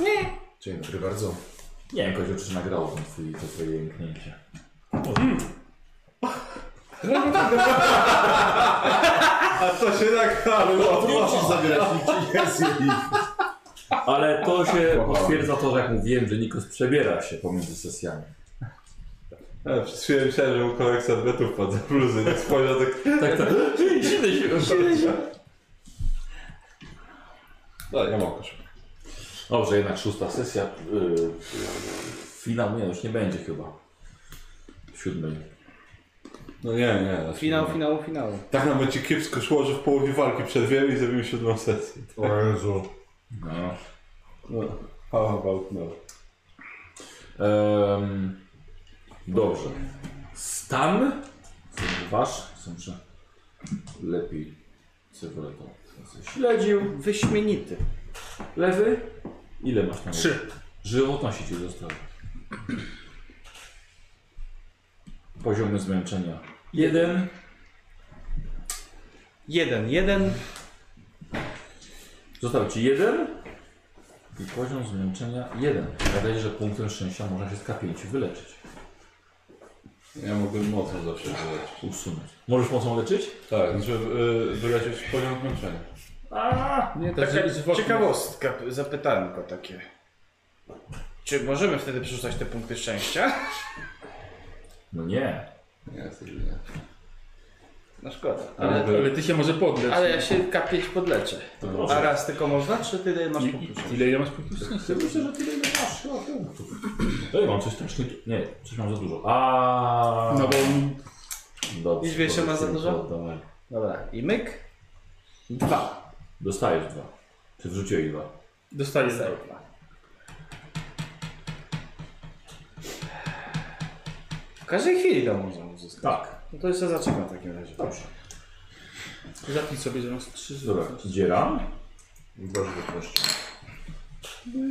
Nie. Dzień dobry bardzo. Nie wiem, Jakoś oczy nagrało ten twój, to twoje jęknięcie. A to się nagrało. Musisz zabierać nic nie zjedli. ale to się potwierdza to, że jak mówiłem, że Nikos przebiera się. Pomiędzy sesjami. Ja przez chwilę myślałem, że mu kolek sorbetów wpadza w bluzy, nie spojrzał tak... Tak, tak. Siedzę się. No, ja mam kosz. Dobrze, jednak szósta sesja. Yy, finał nie, już nie będzie chyba. Siódmej. No nie, nie. znaczy Finał, nie. finał, finał. Tak nam będzie kiepsko szło, że w połowie walki przerwiemy i zrobimy siódmą sesję. O Jezu. No. No. How about no? Em, dobrze. Stan wasz, sądzę, lepiej cyfroletą. Śledził. Wyśmienity. Lewy. Ile masz na Trzy. Żywotności ci zostało. Poziomy zmęczenia. Jeden. Jeden, jeden. Został ci jeden. I poziom zmęczenia jeden. Wydaje, że punktem szczęścia można się z K5 wyleczyć. Ja mogłem mocno zawsze wyleczyć. Usunąć. Możesz mocą leczyć? Tak, żeby y, wyleczyć poziom zmęczenia. Nie, Taka tak, ciekawość. ciekawostka, zapytanko takie. Czy możemy wtedy przerzucać te punkty szczęścia? No nie. Nie, jesteś nie. No szkoda. Ale- Ale, Ale ty się może podleć. ale ja się K5 podleczę. To A proszę. raz tylko można, czy ty masz I, punktów? i, ile ja masz punktów szczęścia? Myślę, że tyle ile masz. chyba punktów. Ej, mam coś strasznie... Nie, coś mam za dużo. A. No bo Dobrze. Liczbie się ma za dużo? Dawaj. Dobra, i myk. Dwa. Dostajesz dwa. Czy wrzuciłeś dwa? dostaję zero. Zerwa. W każdej chwili to można uzyskać. Tak. No to jeszcze zaczekam w takim razie. Dobrze. Zapnij sobie, że masz trzy Dobra, życia. dzieram. Boże, wypuszczę.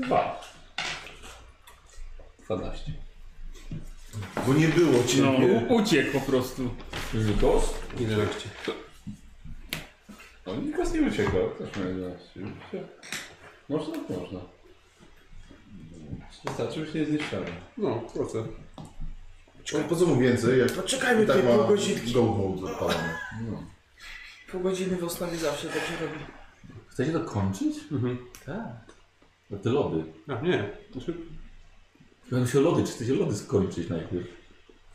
Dwa. 12. Bo nie było cię. No, u- uciekł po prostu. Nikos? 11. No nikt was nie uciekał, też miał 11. Uciekł. Można? Można. Wystarczy, już nie jest zniszczony. No, procent. Po co mu więcej? Jak Poczekajmy tak tej ma pół godzinki. go mode odpalony. Pół godziny w Osnowie zawsze dobrze robi. Chcecie to kończyć? Tak. No te lody. A, nie. Znaczy, Będą się lody, czy chcecie lody skończyć najpierw?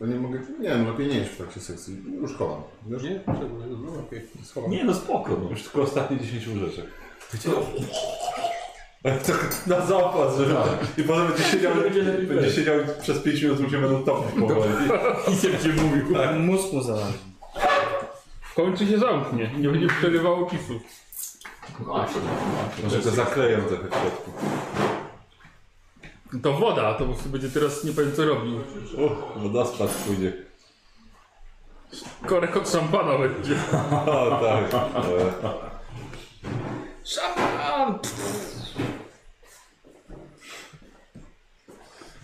No nie mogę, nie wiem, lepiej nie iść w trakcie sekcji. Już chowam. Wiesz? nie? Potrzebuję, no okej. Schowam. Nie no spoko. No. Już tylko ostatnie 10 łyżeczek. Chcecie... Tak na zapas, żeby... I potem będzie siedział, Będzie lepiej będzie wejść. siedział przez 5 minut, ludzie będą topić powoli. I się będzie mówił. tak. Mózg mu zależy. W końcu się zamknie. Nie będzie przerywało kisu. Właśnie. Może to zakleją trochę w środku. To woda, to po prostu będzie teraz nie powiem co robił. Uch, wodospad pójdzie. Korek od szampana będzie. O, tak. E, Szampan!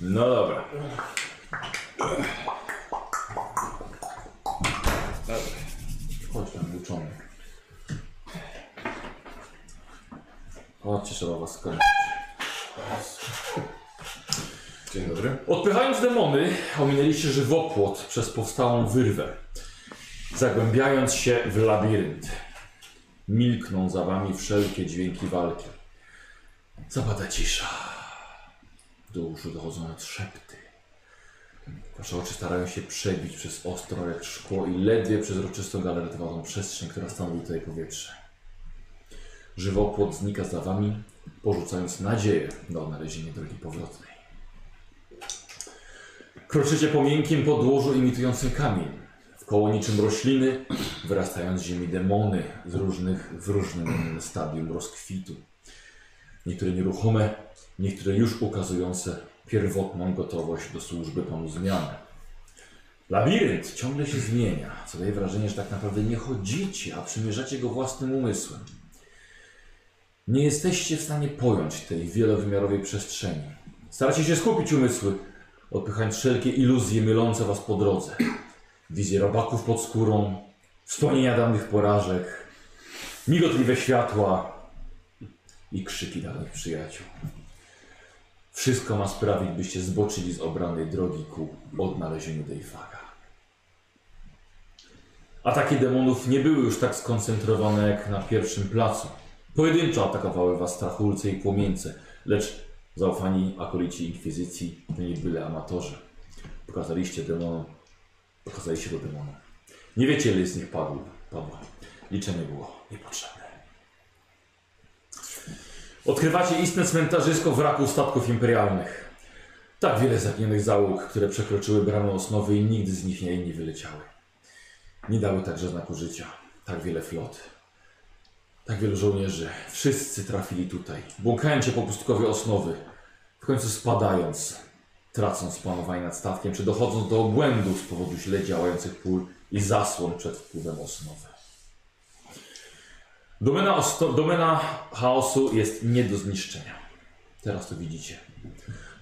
No dobra. Chodź tam uczony. Chodźcie, trzeba was skończyć. Dzień dobry. Odpychając demony, ominęliście żywopłot przez powstałą wyrwę, zagłębiając się w labirynt. Milkną za wami wszelkie dźwięki walki. Zapada cisza. Do uszu dochodzą nawet szepty. Wasze oczy starają się przebić przez ostro jak szkło i ledwie przezroczystą galaretowatą przestrzeń, która stanowi tutaj powietrze. Żywopłot znika za wami, porzucając nadzieję na odnalezienie drogi powrotnej. Kroczycie po miękkim podłożu imitującym kamień. Wkoło niczym rośliny, wyrastając z ziemi demony z różnych, w różnym stadium rozkwitu. Niektóre nieruchome, niektóre już ukazujące pierwotną gotowość do służby panu zmiany. Labirynt ciągle się zmienia, co daje wrażenie, że tak naprawdę nie chodzicie, a przymierzacie go własnym umysłem. Nie jesteście w stanie pojąć tej wielowymiarowej przestrzeni. Staracie się skupić umysły, odpychając wszelkie iluzje mylące was po drodze. Wizje robaków pod skórą, wspomnienia dawnych porażek, migotliwe światła i krzyki dawnych przyjaciół. Wszystko ma sprawić, byście zboczyli z obranej drogi ku odnalezieniu Deifaga. Ataki demonów nie były już tak skoncentrowane jak na pierwszym placu. Pojedynczo atakowały was strachulce i płomience, lecz zaufani akolici inkwizycji to nie byli amatorzy. Pokazaliście demonom, pokazaliście go demonom. Nie wiecie, ile z nich padło. padło. Liczenie było niepotrzebne. Odkrywacie istne cmentarzysko wraków statków imperialnych. Tak wiele zaginionych załóg, które przekroczyły bramę osnowy i nigdy z nich nie, nie wyleciały. Nie dały także znaku życia. Tak wiele flot. Tak wielu żołnierzy. Wszyscy trafili tutaj. Błąkają cię po pustkowie osnowy. W końcu spadając, tracąc panowanie nad statkiem, czy dochodząc do obłędu z powodu źle działających pól i zasłon przed wpływem osnowy. Domena, osto- domena chaosu jest nie do zniszczenia. Teraz to widzicie.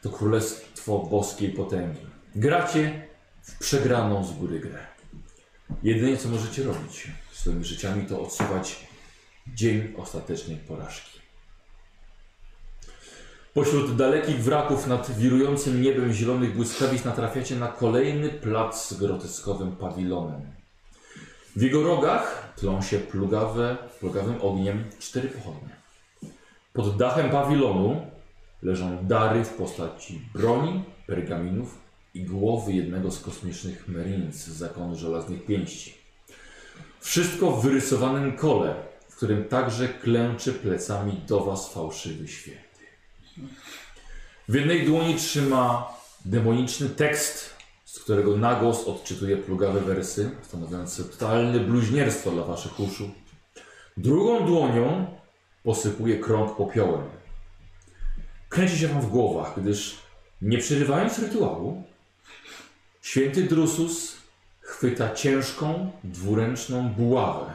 To królestwo boskiej potęgi. Gracie w przegraną z góry grę. Jedynie co możecie robić swoimi życiami to odsuwać dzień ostatecznej porażki. Pośród dalekich wraków nad wirującym niebem zielonych błyskawic natrafiacie na kolejny plac z groteskowym pawilonem. W jego rogach tlą się plugawe, plugawym ogniem cztery pochodnie. Pod dachem pawilonu leżą dary w postaci broni, pergaminów i głowy jednego z kosmicznych Marines z zakonu żelaznych pięści. Wszystko w wyrysowanym kole, w którym także klęczy plecami do was fałszywy święty. W jednej dłoni trzyma demoniczny tekst, z którego nagłos odczytuje plugawe wersy, stanowiące totalne bluźnierstwo dla waszych uszu. Drugą dłonią posypuje krąg popiołem. Kręci się wam w głowach, gdyż nie przerywając rytuału, święty Drusus chwyta ciężką, dwuręczną buławę.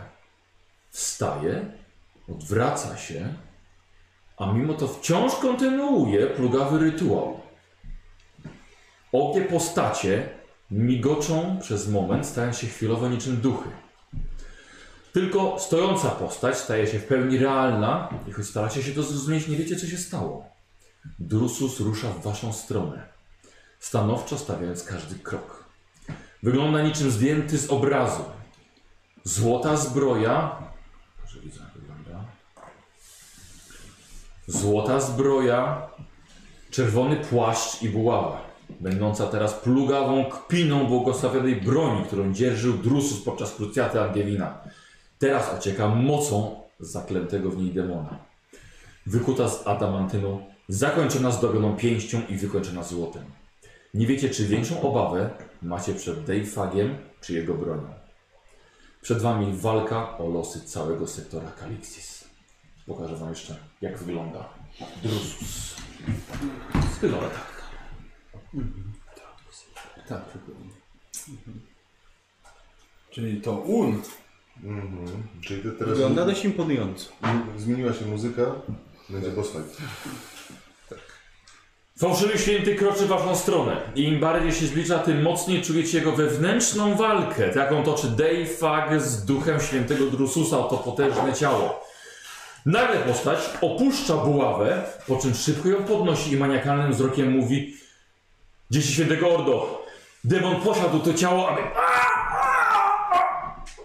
Wstaje, odwraca się, a mimo to wciąż kontynuuje plugawy rytuał. Obie postacie migoczą przez moment, stając się chwilowo niczym duchy. Tylko stojąca postać staje się w pełni realna i choć staracie się to zrozumieć, nie wiecie co się stało. Drusus rusza w waszą stronę, stanowczo stawiając każdy krok. Wygląda niczym zdjęty z obrazu. Złota zbroja. Proszę widzę, jak wygląda. Złota zbroja, czerwony płaszcz i buława, będąca teraz plugawą kpiną błogosławionej broni, którą dzierżył Drusus podczas krucjaty Angelina. Teraz ocieka mocą zaklętego w niej demona. Wykuta z adamantynu, zakończona zdobioną pięścią i wykończona złotem. Nie wiecie, czy większą obawę macie przed Deifagiem, czy jego bronią. Przed wami walka o losy całego sektora Kalixis. Pokażę wam jeszcze, jak wygląda Drusus. Wygląda tak. Tak, dokładnie. Czyli to un. Mhm. Czyli to teraz Wygląda dość imponująco. mu- zmieniła się muzyka, będzie boss fight. Fałszywy święty kroczy w waszą stronę i im bardziej się zbliża, tym mocniej czujecie jego wewnętrzną walkę, jaką toczy Deifag z duchem świętego Drususa o to potężne ciało. Nagle postać opuszcza buławę, po czym szybko ją podnosi i maniakalnym wzrokiem mówi Dzieci świętego Ordo, demon posiadł to ciało, aby...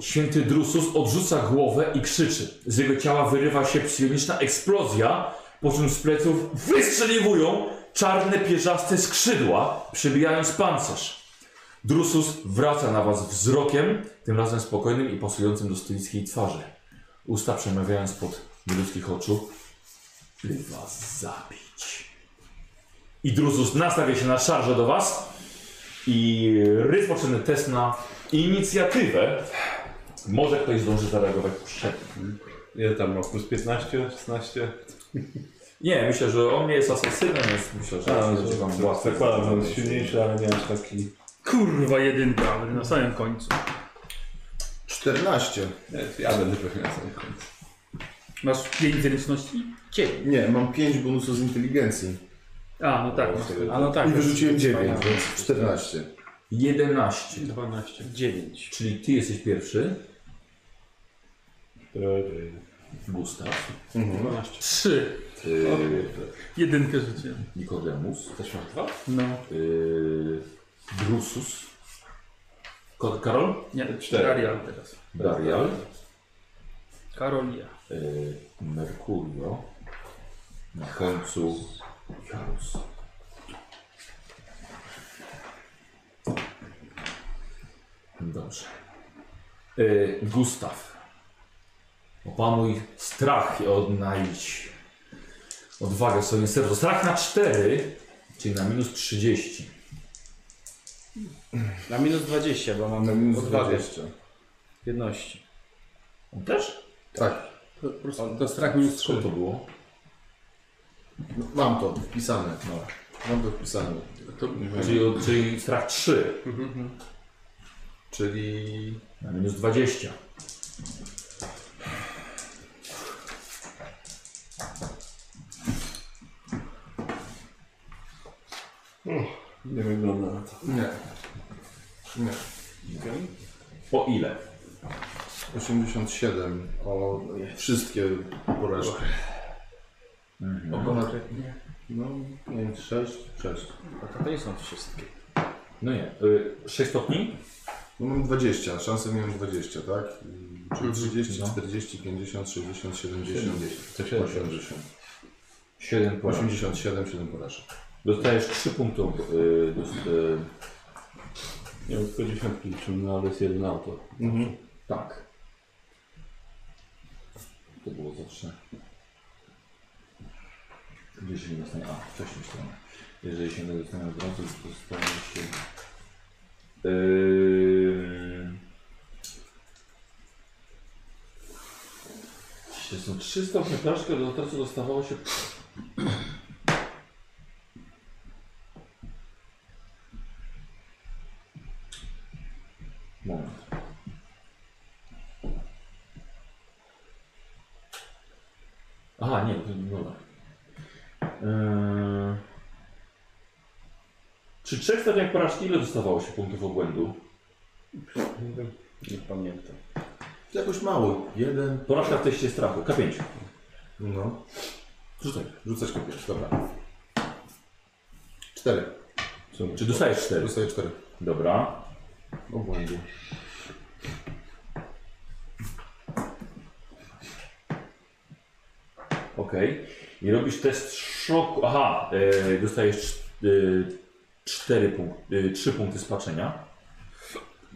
Święty Drusus odrzuca głowę i krzyczy. Z jego ciała wyrywa się psioniczna eksplozja, po czym z pleców wystrzeliwują czarne pierzaste skrzydła, przebijając pancerz. Drusus wraca na was wzrokiem, tym razem spokojnym i pasującym do stoickiej twarzy. Usta przemawiając pod nieludzkich oczu, by was zabić. I Drusus nastawia się na szarże do was i rozpoczyna test na inicjatywę. Może ktoś zdąży zareagować przed. Ile tam mam? Plus 15, 16? Nie, myślę, że on nie jest asasynem, więc myślę, że A, będzie wam że łatwiej. zakładam, że jest silniejszy, ale nie aż taki... Kurwa, jedynka, ale na samym końcu. 14. Nie, Ja będę pewnie na sam koniec. Masz pięć zręczności? Ciebie. Nie, mam 5 bonusów z inteligencji. A, no tak. Wtedy. A no tak. I wyrzuciłem 9, więc 14. 11. 12. 9. Czyli ty jesteś pierwszy, Dobra, dobra. Gustaw. 3. Yy, y, Jedynkę życie. Nikodemus. Też masz dwa? No. y, Yy, Drusus. Ko- Karol? Nie, Cztery. Darial teraz. Darial. Karol i ja. Yy, Mercurio. Na końcu Icarus. Dobrze. Yy, Gustaw. Opanuj strach i odnajdź odwagę w swoim sercu. Strach na 4, czyli na minus 30. Na minus 20, bo mam minus odwagę. Jedności. On też? Tak. Po prostu To strach minus Skąd 3. to było? No, Mam to wpisane. No. Mam to wpisane. To, Czyli, czyli strach 3, Mhm, Czyli... na minus 20. nie wygląda na to. Nie. O ile? 87 o wszystkie porażki. O ponad... No, nie wiem, 6? 6. A to, to nie są wszystkie. No nie. Y, 6 stopni? No mam 20, szansę miałem 20, tak? I- Czyli 30, 40, 50, 60, 70, 80. 7 porażek. 87, 7 porażek. Dostajesz 3 punktów. Y, dost, y, Nie wiem, tylko dziesiątki liczymy, no ale jest jeden auto. tak. To było zawsze. Jeżeli dostanie. A, wcześniej stronę. Jeżeli się nie dostanie od razu, to dostanie się. Yy... Jeśli są 300 przepraszkę, do tego dostawało się... Moment. Aha, nie, to nie dobra. Eee, Przy trzech stopniach porażki ile dostawało się punktów obłędu? Nie pamiętam. To jakoś mało. Jeden. Porażka w teście strachu. K5. No. Rzucaj. Rzucać kopię. Dobra. Cztery. Czy dostajesz 4? Dostaję cztery. Dobra. Obłędu. Okej. I robisz test szoku. Aha, e, dostajesz 4 punkty, e, 3 punkty spaczenia.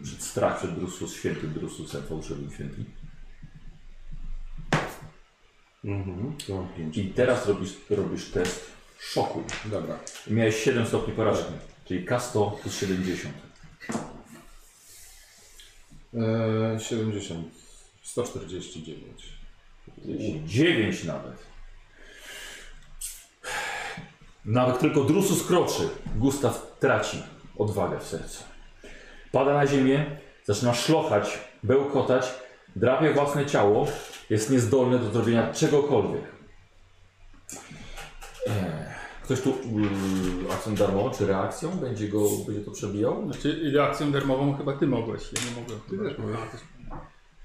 Przed strach przed Drusus, świętym Drususem, fałszywym świętym. Mhm. To mam pięć. I teraz robisz, robisz test szoku. Dobra. Miałeś 7 stopni porażki, czyli K100 plus 70. Eee, 70. 149. 9 nawet. Nawet tylko Drusus kroczy. Gustaw traci odwagę w sercu. Pada na ziemię, zaczyna szlochać, bełkotać, drapie własne ciało, jest niezdolny do zrobienia czegokolwiek. Eee, Ktoś tu yy, akcją darmową czy reakcją będzie go będzie to przebijał? Znaczy reakcją darmową chyba ty mogłeś, ja nie mogłem. Ty też mówisz.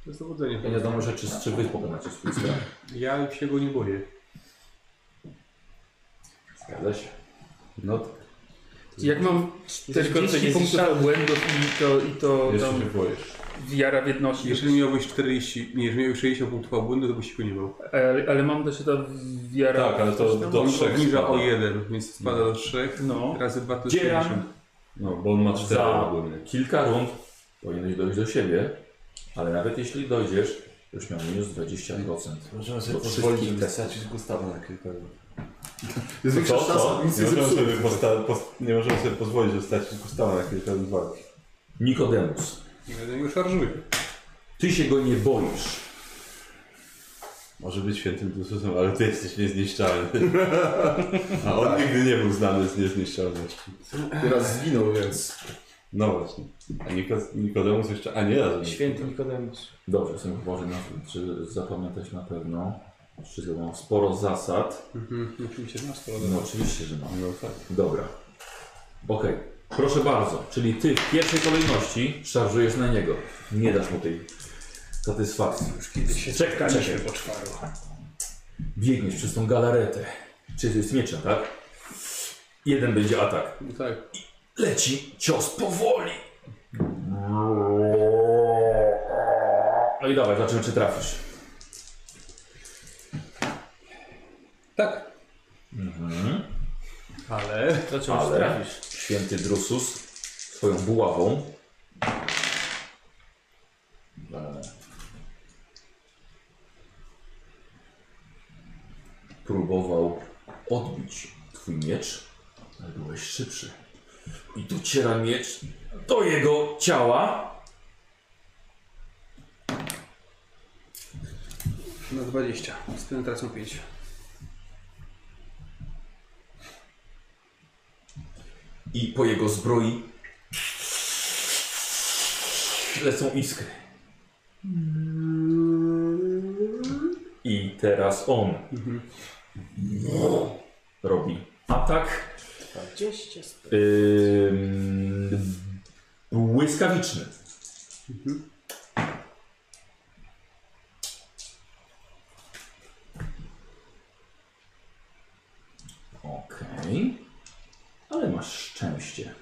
To jest dowodzenie. Ja nie wiadomo, że czy, czy wy pokonacie swój strach. Ja już się go nie boję. Zgadza się. No to Jak mam Tylko co, 40 nie punktów zniszczałem. błędów i to, i to tam boisz. wiara w jedności. Jeżeli miałbyś 40, nie, jeżeli miałbyś 60 punktów obłędu, to byś go nie miał. E, Ale, ale mam też ta wiara... Tak, ale to Tam- do On trzech obniża spada. o 1, więc spada do 3. No. Razy 2 to Dzielam. 60. No, bo on ma cztery ogólnie. kilka rund powinieneś dojść do siebie, ale nawet jeśli dojdziesz, już miał minus 20%. Możemy sobie pozwolić, żeby wysadzić Gustawa na kilka Jest większa co? szansa, nic Nie No nie możemy, zepsuję. sobie posta- pos- nie możemy sobie pozwolić zostać Gustawa na kilka razy walki. Nikodemus, Jeden już szarżuje. ty się go nie boisz. Może być świętym Dususem, ale ty jesteś niezniszczalny. A on nigdy nie był znany z niezniszczalności. Teraz zginął, więc... No właśnie. A Nikos- Nikodemus jeszcze... A nie raz. Święty Nikodemus. Dobrze, sobie uważaj, na, czy zapamiętać na pewno. Wszystko mam sporo zasad. Oczywiście masz to No oczywiście, że mam. No tak. Dobra. Okej. Proszę bardzo, czyli ty w pierwszej kolejności szarżujesz na niego. Nie dasz mu tej satysfakcji. Już kiedyś się czekaliśmy po czwarła. Biegniesz przez tą galaretę. Czy to jest mieczem, tak? Jeden będzie atak. No Tak. Leci cios powoli. No i dawaj, zobaczymy czy trafisz. Tak. Ale... Dlaczego Ale trafisz? święty Drusus swoją buławą e, próbował odbić twój miecz, ale byłeś szybszy. I dociera miecz do jego ciała. Na 20. Z penetracją 5. i po jego zbroi lecą iskry. I teraz on robi atak ym, błyskawiczny. Okej. Ale masz szczęście.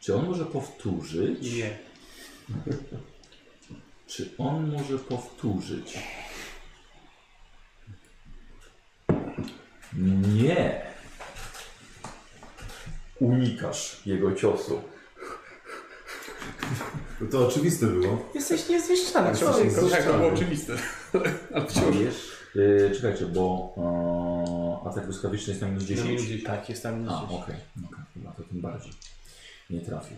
Czy on może powtórzyć? Nie. Czy on może powtórzyć? Nie. Unikasz jego ciosu. No to oczywiste było. Jesteś niezniszczalny Jesteś człowieku. niezniszczalny. Tak, to było oczywiste. Ale wciąż. Wiesz? Yy, czekajcie, bo yy, atak błyskawiczny jest na minus 10. Tak, jest tam A, nic. No, okej, okej, chyba to tym bardziej. Nie trafił.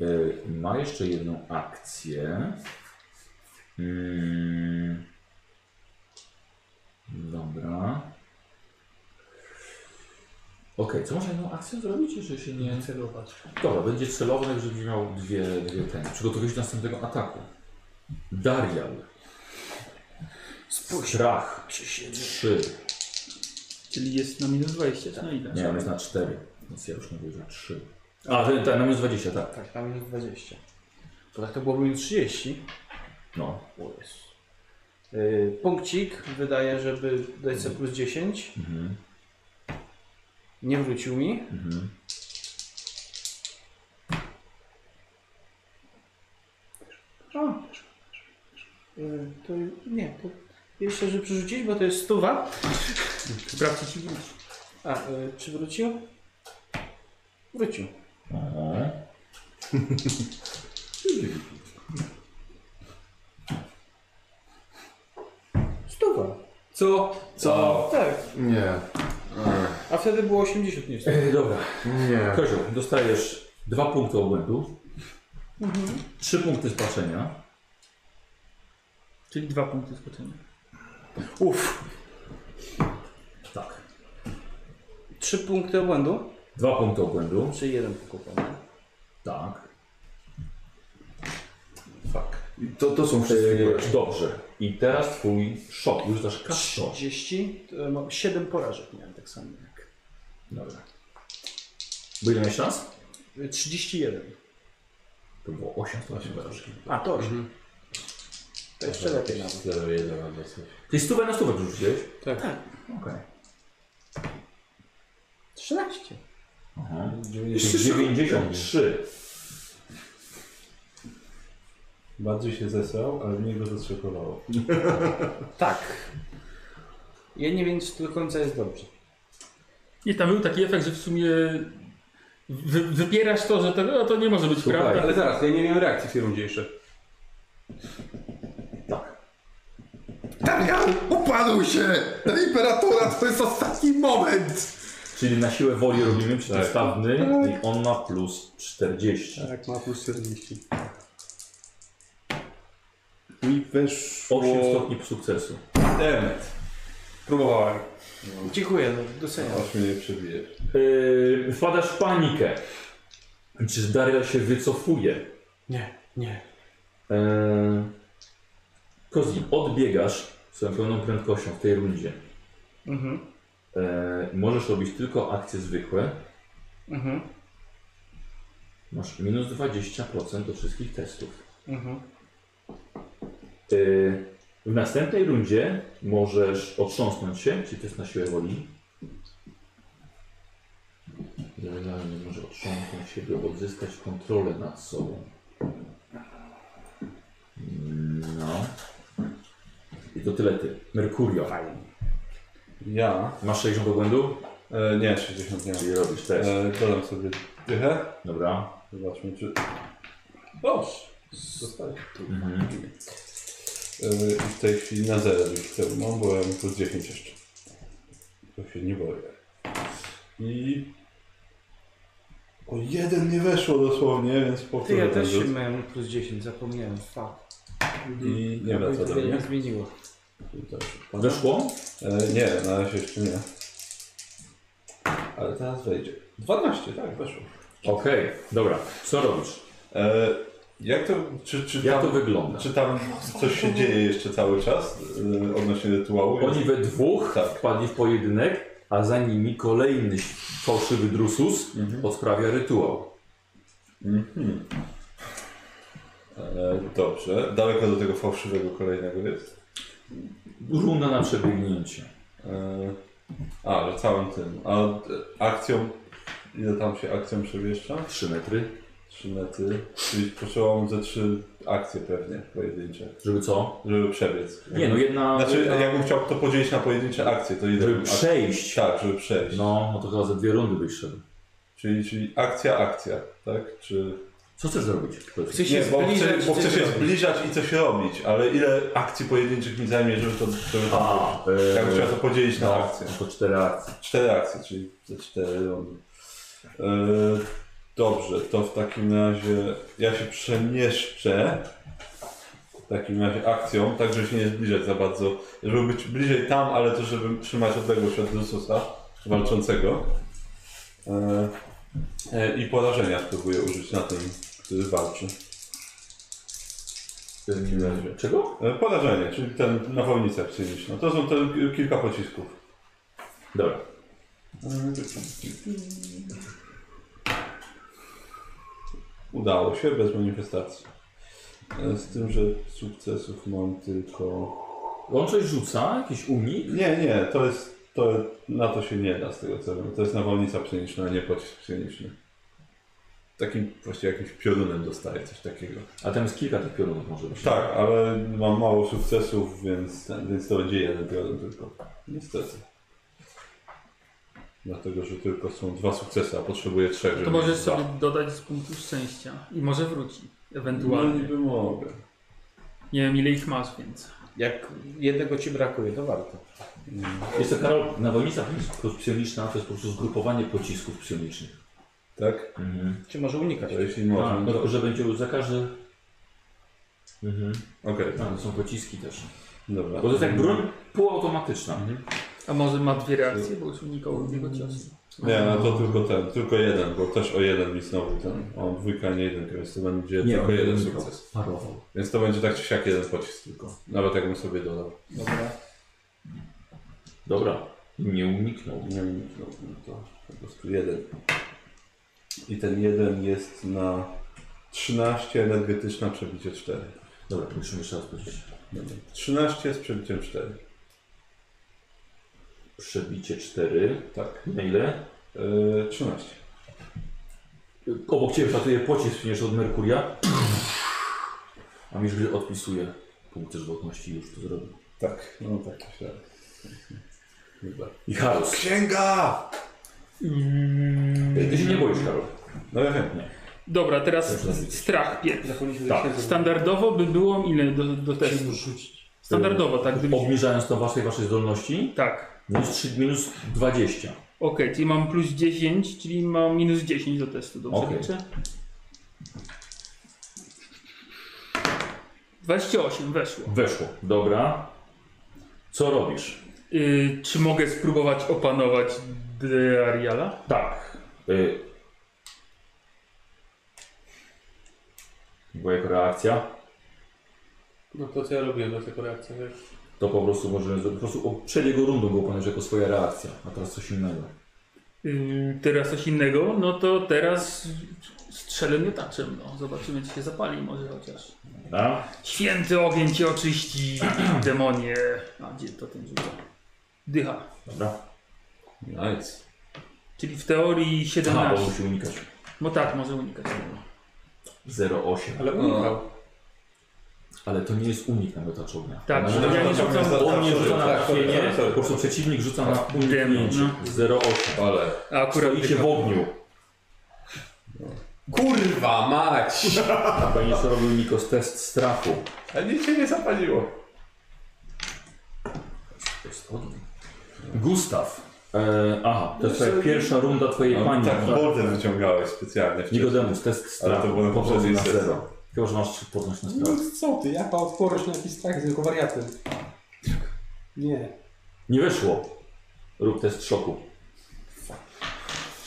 Y, ma jeszcze jedną akcję. Mm. Dobra. Okej, co może jedną akcję zrobić, jeżeli się nie... Celować. Dobra, będzie celowo, tak żebyś miał dwie, dwie ten. Przygotowuj się do następnego ataku. Darial. Spójrz. Strach. Trzy. Czyli jest na minus 20, czy na ile? Nie, on jest na cztery. Więc ja już mówię, że trzy. A, ten, ten, na minus 20, tak. Tak, tam jest 20. To tak to byłoby minus 30. No. O Jezu. Yy, punkcik wydaje, żeby dać sobie plus 10. Mhm. Nie wrócił mi. Mhm. O. Yy, to nie, to jeszcze, że przerzucić, bo to jest stuwa. Sprawdźcie ci wróć. A, yy, czy wrócił? Wrócił. Aha. Stuwa. Co? Co? Tak. Nie. A wtedy było 80 nie Ej, dobra, Nie. Kozioł, dostajesz dwa punkty obłędu, Mhm. trzy punkty spaczenia, Czyli dwa punkty skoczenia. Uff. tak, 3 punkty obłędu, dwa punkty obłędu, czy jeden punkt obłędu. tak, I To, to są wszystkie Yy, porażki. dobrze. I teraz twój szok, już dasz kaszot. 30, to mam 7 porażek miałem tak samo jak. Dobra. Bo ile miałeś szans? Y, 31. To było 8, 8 porażki. A, to 8. To jeszcze lepiej nawet. Zero jeden mam dosyć. Czyli stówę na stówę przerzuciłeś? Tak. Okej. 13. Aha. 93. Bardziej się zesrał, ale mnie go zaszokowało. Tak. Ja nie wiem, czy to do końca jest dobrze. Nie, tam był taki efekt, że w sumie wy, wypierasz to, że to, no, to nie może być Słuchaj. prawda. Ale zaraz, ja nie miałem reakcji w tej rundzie jeszcze. Tak. Darian, upadł się! Dla Imperatora to jest ostatni moment! Czyli na siłę woli robimy przeciwstawny i on ma plus 40. Tak, ma plus 40. Mi weszło... 8 stopni sukcesu. Demet. Próbowałem. Dziękuję, no, doceniam. Aż mnie nie przebijesz. Yy, wpadasz w panikę. Czy Daria się wycofuje? Nie, nie. Yy, Kozi, odbiegasz swoją pełną prędkością w tej rundzie. Mhm. Yy, możesz robić tylko akcje zwykłe. Mhm. Masz minus 20% do wszystkich testów. Mhm. Yy, W następnej rundzie możesz otrząsnąć się, czyli to jest na siłę woli. Generalnie może otrząsnąć się, by odzyskać kontrolę nad sobą. No. I to tyle ty. Merkurio. Ja? Masz 60 do błędu? E, nie, 60 nie. Czyli robisz test. E, dodam sobie dychę. Dobra. Zobaczmy, czy... O! Zostaje tu. Mhm. E, i w tej chwili na zero już chcę, mam, bo ja mam plus 10 jeszcze. To się nie boję. I... O jeden nie weszło dosłownie, więc Ty, powtórzę ja ten też rzut. się miałem plus 10, zapomniałem, fuck. I nie wraca do Tyle nie mnie. zmieniło. Weszło? E, nie, na razie jeszcze nie. Ale teraz wejdzie. 12, tak, weszło. Okej, dobra. Co robisz? E, jak to... Czy, czy, Jak tam, to wygląda? czy tam coś się dzieje jeszcze cały czas e, odnośnie rytuału? Oni we dwóch Tak. wpadli w pojedynek, a za nimi kolejny fałszywy drusus odprawia rytuał. Mhm. E, dobrze. Daleko do tego fałszywego kolejnego jest. Runda na przebiegnięcie. E, a, że całym tym. A od- akcją. Ile tam się akcją przemieszcza? 3 metry. 3 metry. Czyli potrzebowałem ze 3 akcje pewnie pojedyncze, Żeby co? żeby przebiec. Nie no, jedna... Znaczy, jedna... jakbym chciał to podzielić na pojedyncze akcje, to ile Żeby bym ak- przejść. Tak, żeby przejść. No, no to chyba za dwie rundy byś szedł. Czyli, czyli akcja, akcja, tak? Czy... Co chcesz zrobić? Chcę się Nie, bo chcę, zbliżać, bo chcę czy- się zbliżać i coś robić, ale ile akcji pojedynczych mi zajmie, żeby to... Żeby to... A, Ja bym chciał to podzielić na akcje. To cztery Eee, akcje. Cztery akcje, czyli te cztery rundy. Yy, dobrze, to w takim razie ja się przemieszczę w takim razie akcją, tak żeby się nie zbliżać za bardzo, żeby być bliżej tam, ale też żeby trzymać odległość od Drususa walczącego. Yy, yy, I porażenia spróbuję użyć na tym, który walczy. Czego? Yy, porażenie, czyli ten nawałnica psychiczna. To są te kilka pocisków. Dobra. Udało się bez manifestacji. E, Z tym, że sukcesów mam tylko. On coś rzuca? Jakiś unik? Nie, nie, to jest. To, na to się nie da z tego co wiem. To jest nawolnica pszeniczna, a nie pocisk pszeniczny. Takim właściwie jakimś piorunem dostaję coś takiego. A tam jest kilka tych piorunów może być. Tak, ale mam mało sukcesów, więc, więc to będzie jeden piorun tylko. Niestety. Dlatego, że tylko są dwa sukcesy, a potrzebuję trzech. To żeby możesz mieć dwa. sobie dodać z punktu szczęścia i może wróci, No ewentualnie. niby mogę. Nie wiem ile ich masz, więc. Jak jednego ci brakuje, to warto. Jest to Karol, nawolnica psioniczna to jest po prostu zgrupowanie pocisków psionicznych. Tak? Mhm. Czy może Tak. unikać? To jeśli można. No tylko, że będzie za każdy... Mhm. Okej, A, to są pociski też. dobra. Bo to jest tak- jak broń półautomatyczna. A może ma dwie reakcje, bo już unikał jednego ciosu. Nie, no to tylko ten, tylko jeden, bo też o jeden mi znowu ten. On dwójka, nie jedynka, więc to będzie tylko on jeden unikał. sukces. Parował. Więc to będzie tak czy siak jeden pocisk tylko. Nawet jakbym sobie dodał. Dobra. Dobra. Nie uniknął. Nie wiem, no, no to po prostu jeden. I ten jeden jest na 13, energetyczna przebicie 4. Dobra, to musimy jeszcze raz powiedzieć. Dobra. 13 z przebiciem 4. Przebicie 4. Tak. Na ile? Yy, 13. Obok ciebie pracuje pocisk przecież od Merkuria. A mi już odpisuje punkty żywotności już to zrobił. Tak, no tak myślałem. Dobra. I chaos. Księga! Ty się nie boisz, Karol. No ja wiem. Dobra, teraz Dobrze. strach pierwszy. Zapomnieliśmy Tak. tak. Standardowo by było ile do, do testu? Standardowo, tak. Gdybyś... Obniżając to waszej waszej zdolności, Tak. minus, 3, minus 20. Okej, czyli mam plus 10, czyli mam minus 10 do testu. Dobrze Okej. liczę? 28 weszło. Weszło. Dobra. Co robisz? Y, czy mogę spróbować opanować Dariala? Tak. Y... Była jako reakcja. No to co ja robiłem na taką reakcję, wiesz? To po prostu może po prostu o- przed jego rundą go opanować jako swoja reakcja, a teraz coś innego. yy, teraz coś innego, no to teraz strzelę miotaczem, no. Zobaczymy, czy się zapali może chociaż. A? Święty ogień cię oczyści, demonie. A gdzie to ten rzuca? Dycha. Dobra. no. Nice. Czyli w teorii Aha, bo 17. musi unikać. No tak, może unikać tego. 0,8. Ale unikał. Ale to nie jest unik na miotacz ognia. Tak, Ona ja nie rzuca- rzucam On nie rzuca na Tak, sorry, trafienie, sorry, sorry. po prostu przeciwnik rzuca na Demon, uniknięcie. 0,8. No, Ale. A akurat Stoicie w ogniu. Kurwa mać! Będziesz robił Nikos test strachu. A nic się nie zapaliło. To jest ogień. Gustaw. E, aha, to jest twoja pierwsza runda twojej No, pani. tak, boltem wyciągałeś specjalnie. wcześniej. Nikodemus, test strachu. Ale to było na Podnoś poprzedniej na sesji. zero. Chyba, że masz podnoś na No strach. co ty, jaka odporność na jakiś strach, tylko wariatem. Nie. Nie wyszło. Rób test szoku.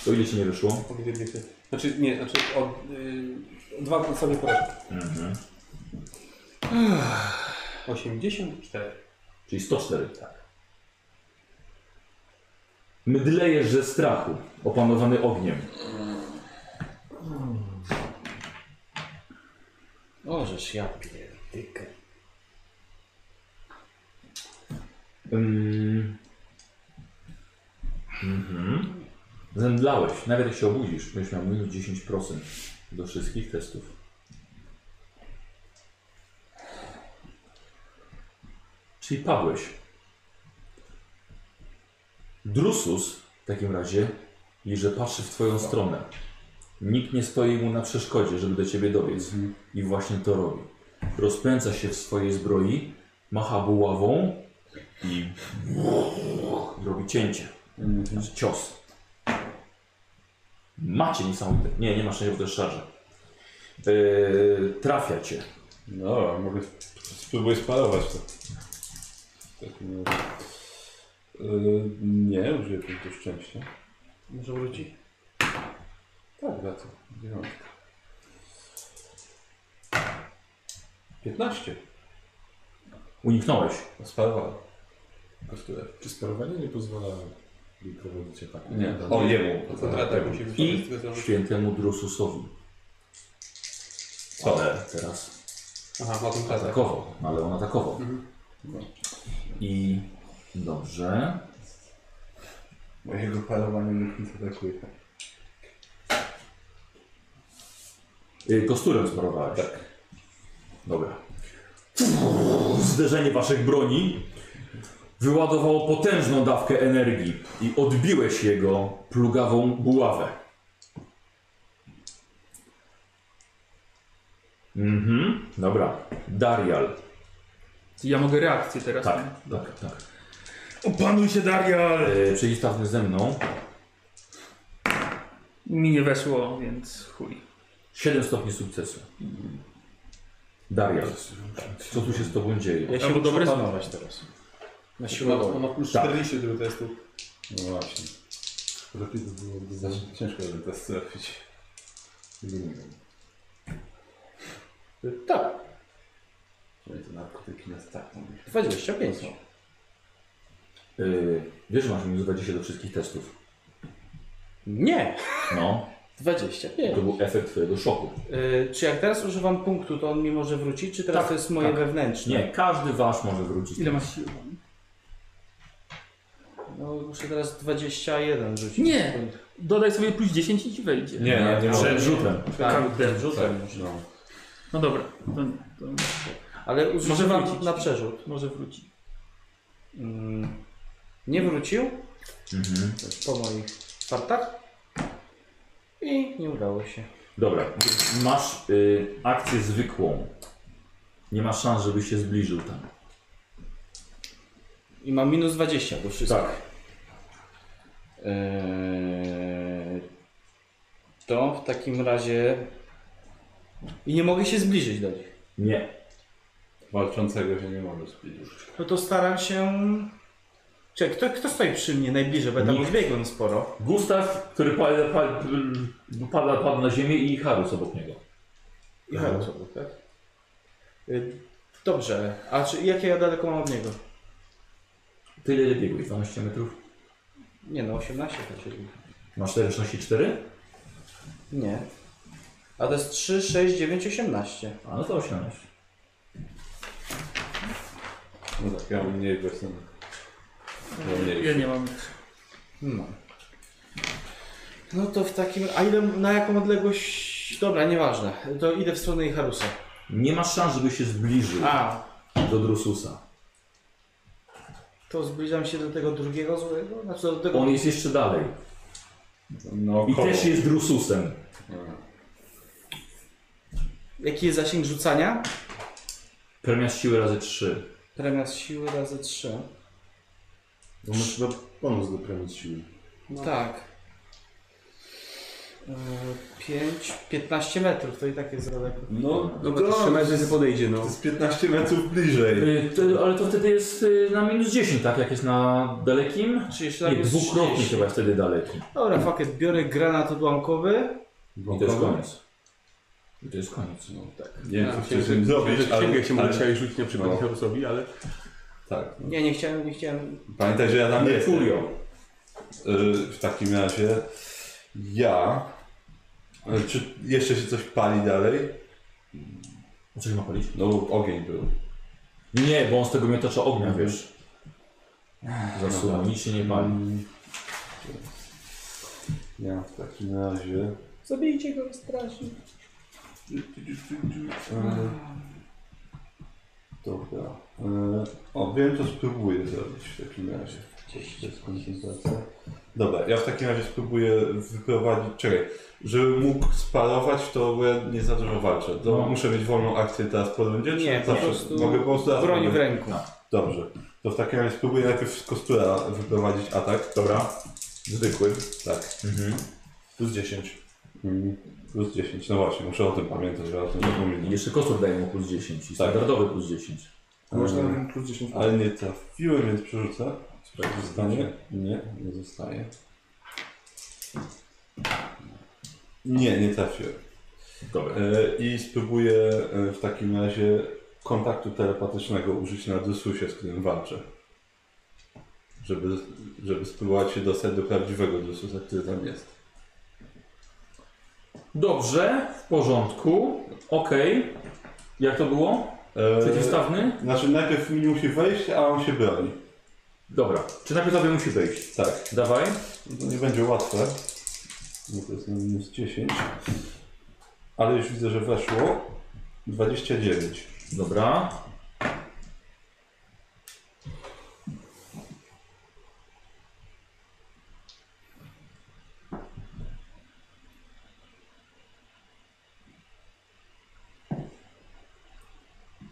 To ile ci nie wyszło? Powinien się. Znaczy, nie, znaczy od, y, dwa sobie porażki. Ech, 84. Czyli 104. Tak. Mydlejesz ze strachu, opanowany ogniem. O, żeż ja pierdykę. Mm. Mhm. Zemdlałeś. Nawet jak się obudzisz, będziesz miał minus 10% do wszystkich testów. Czyli padłeś. Drusus w takim razie i że patrzy w twoją stronę. Nikt nie stoi mu na przeszkodzie, żeby do ciebie dobiec. I właśnie to robi. Rozpędza się w swojej zbroi, macha buławą i robi cięcie. Znaczy cios. Macie niesamowite. Nie, nie masz szczęścia, bo to jest szarże. Yy, trafia cię. No, mogę sp- spróbuję sparować to. Tak, no. Yy, nie, użyję punktu szczęścia. Może wróci. Tak, za co? Dziewiątka. 15. Uniknąłeś. No, Sparowałem. Kosztuje. Czy sparowanie nie pozwala mi prowadzić tak? ataku? Nie, Dobra. o jemu. To kontratak musi być. I żeby zrobić. świętemu Drususowi. Co? Ale teraz Aha, ma Tak. kontratak. atakował, ale on atakował. I dobrze. Mojego parowania nikt nie atakuje. Yy, kosturem sparowałeś. Tak. Dobra. Zderzenie waszych broni wyładowało potężną dawkę energii i odbiłeś jego plugawą buławę. Mhm, dobra. Darial. Ja mogę reakcję teraz. Tak, tak, tak. Opanuj się, Darial! E, przeciwstawny ze mną. Mi nie weszło, więc chuj. 7 stopni sukcesu. Darial, co tu się z tobą dzieje? Ja się Albo muszę dobre- opanować teraz. Na siłę Ma, woli. ma plus Tak. 40 do testu. No właśnie. Lepiej by było, gdy Zawsze ciężko żeby to trafić. zaczynamy. Tak, Czyli to narkotyki nas tak mówisz. 25. E, wiesz, że masz minus 20 do wszystkich testów. Nie! No, to 25. był efekt twojego szoku. Y, czy jak teraz używam punktu, to on mi może wrócić, czy teraz Tak, to jest moje tak. wewnętrzne? Nie, każdy wasz może wrócić. Ile masz siły? No muszę teraz 21 rzucić. Nie! Dodaj sobie plus 10 i ci wejdzie. Nie, no, nie, nie Przed rzutem. Tak, Kurde. rzutem muszę. No. No dobra, to nie. To nie. Ale używam wrócić. na przerzut. Może wróci. Mm, nie wrócił Mhm. po moich fartach i nie udało się. Dobra, masz y, akcję zwykłą. Nie ma szans, żebyś się zbliżył tam. I mam minus 20 do wszystkich. Tak. Eee, to w takim razie. I nie mogę się zbliżyć do nich. Nie. Walczącego się nie może zbliżyć. No to staram się. Czekaj, kto, kto stoi przy mnie najbliżej, bo ja tam Nikt. odbiegłem sporo. Gustaw, który pada, pada, pada, padł na ziemię i Harus obok niego. I No. Harus obok, tak? Y, Dobrze, a czy, jakie ja daleko mam od niego? Tyle ile biegłeś? 12 metrów? Nie no, 18 to czyli. Masz 4, 6 i 4? Nie. A to jest 3, 6, 9, 18. A no to 18. No tak, ja mam mniej właśnie. No Ja mniej. nie mam. No. No to w takim. A ile, na jaką odległość. Dobra, nieważne. To idę w stronę Icharusa. Nie masz szans, żeby się zbliżył A, do Drususa. to zbliżam się do tego drugiego złego? Znaczy do tego. On jest jeszcze dalej. No, I koło. też jest Drususem. Jaki jest zasięg rzucania? Premia siły razy 3. Premia z siły razy 3. Bo No masz chyba bonus do premii siły. Tak. 5, 15 metrów, to i tak jest daleko. No, Dobra, to trzymaj, że się podejdzie, to no. jest 15 metrów bliżej. Y, to, ale to wtedy jest y, na minus 10, tak? Jak jest na dalekim? 30 Nie, minus dwukrotnie 30. chyba jest wtedy daleki. tak Dobra, fuck it, biorę granat odłamkowy. I to jest koniec. I to jest koniec. No, tak. Nie wiem, co Ja chcesz chciałem z tym zrobić, że księgę ale... się mu ale musiałeś rzucić, nie przypomnieć No. Jarusowi, ale... tak. Nie, nie chciałem, nie chciałem. Pamiętaj, że ja tam nie jestem. Y, Mercurio. W takim razie ja... Ale Czy jeszcze się coś pali dalej? O co się ma palić? No ogień był. Nie, bo on z tego miotacza ognia, wiesz. Zasuwa, nic się nie pali. Ja w takim razie... Zabijcie go, strasznie. E, Dobra. E, O, wiem co spróbuję zrobić w takim razie. Gdzieś to jest koncentracja. Dobra, ja w takim razie spróbuję wyprowadzić. Czekaj, żeby mógł sparować, to ja nie za dużo walczę. To No. muszę mieć wolną akcję teraz po rundzie, czy Nie, po zawsze prostu mogę po prostu raz Tak. Broń w mogę? ręku. Dobrze. To w takim razie spróbuję najpierw z kostura wyprowadzić atak. Dobra. Zwykły. Tak. Mhm. Plus 10. Mm, Plus 10. No właśnie, muszę o tym pamiętać, że o tym I zapominam. jeszcze kostur daje mu plus 10. I Tak. standardowy plus 10. Można mm. plus 10 Ale nie trafiłem, więc przerzucę. Sprawdź, zostanie. Nie, nie zostaje. Nie, nie trafiłem. Dobra. E, I spróbuję e, w takim razie kontaktu telepatycznego użyć na Dysusie, z którym walczę. Żeby, żeby spróbować się dostać do prawdziwego Dysusa, który tam jest. Dobrze, w porządku. Okej. Jak to było? E, Przeciwstawny? Znaczy najpierw mi musi wejść, a on się broni. Dobra. Czy najpierw tobie musi wejść? Tak. Dawaj. To nie będzie łatwe. Bo to jest na minus 10. Ale już widzę, że weszło. 29. Dobra.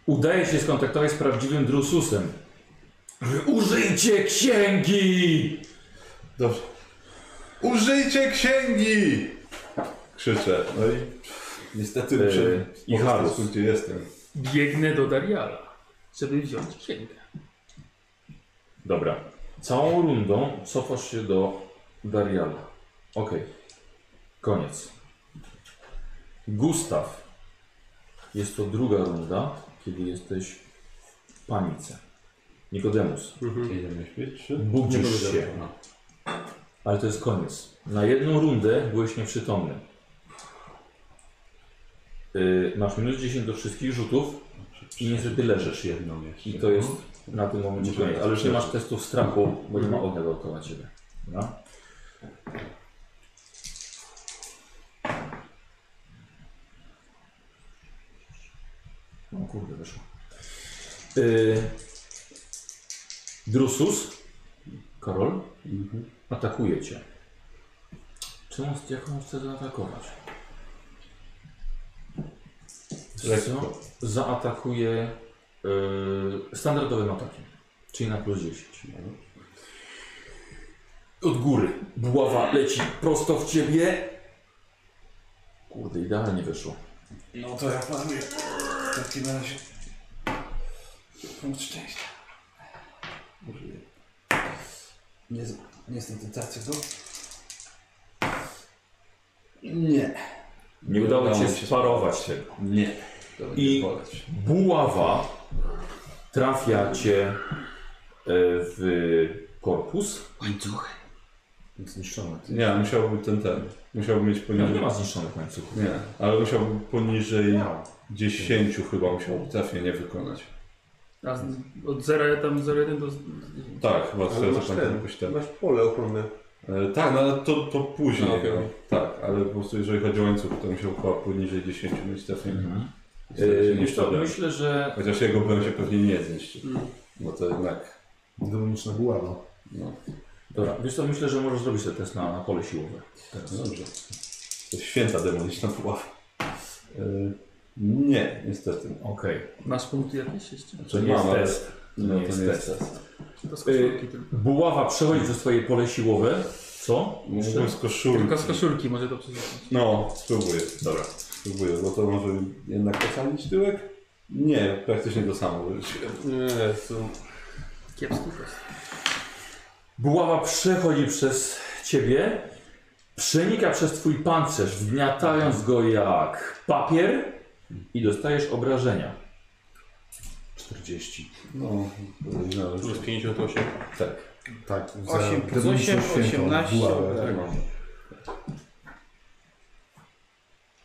Udaje się skontaktować z prawdziwym Drususem. Użyjcie księgi! Dobrze. Użyjcie księgi! Krzyczę. No i niestety Yy, muszę i i Harus. gdzie jestem. Biegnę do Dariala, żeby wziąć księgę. Dobra. Całą rundą cofasz się do Dariala. Okej. Koniec. Gustaw. Jest to druga runda, kiedy jesteś w panice. Nikodemus, Idziemy śpić, czy? budzisz się. Ale to jest koniec. Na jedną rundę byłeś nieprzytomny. Yy, masz minus 10 do wszystkich rzutów i niestety leżysz jedno. Jedną jeszcze. I to jest na tym momencie Muszę koniec. mieć Ale już nie przerwę. masz testów strachu, bo nie ma ognia dookoła ciebie. No. O kurde, wyszło. Y... Drusus, Karol, atakuje cię. Czemu, jak on chce zaatakować? Lekko. Co? Zaatakuje yy, standardowym atakiem, czyli na plus 10. Od góry buława leci prosto w ciebie. Kurde, idealnie wyszło. No to ja planuję. W takim razie. Punkt szczęścia. Użyję. Nie, niestety tracę go. Nie. Nie udało ci się sparować tego. Nie. To będzie I- boleć. buława trafia cię e, w korpus. Łańcuchy. Zniszczone. Nie, musiałby ten ten. Musiałby mieć No, poniżej. nie ma zniszczonych łańcuchów. Nie, ale musiałby poniżej Miał. 10 chyba musiałby trafienie wykonać. A z, od 0 tam 0,1 do... Tak, chyba Ale teraz masz zapamiętam ten, jakoś ten. masz pole ochronne. E, tak, no ale to, to później. A, okej. no. Tak, ale po prostu jeżeli chodzi o łańcuch, to musiał chyba poniżej 10 mieć trafienie. Mhm. I wtedy się Yy, nie wiesz co, przyda. myślę, że Chociaż jego broń się pewnie nie zniszczy. Mm. Bo to jednak. Demoniczna buława. No, dobra, wiesz co, myślę, że możesz zrobić ten test na, na pole siłowe. Teraz. no dobrze. To święta demoniczna pułapka. E, nie, niestety. Okej. Masz punkty jakieś jeszcze? To nie jest Mam, ale- test. E, No, to nie jest test. To z Y, koszulki tylko. Buława przechodzi przez twoje pole siłowe. Co? Mógłbym z koszulki. Tylko z koszulki może to przeczytać. No, spróbuję. Dobra. Spróbuję, bo to może jednak ocalić tyłek? Nie, praktycznie to samo. Nie, są... Kiepski test. Buława przechodzi przez ciebie, przenika przez twój pancerz, wgniatając go jak papier i dostajesz obrażenia. 40. No, no, Plus 58. tak. Tak, za Osiem plus demoniczną osiem, świętą osiemnaście, buławę, tak. tak.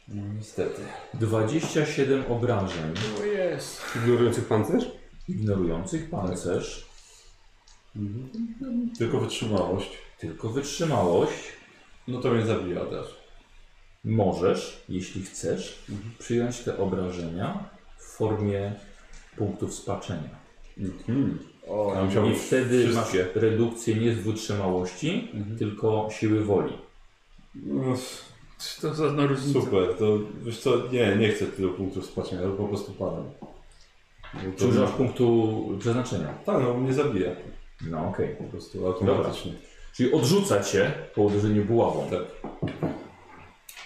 No niestety. 27 obrażeń O jest. Ignorujących pancerz? ignorujących pancerz, Tylko wytrzymałość. tylko wytrzymałość. No to mnie zabija też. Możesz, jeśli chcesz, przyjąć te obrażenia w formie punktów spaczenia. Mhm. O, A musiałbym I wtedy wszystkie. Mhm. masz redukcję nie z wytrzymałości, tylko siły woli. No, Czy to za no, różnica? super, to wiesz co, nie, nie chcę tylu punktów spaczenia, to po prostu padam. Bo No to- Czy używasz punktu przeznaczenia? Tak, no mnie zabija. No okej. Po prostu automatycznie. Czyli odrzuca cię po uderzeniu buławą. Tak.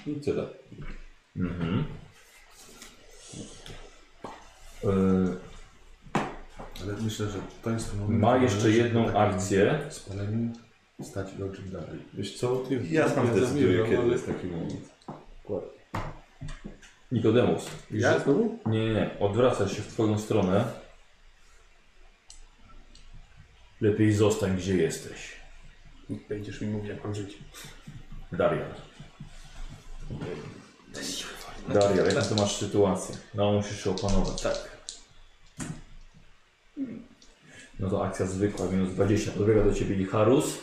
I tyle. Mhm. Yy, Ale myślę, że to jest ten moment. ma kiedy jeszcze należy jedną po takim akcję. Spaleniu stać i oczy dalej. Wiesz co, Ty- ja sam ja decyduję, zamierzam, kiedy ale- jest taki moment. Nikodemus. Ja znowu? Nie, nie, nie. Odwracasz się w twoją stronę. Lepiej zostań gdzie jesteś. Będziesz mi mówił, jak mam żyć. Darian. Darian, jaką to masz sytuację? No musisz się opanować. Tak. No to akcja zwykła, minus 20. Podbiega do ciebie Icharus.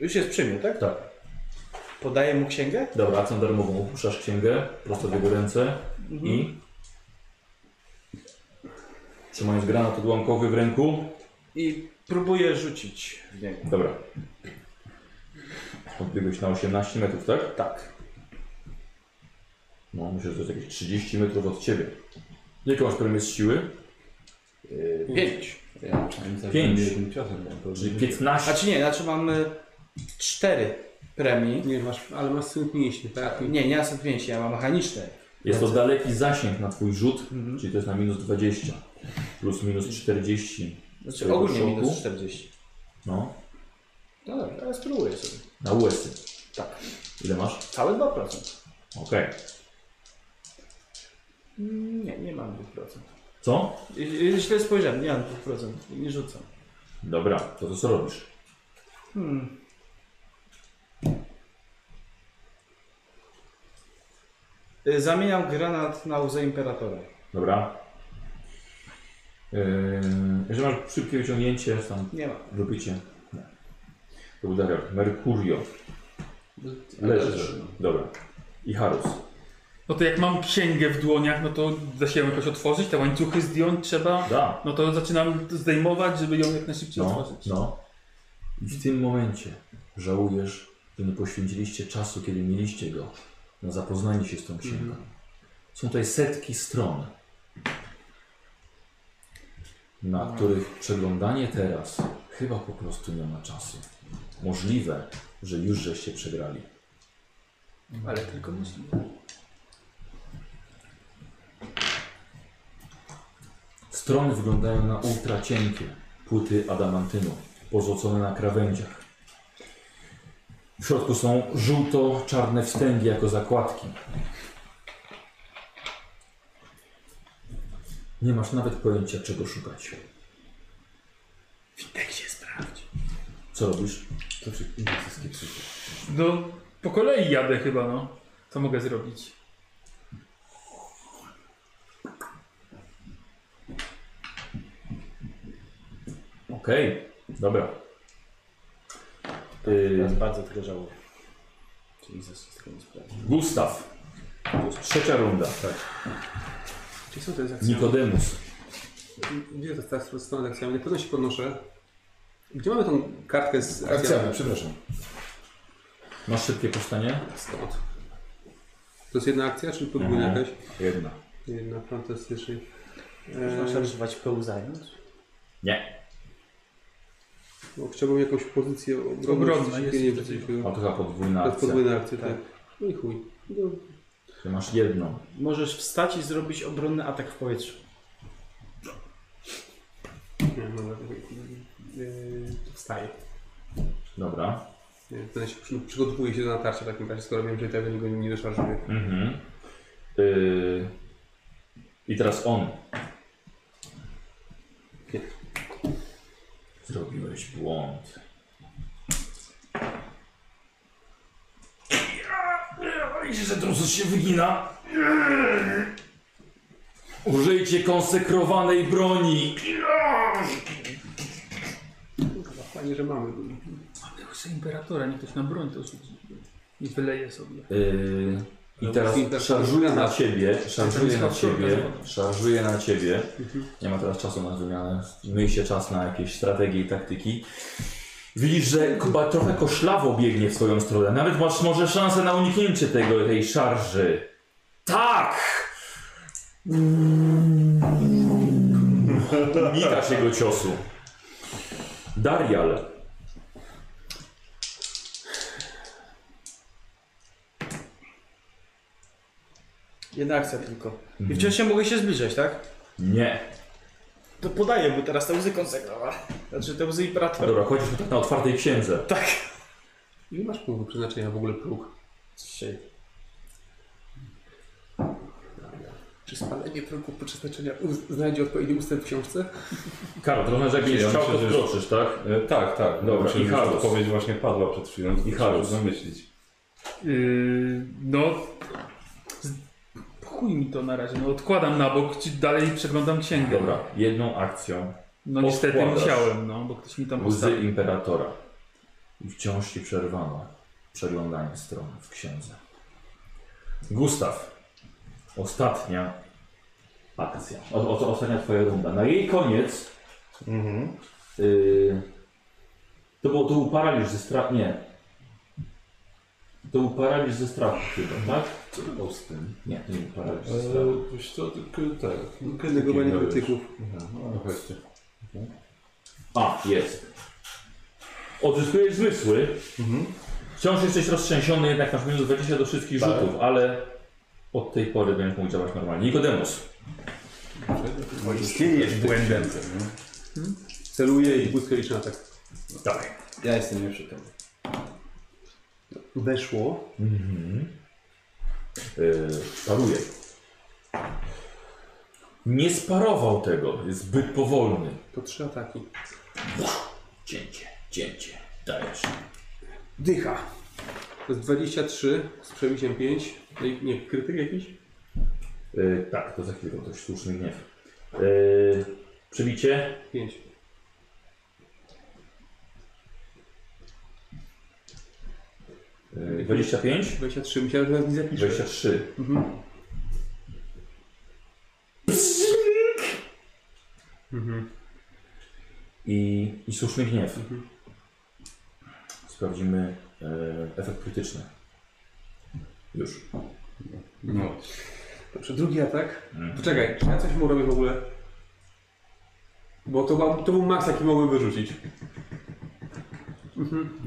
Już jest przy mnie, tak? Tak. Podaję mu księgę? Dobra, akcją darmową opuszczasz księgę, prosto w jego ręce i trzymając granat odłamkowy w ręku. I próbuję rzucić w niego. Dobra. Odbiegłeś na 18 metrów, tak? Tak. No, myślę, że to jest jakieś 30 metrów od ciebie. Jakie masz premię z siły? Pięć. Ja przynajmniej Pięć. jednym ciosem. ja to Czyli nie- 15. Znaczy nie, znaczy mam y, cztery premii. Nie, masz, ale masz synk mięśni, tak? Nie. Nie, nie asset pięć, ja mam mechaniczne. Jest to daleki zasięg na twój rzut, czyli to jest na minus 20. Plus minus 40. Znaczy Twojego ogólnie szoku? minus 40. No, No dobra, teraz spróbuję sobie. na USy. Tak. Ile masz? Całe 2%. Okej. Mm, Nie, nie mam 2%. Co? I- i- Źle spojrzałem, nie mam 2%. Nie rzucam. Dobra, to to co robisz? Hmm. Y, Zamieniam granat na łzę imperatora. Dobra. Yy, jeżeli masz szybkie wyciągnięcie, tam Nie ma. lubicie. To był Dariusz. Mercurio. Leżysz. Dobra. I Harus. No to jak mam księgę w dłoniach, no to da się ją jakoś otworzyć, te łańcuchy zdjąć trzeba. Da. No to zaczynam zdejmować, żeby ją jak najszybciej No, otworzyć. no. I w tym momencie żałujesz, że nie poświęciliście czasu, kiedy mieliście go na zapoznanie się z tą księgą. Są tutaj setki stron, na których przeglądanie teraz chyba po prostu nie ma czasu. Możliwe, że już żeście przegrali. Ale tylko myśli. Strony wyglądają na ultra cienkie płyty adamantynu, pozłocone na krawędziach. W środku są żółto-czarne wstęgi jako zakładki. Nie masz nawet pojęcia, czego szukać. W indeksie sprawdź. Co robisz? To się inne wszystkie krzyki. No, po kolei jadę chyba, no. Co mogę zrobić? Okej, dobra. Ja Tak, Yy, bardzo tego żałuję. Czyli ze wszystkim sprawdzę. Gustaw. Trzecia runda. Tak. Czy są to jest akcja? Nikodemus. Gdzie to jest ta strona z akcjami? Na pewno się podnoszę. Gdzie mamy tą kartkę z akcjami? Akcjami, przepraszam. Masz szybkie powstanie? Skąd? To jest jedna akcja, czy podwójna Mhm. jakaś? Jedna. Jedna, fantastycznie. Można Eee, używać pełzając? Nie. bo chciałbym jakąś pozycję obronną. Obronna czy jest nie wiem, przecież. coś takiego. A to chyba podwójna To jest akcja. podwójna akcja, tak. No i chuj. No, Ty masz jedną. Możesz wstać i zrobić obronny atak w powietrzu. nie, no, ale, eee, to wstaję. Dobra. Nie, będę się przy, przygotowuję się do natarcia w takim razie, skoro wiem, że i tak niego nie wyszarżuję. Mhm. Yy, I teraz on. Zrobiłeś błąd. Widzisz, że drusus się wygina. Użyjcie konsekrowanej broni. Kurwa, Fajnie, że mamy. Już imperatora, niech ktoś na broń to rzuci. I wyleje sobie. Yy, I teraz szarżuje na ciebie, szarżuje na ciebie, szarżuje na ciebie. Nie ma teraz czasu na wymianę. Myj się czas na jakieś strategie i taktyki. Widzisz, że Kuba trochę koszlawo biegnie w swoją stronę. Nawet masz może szansę na uniknięcie tego, tej szarży. Tak! Unikasz jego ciosu. Darial. Jedna akcja tylko. I wciąż się mogę się zbliżać, tak? Nie. To podaję mu teraz te łzy konsekrowa. Znaczy te łzy imperatora. Tak. Dobra, chodzisz tak na otwartej księdze. Ile masz punktów przeznaczenia w ogóle próg? Trzy. Czy spalenie progu po przeznaczenia uz- znajdzie odpowiedni ustęp w książce? Karol, to znaczy jak Nie, nie ja chciał, myślę, to że- kroczysz, tak? E, tak, tak. Dobra, Myślę, i że już Harus. Odpowiedź właśnie padła przed chwilą. I Harus. zamyślić. Yy, no. z- Chuj mi to na razie. No odkładam na bok, ci dalej przeglądam księgę. Dobra, jedną akcją. No niestety Odkładasz. musiałem, no, bo ktoś mi tam Łzy postawił. imperatora. I wciąż ci przerwano przeglądanie stron w księdze. Gustaw. Ostatnia akcja. O, o, to ostatnia twoja runda. Na jej koniec. y, to było to był paraliż ze strachu. Nie. To był paraliż ze strachu chyba, tak? Co to było z tym? Nie, to nie był paraliż ze strachu. E, Wiesz co, tylko tak. No, Kredygowanie krytyków. Aha, no chodźcie. A, Tak, jest. Odzyskujesz zmysły. Wciąż jesteś roztrzęsiony, jednak masz minus 20 do wszystkich rzutów, ale od tej pory będziesz mógł działać normalnie. Nikodemus. Istnieje jest błędem. Celuję i błyskawiczny atak. Tak. Dawaj. Ja jestem nieprzytomny. Weszło. Yy, paruje. Nie sparował tego, jest zbyt powolny. To trzy ataki. Cięcie, cięcie, dajesz. Dycha. To jest 23 z przebiciem 5. No i nie, krytyk jakiś? Yy, tak, to za chwilę, to jest słuszny gniew. Yy, przebicie, 5. yy, 25. 23. Myślałem, że teraz nie zapiszę. 23. Psik! I, I słuszny gniew. Sprawdzimy e, efekt krytyczny. Już. No. Dobrze, drugi atak. Poczekaj, czy ja coś mu robię w ogóle? Bo to, mam, to był maks, jaki mogłem wyrzucić.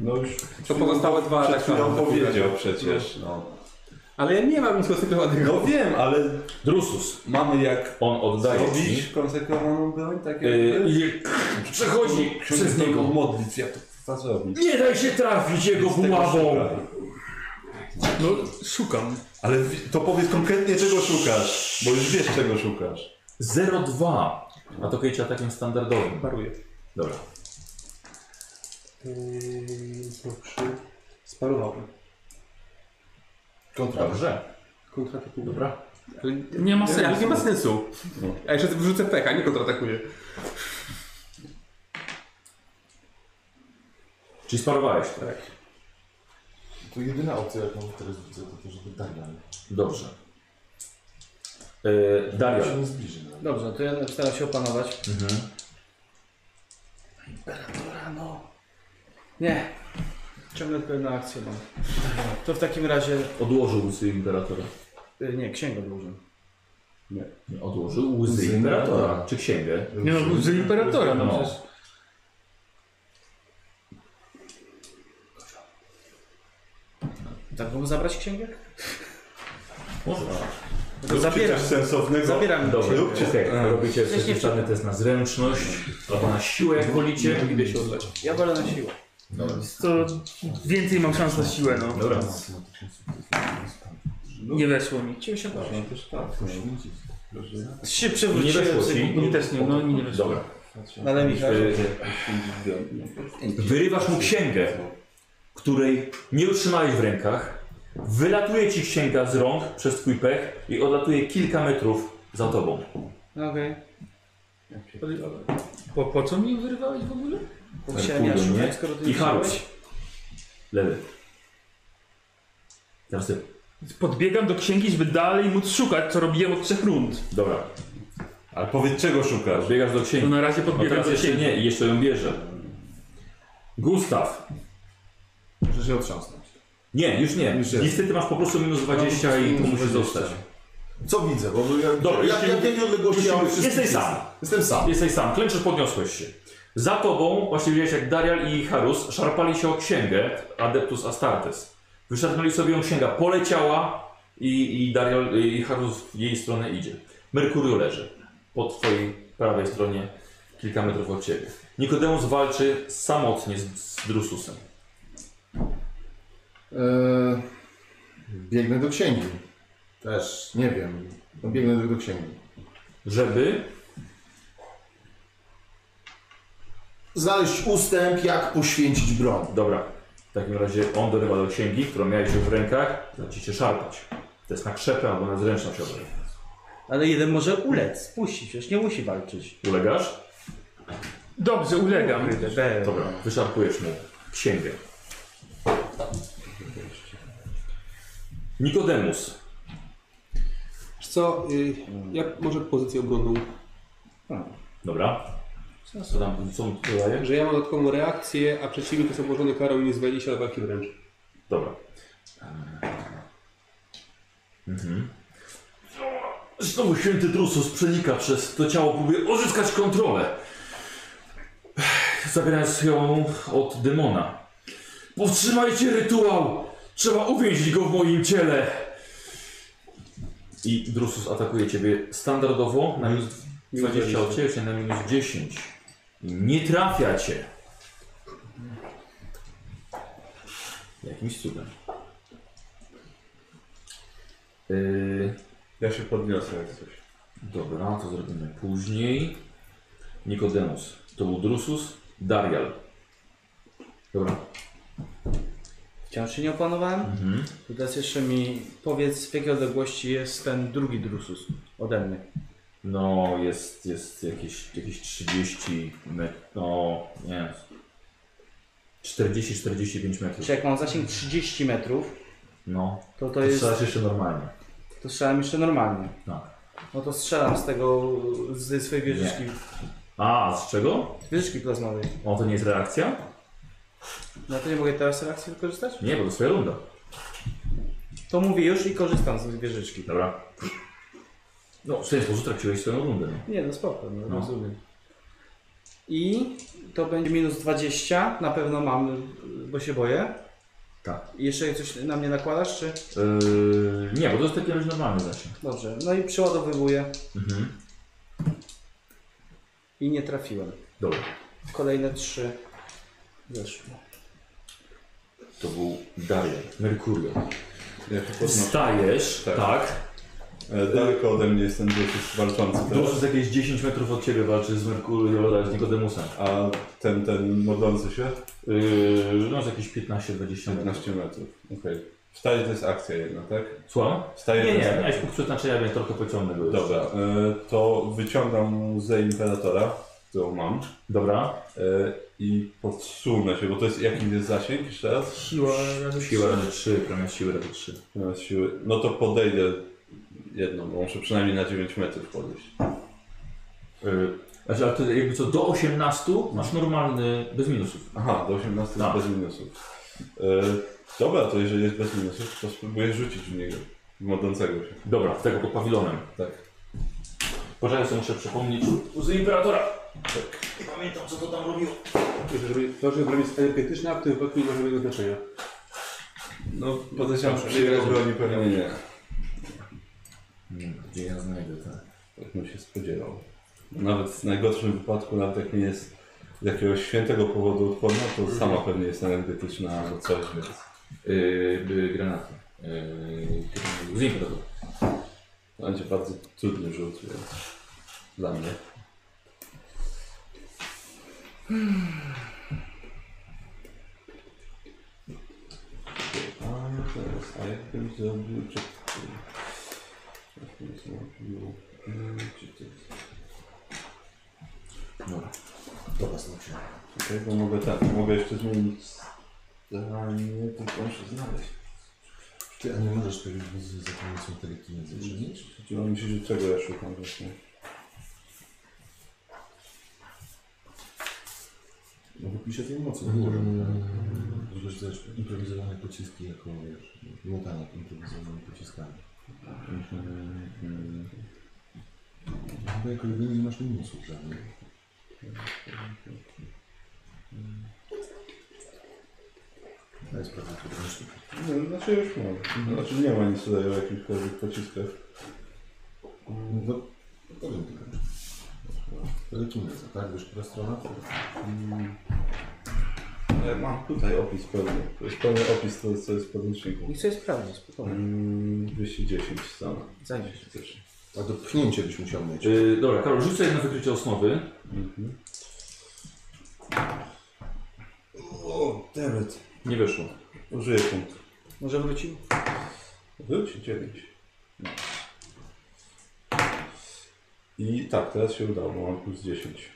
No już Tak, To pozostałe dwa przed ataki. chwilą Tak, powiedział przecież. No. Ale ja nie mam nic konsekrowanego. no wiem, ale Drusus. mamy jak On oddaje ci. zrobić konsekrowaną broń, tak E, jakby. i przechodzi przez niego. modlić, ja to chcę zrobić. Nie daj się trafić jego Z tego buławą. szukaj. No, szukam. Ale wi- to powiedz konkretnie czego szukasz, bo już wiesz czego szukasz. 0,2. Atakujecie atakiem standardowym. Paruję. Dobra. Yy, sparowałbym. Kontra. Dobrze. Kontratakuję. Dobra. Ale Nie ma Ale sensu. nie ma sensu. A jeszcze wrzucę pecha, nie kontratakuję. Czyli sparowałeś. Tak. To jedyna opcja, jaką teraz widzę, to to, żeby tak Darian Dobrze. Yy, Dario. się nie zbliży. nawet. Dobrze, to ja staram się opanować. Mhm. Imperatora, no. Nie. Ciągle tylko jedną akcję mam. To w takim razie... Odłożył łzy imperatora. y, Nie, księgę dłużę. Nie, Odłożył łzy, Łzy imperatora. imperatora. Czy księgę? Nie no, z imperatora, no, No. przecież. Tak, mogę zabrać księgę? Można. No to zabieram. coś sensownego. Zabieram Dobrze, księgę. Róbcie tak. Robicie Przecież nie specjalny test na zręczność albo na siłę, jak wolicie. Idę się odlać. Ja wolę na siłę. To więcej mam szans na siłę, no. Dobra. Nie weszło mi. 98. Też tak. Się Nie przewróciłem. weszło sobie- ci. Mi też nie, no nie weszło. Dobra. Ale Michał... Wyrywasz mu księgę, której nie utrzymałeś w rękach. Wylatuje ci księga z rąk przez twój pech i odlatuje kilka metrów za tobą. No Okej. Po, po co mi wyrywałeś w ogóle? Okay. Chciałem ja Kurde, nie? szukać, skoro ty I nie Harus. chciałeś. Lewy. Teraz ty. Podbiegam do księgi, żeby dalej móc szukać, co robiłem od trzech rund. Dobra. Ale powiedz czego szukasz? Biegasz do To księgi. na razie No podbiegam teraz do jeszcze księgi. nie i jeszcze ją bierze. Gustaw. Muszę się otrząsnąć. Nie, już nie. Już jest. Niestety masz po prostu minus 20 i tu musisz zostać. Co widzę? Bo ja, Dobra, ja, jeszcze ja, nie- nie wiem odległości, ale wszystko Jesteś widzę. sam. Jestem sam. Jesteś sam, klęczysz, podniosłeś się. Za tobą właśnie widziałeś jak Darial i Harus szarpali się o księgę Adeptus Astartes. Wyszarpnęli sobie ją księga, poleciała i, i Darial i Harus w jej stronę idzie. Merkurio leży po twojej prawej stronie, kilka metrów od ciebie. Nikodemus walczy samotnie z, z Drususem. Eee, biegnę do księgi. Też, nie wiem. No, biegnę do, do księgi. Żeby Znaleźć ustęp, jak poświęcić broń. Dobra. W takim razie on dorywa do księgi, którą miałeś już w rękach, zacznie cię szarpać. To jest na krzepę albo na zręczność obrony. Ale jeden może ulec, puścić, przecież nie musi walczyć. Ulegasz? Dobrze, ulegam. Dobra, wyszarpujesz mu księgę. Nikodemus. Wiesz co, y, ja może pozycję obronną, Dobra. Co tam, co mu tu daje? że ja mam dodatkową reakcję, a przeciwnik jest obłożony karą i nie zwali się na walki wręcz. Dobra. Mhm. Znowu święty Drusus przenika przez to ciało, próbuje odzyskać kontrolę. Zabierając ją od demona. Powstrzymajcie rytuał! Trzeba uwięzić go w moim ciele! I Drusus atakuje ciebie standardowo na minus 20 od ciebie, czyli na minus 10. I nie trafia cię. Jakimś cudem. Yy, Ja się podniosę jak coś. dobra, to zrobimy później. Nikodemus. To był Drusus. Darial. Dobra. Wciąż się nie opanowałem. To teraz jeszcze mi powiedz, w jakiej odległości jest ten drugi drusus ode mnie. No, jest, jest jakieś, jakieś 30 metrów. No, nie. 40-45 metrów. Czy jak mam zasięg 30 metrów, No, to to to jest... strzelasz jeszcze normalnie. To strzelam jeszcze normalnie. Tak. No to strzelam z tego, ze swojej wieżyczki, A, z czego? z wieżyczki plazmowej. O, to nie jest reakcja? Na to nie mogę teraz reakcji wykorzystać? Nie, bo to twoja runda. To mówię już i korzystam z wieżyczki. Dobra. No, w ten sposób traciłeś swoją rundę. No. Nie, no spoko, no, No. rozumiem. I to będzie minus 20, na pewno mam, bo się boję. Tak. I jeszcze coś na mnie nakładasz, czy? Yy, nie, bo to jest taki jakiś normalny zasięg. Dobrze, no i przeładowywuję Mhm. i nie trafiłem. Dobra. Kolejne trzy weszło. To był Darian, Merkurio. Ja się podnoszę. Wstajesz, tak. Tak. E, Daleko ode mnie jest ten drusus walczący Drusus teraz. jakieś 10 metrów od ciebie walczy z Merkurem, z Nikodemusem. A ten, ten modlący się? Yy, no z jakieś 15-20 metrów. 15 metrów. Okej. Wstaje to jest akcja jedna, tak? Słucham? Wstaje Nie, to nie, jest miałeś akcja. punkt przeznaczenia, więc trochę pociągnę były. Dobra, e, to wyciągam muzę Imperatora, którą mam. Dobra. E, I podsunę się, bo to jest jaki jest zasięg jeszcze raz? Siła razy Siła razy 3, premia siły razy 3. Teraz siły. No to podejdę jedną, bo muszę przynajmniej na 9 metrów podejść. Yy, znaczy, ale to jakby co, do 18 masz normalny, bez minusów. Aha, do 18 Tak. jest bez minusów. E, dobra, to jeżeli jest bez minusów, to spróbuję rzucić w niego. w Modlącego się. Dobra, w tego pod pawilonem. Tak. Poczekaj, sobie muszę przypomnieć. Z Imperatora! Nie pamiętam, co to tam robiło. Jeżeli to, że broń jest energetyczna, w tym wypadku nie ma żadnego znaczenia. No, podejrzewam, Dobrze, że jego broni pewnie nie. Gdzie ja znajdę ten? Tak bym się spodziewał. Nawet w najgorszym wypadku, nawet jak nie jest z jakiegoś świętego powodu odporna, to sama Mhm. pewnie jest energetyczna albo coś, więc... Yy, yy, granaty. Yy, z Imperatora. To będzie bardzo trudny rzut więc dla mnie. A no teraz, a jakbym zrobił, czy... Jakbym zrobił... mm, Czy to jest... Dobra, znaczy. Czekaj, bo mogę tak, mogę jeszcze zmienić zdanie, tylko muszę znaleźć. Ty, a nie możesz tego z- za pomocą telekinezy przenieść? Mam myśli, że czego ja szukam właśnie. No bo pisze tej mocy w górę. Możesz też improwizowane pociski jako, wiesz, motanie improwizowanymi pociskami. Bo jako jedyny nie masz minusów żadnych. To jest prawda, podręcznik. Nie, znaczy już mam. Znaczy nie ma nic tutaj o jakichkolwiek pociskach. No, powiem tylko. Telekineza, tak? Wiesz, która strona? Ale E, mam tutaj opis pewnie. To jest pełny opis, to co jest w podręczniku. Niech sobie sprawdzi, spokojnie. Mm, 210 sama. Zajmie się też. A do pchnięcia byś musiał mieć. Yy, dobra, Karol, rzuć sobie na wykrycie osnowy. Mhm. O, dammit. Nie wyszło. Użyję punktu. Może wróci? Wróć 9. No. I tak, teraz się udało, bo mam plus 10.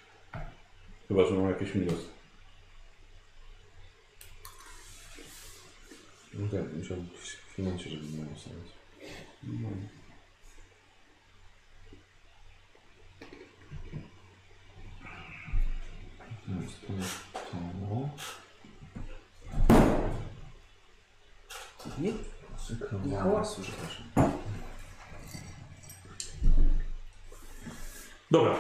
Chyba, że mam jakieś minusy. No tak, musiał pchnięcie, żeby miało sens. Nie? Nie hałasu, że Dobra.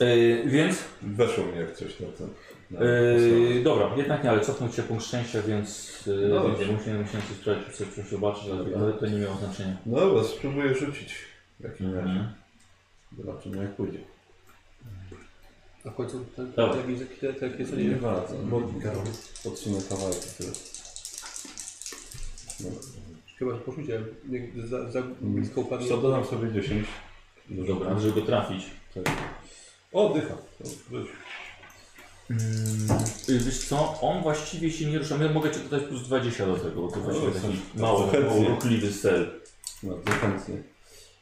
Yy, więc Weszło mi jak coś na ten. na- Yy, dobra, jednak nie, ale cofnął się punkt szczęścia, więc yy, No no, dobrze. musiałem, musiałem coś sprawdzić, coś, coś zobaczyć, ale, ale to nie miało znaczenia. Mhm. No dobra, spróbuję rzucić. W takim razie. Zobaczymy jak pójdzie. A w końcu ten, Dobra. jak jest, jak, jak jest, To nie nie bardzo. Bo podsunę kawałek teraz. Chyba, że poczucie, jak za, za blisko upadnie. Co dodam sobie 10. Dużo Dobra, żeby go trafić. Tak. O, dycha. To wróć. Yy, wiesz co, on właściwie się nie rusza. Ja mogę ci dodać plus 20 do tego, bo to właściwie to- taki to mały, chętnie. mało ruchliwy cel. Bardzo chętnie.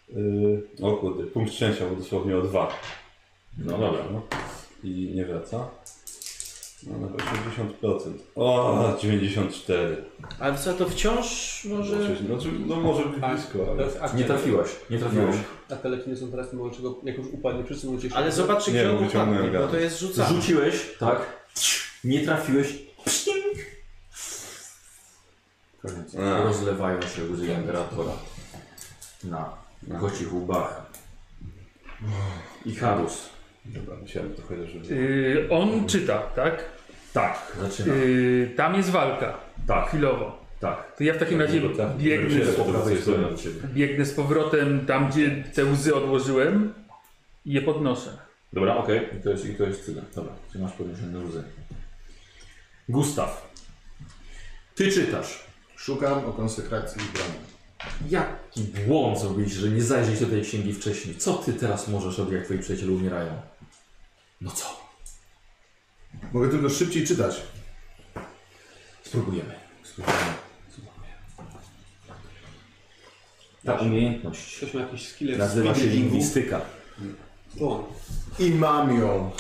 Yy, o kurde, punkt szczęścia był dosłownie o 2. No dobra. I nie wraca. No, nawet 80%. O, 94. Ale co, to wciąż może... Tak. Znaczy, no może być blisko, ale... Teraz akcja. Nie trafiłaś, nie trafiłaś. A telekiny są teraz, mimo czego, jak już upadnie, wszyscy będą cieszyć. Ale zobaczy, Nie, gdzie bo on wyciągnąłem upadnie, bo garść. to jest rzucane. Rzuciłeś, tak? Nie trafiłeś. Pszcink! Koniec. A, Rozlewają się łzy imperatora na kocich łbach. I Harus. dobra, musiałem to chociaż... Yy, on czyta, tak? Tak, zaczyna. Yy, tam jest walka. Tak. Chwilowo. Tak. To ja w takim razie biegnę, Wróciłem po prawej stronie. od ciebie. biegnę z powrotem tam, gdzie te łzy odłożyłem i je podnoszę. Dobra, okej. I to jest, i to jest tyle. Dobra, ty masz podniesione łzy. Gustaw. Ty czytasz. Szukam o konsekracji i bramy. Jaki błąd zrobiliście, że nie zajrzeć do tej księgi wcześniej. Co ty teraz możesz robić, jak twoi przyjaciele umierają? No co? Mogę tylko szybciej czytać. Spróbujemy. Ta umiejętność Ktoś ma jakieś skille w nazywa się speedreadingu? lingwistyka. O, I mam ją.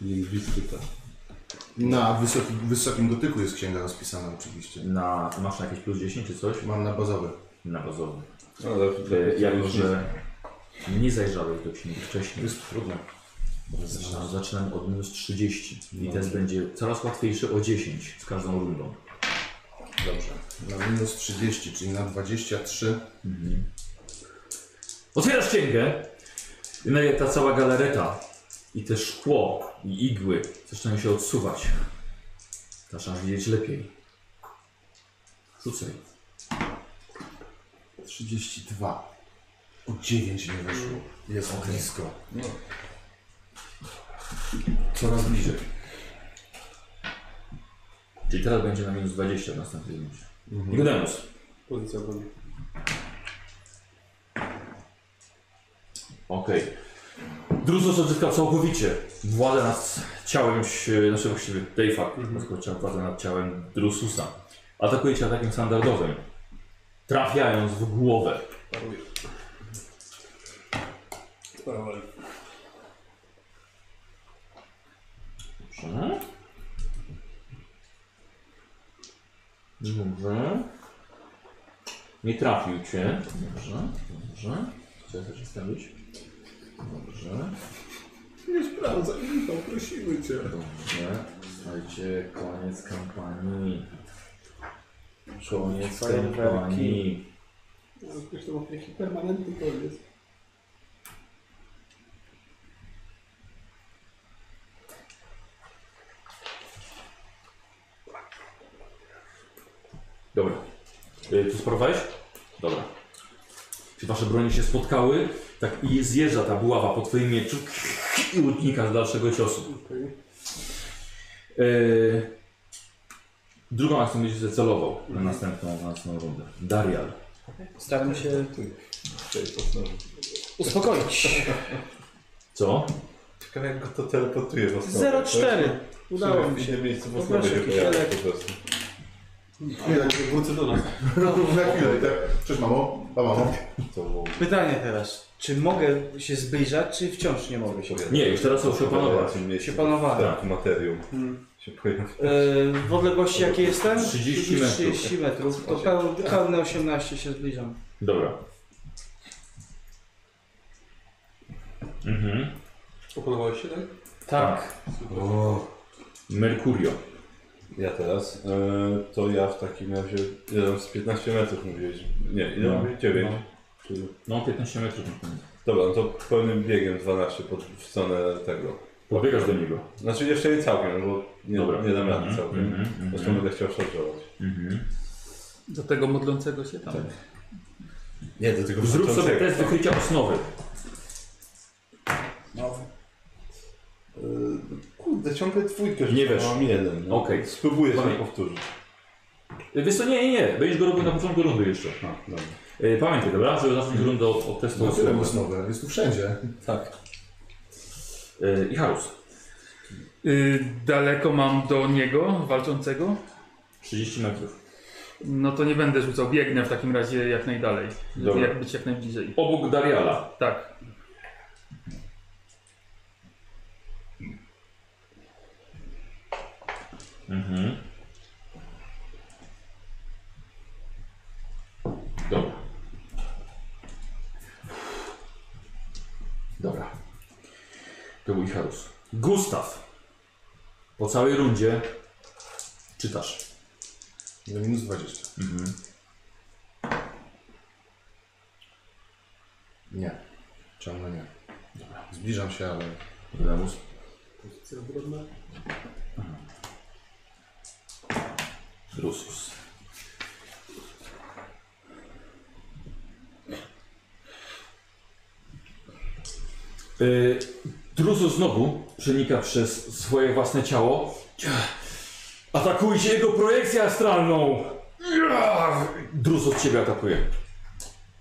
Lingwistyka. Na wysoki, wysokim gotyku jest księga rozpisana oczywiście. Na, masz na jakieś plus 10 czy coś? Mam na bazowy. Na bazowy. No, Ale E, Jako, że nie zajrzałeś do księgi wcześniej. Jest trudne. Zaczynam, zaczynam od minus 30. I test będzie coraz łatwiejszy o 10 z każdą rundą. Dobrze. Na minus 30, czyli na 23. Otwierasz księgę. i nagle Ta cała galareta i te szkło i igły zaczynają się odsuwać. Zaczynasz widzieć lepiej. Rzucaj. 32. O 9 nie weszło. Jest blisko. Coraz bliżej. Czyli teraz będzie na minus 20 w następnej rundzie. Ignamus. pozycja obrony. Okej. Drusus odzyskał całkowicie władzę nad ciałem, ś- znaczy właściwie Dejfa, odzyskał władzę nad ciałem Drususa. Atakuje cię atakiem standardowym, trafiając w głowę. Paruje. Sparowali. Dobrze. Dobrze. Nie trafił cię. Dobrze, dobrze. Co ja chcę przedstawić? Dobrze. Prosimy cię. Dobrze. Słuchajcie, koniec kampanii. Koniec kampanii. Zresztą mam taki permanentny koniec. Dobra. Y, Tu sparowałeś? Dobra. Czy wasze bronie się spotkały? Tak i zjeżdża ta buława po twoim mieczu i unika z dalszego ciosu. Y, drugą akcją będziesz zecelował na następną, na następną rundę. Darial. Staram się uspokoić. Co? Ciekawe jak go to teleportuje w tak? osnowie. To jest 0,4. Udało mi w się. innym miejscu w Poproszę osnowie się jakiś pojawia elek. po prostu. Wrócę do nas. No, Na chwilę i tak. Cześć mamo. Pa mamo. To było Pytanie teraz. Czy mogę się zbliżać, czy wciąż nie mogę się? Nie, już teraz już opanować. W tym miejscu. Się Hmm. panowałem. Tak, materium. Się pojawia. Yy, w odległości jakiej jestem? 30 metrów. 30 metrów. To peł, pełne 18 się zbliżam. Dobra. Mhm. Opanowałeś się, tak? Tak. Merkurio. Ja teraz, e, to ja w takim razie, ja tam z 15 metrów mówiłeś, nie, ile No. mówiłeś? 9. No. Czyli, No 15 metrów. dobra, no to pełnym biegiem 12 pod, w stronę tego. Pobiegasz do niego. Znaczy jeszcze nie całkiem, bo nie, Dobra. nie dam Mhm, rady całkiem. mhm, Zresztą mhm. będę chciał szarżować. Mhm. Do tego modlącego się Tak. tam. Nie, do tego Zrób wrzucącego. sobie test wykrycia osnowy. E, Kurde, ciągle dwójkę. Nie wiesz. Mam jeden. no. Okej. Spróbuję sobie Pamię- powtórzyć. Wiesz co, nie, nie, nie. Będziesz go robił na początku rundy jeszcze. A, dobra. E, Pamiętaj, dobra? Żeby zacząć rundę od, od testu To tyle osnowy. osnowe. Jest tu wszędzie. Tak. E, I Harus. Y, daleko mam do niego, walczącego. 30 metrów. No to nie będę rzucał, biegnę w takim razie jak najdalej. Żeby Dobra. jak być jak najbliżej. Obok Dariala. Tak. Mhm. Dobra. Dobra. To był Icharus. Gustaw. Po całej rundzie czytasz. Na minus 20. Nie. Ciągle nie. Dobra. Zbliżam się, ale... Remus. Mhm. Pozycja obronna. Drusus. Y, Drusus znowu przenika przez swoje własne ciało. Atakujcie jego projekcję astralną! Drus od ciebie atakuje.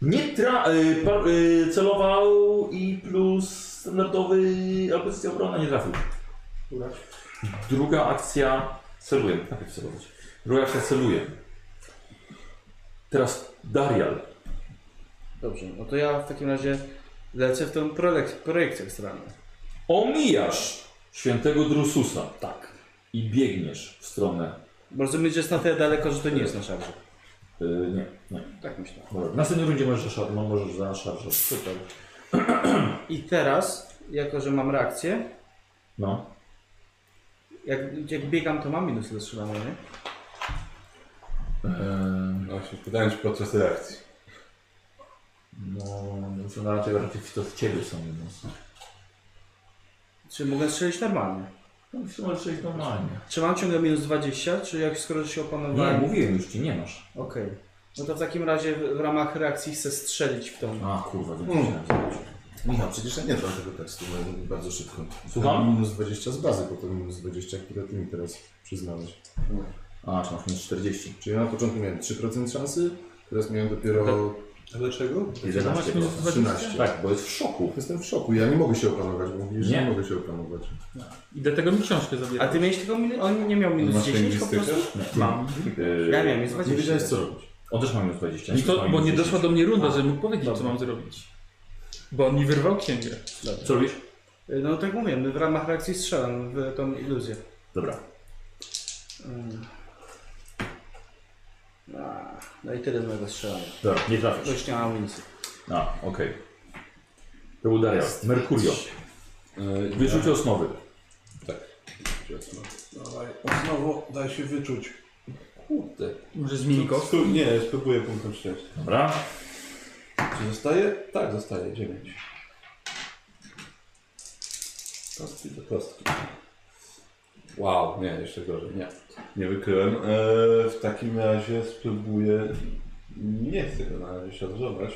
Nie tra... Y, par, y, celował i plus standardowy albestycja obrona nie trafił. Druga akcja celuje. Najpierw celować. Druga akcja celuje. Teraz Darial. Dobrze, no to ja w takim razie lecę w ten projekt, projekt ekstralny. Omijasz świętego Drususa. Tak. I biegniesz w stronę. Może być jest na tyle daleko, że to nie jest na szarze. Y, nie, nie. Tak myślę. Dobra. W następnym rundzie możesz, zaszar- no, możesz zaszarżować. Super. I teraz, jako że mam reakcję, No. jak, jak biegam, to mam minus do strzelania, nie? No się pytałem czy podczas reakcji. No, więc ona raczej, raczej w- to w ciebie są minusy. Czy mogę strzelić normalnie? No, w sumie przejść normalnie. Czy mam ciągle minus 20, czy jak skoro się Nie, opanowałem? mówiłem już ci, nie masz. Okej. No to w takim razie w, w ramach reakcji chcę strzelić w tą. A, kurwa, wiem, Mm. co chciałem zrobić. Michał, przecież ja nie znam tego tekstu bo bardzo szybko. Słucham? Tam Minus 20 z bazy, potem minus 20, które ty mi teraz przyznałeś. A, czy masz minus 40. Czyli ja na początku miałem 3% szansy, teraz miałem dopiero A dlaczego? 11 minus 13. Tak, bo jest w szoku. Jestem w szoku, ja nie mogę się opanować, bo mówisz, że Nie. nie mogę się opanować. I dlatego mi książkę A zabieram. ty miałeś tylko minus. On nie miał minus Masz 10 po lingwistykę? prostu? Mam. Yy, Ja miałem minus Nie 20. wiedziałeś co robić. On też ma minus 20. I to, Mam bo minus nie 10. doszła do mnie runda, żebym mógł powiedzieć, co mam zrobić. Bo on mi wyrwał księgę. Co robisz? No tak mówię, w ramach reakcji strzelam w tą iluzję. Dobra. Mm. A, No i tyle z mojego strzelania. Dobra, nie trafisz. Już nie mam amunicji. A, okej. To był Daria. Merkurio. E, Wyczucie osnowy. tak. Dawaj, o, znowu daj się wyczuć. Kurde. Może zmieni go? Spróbuj- Nie, spróbuję punktem szczęścia. Dobra. Czy zostaje? Tak, zostaje. 9. Kostki do kostki. Wow, nie, jeszcze gorzej, nie. Nie wykryłem. Eee, w takim razie spróbuję. Nie chcę go na razie szarżować.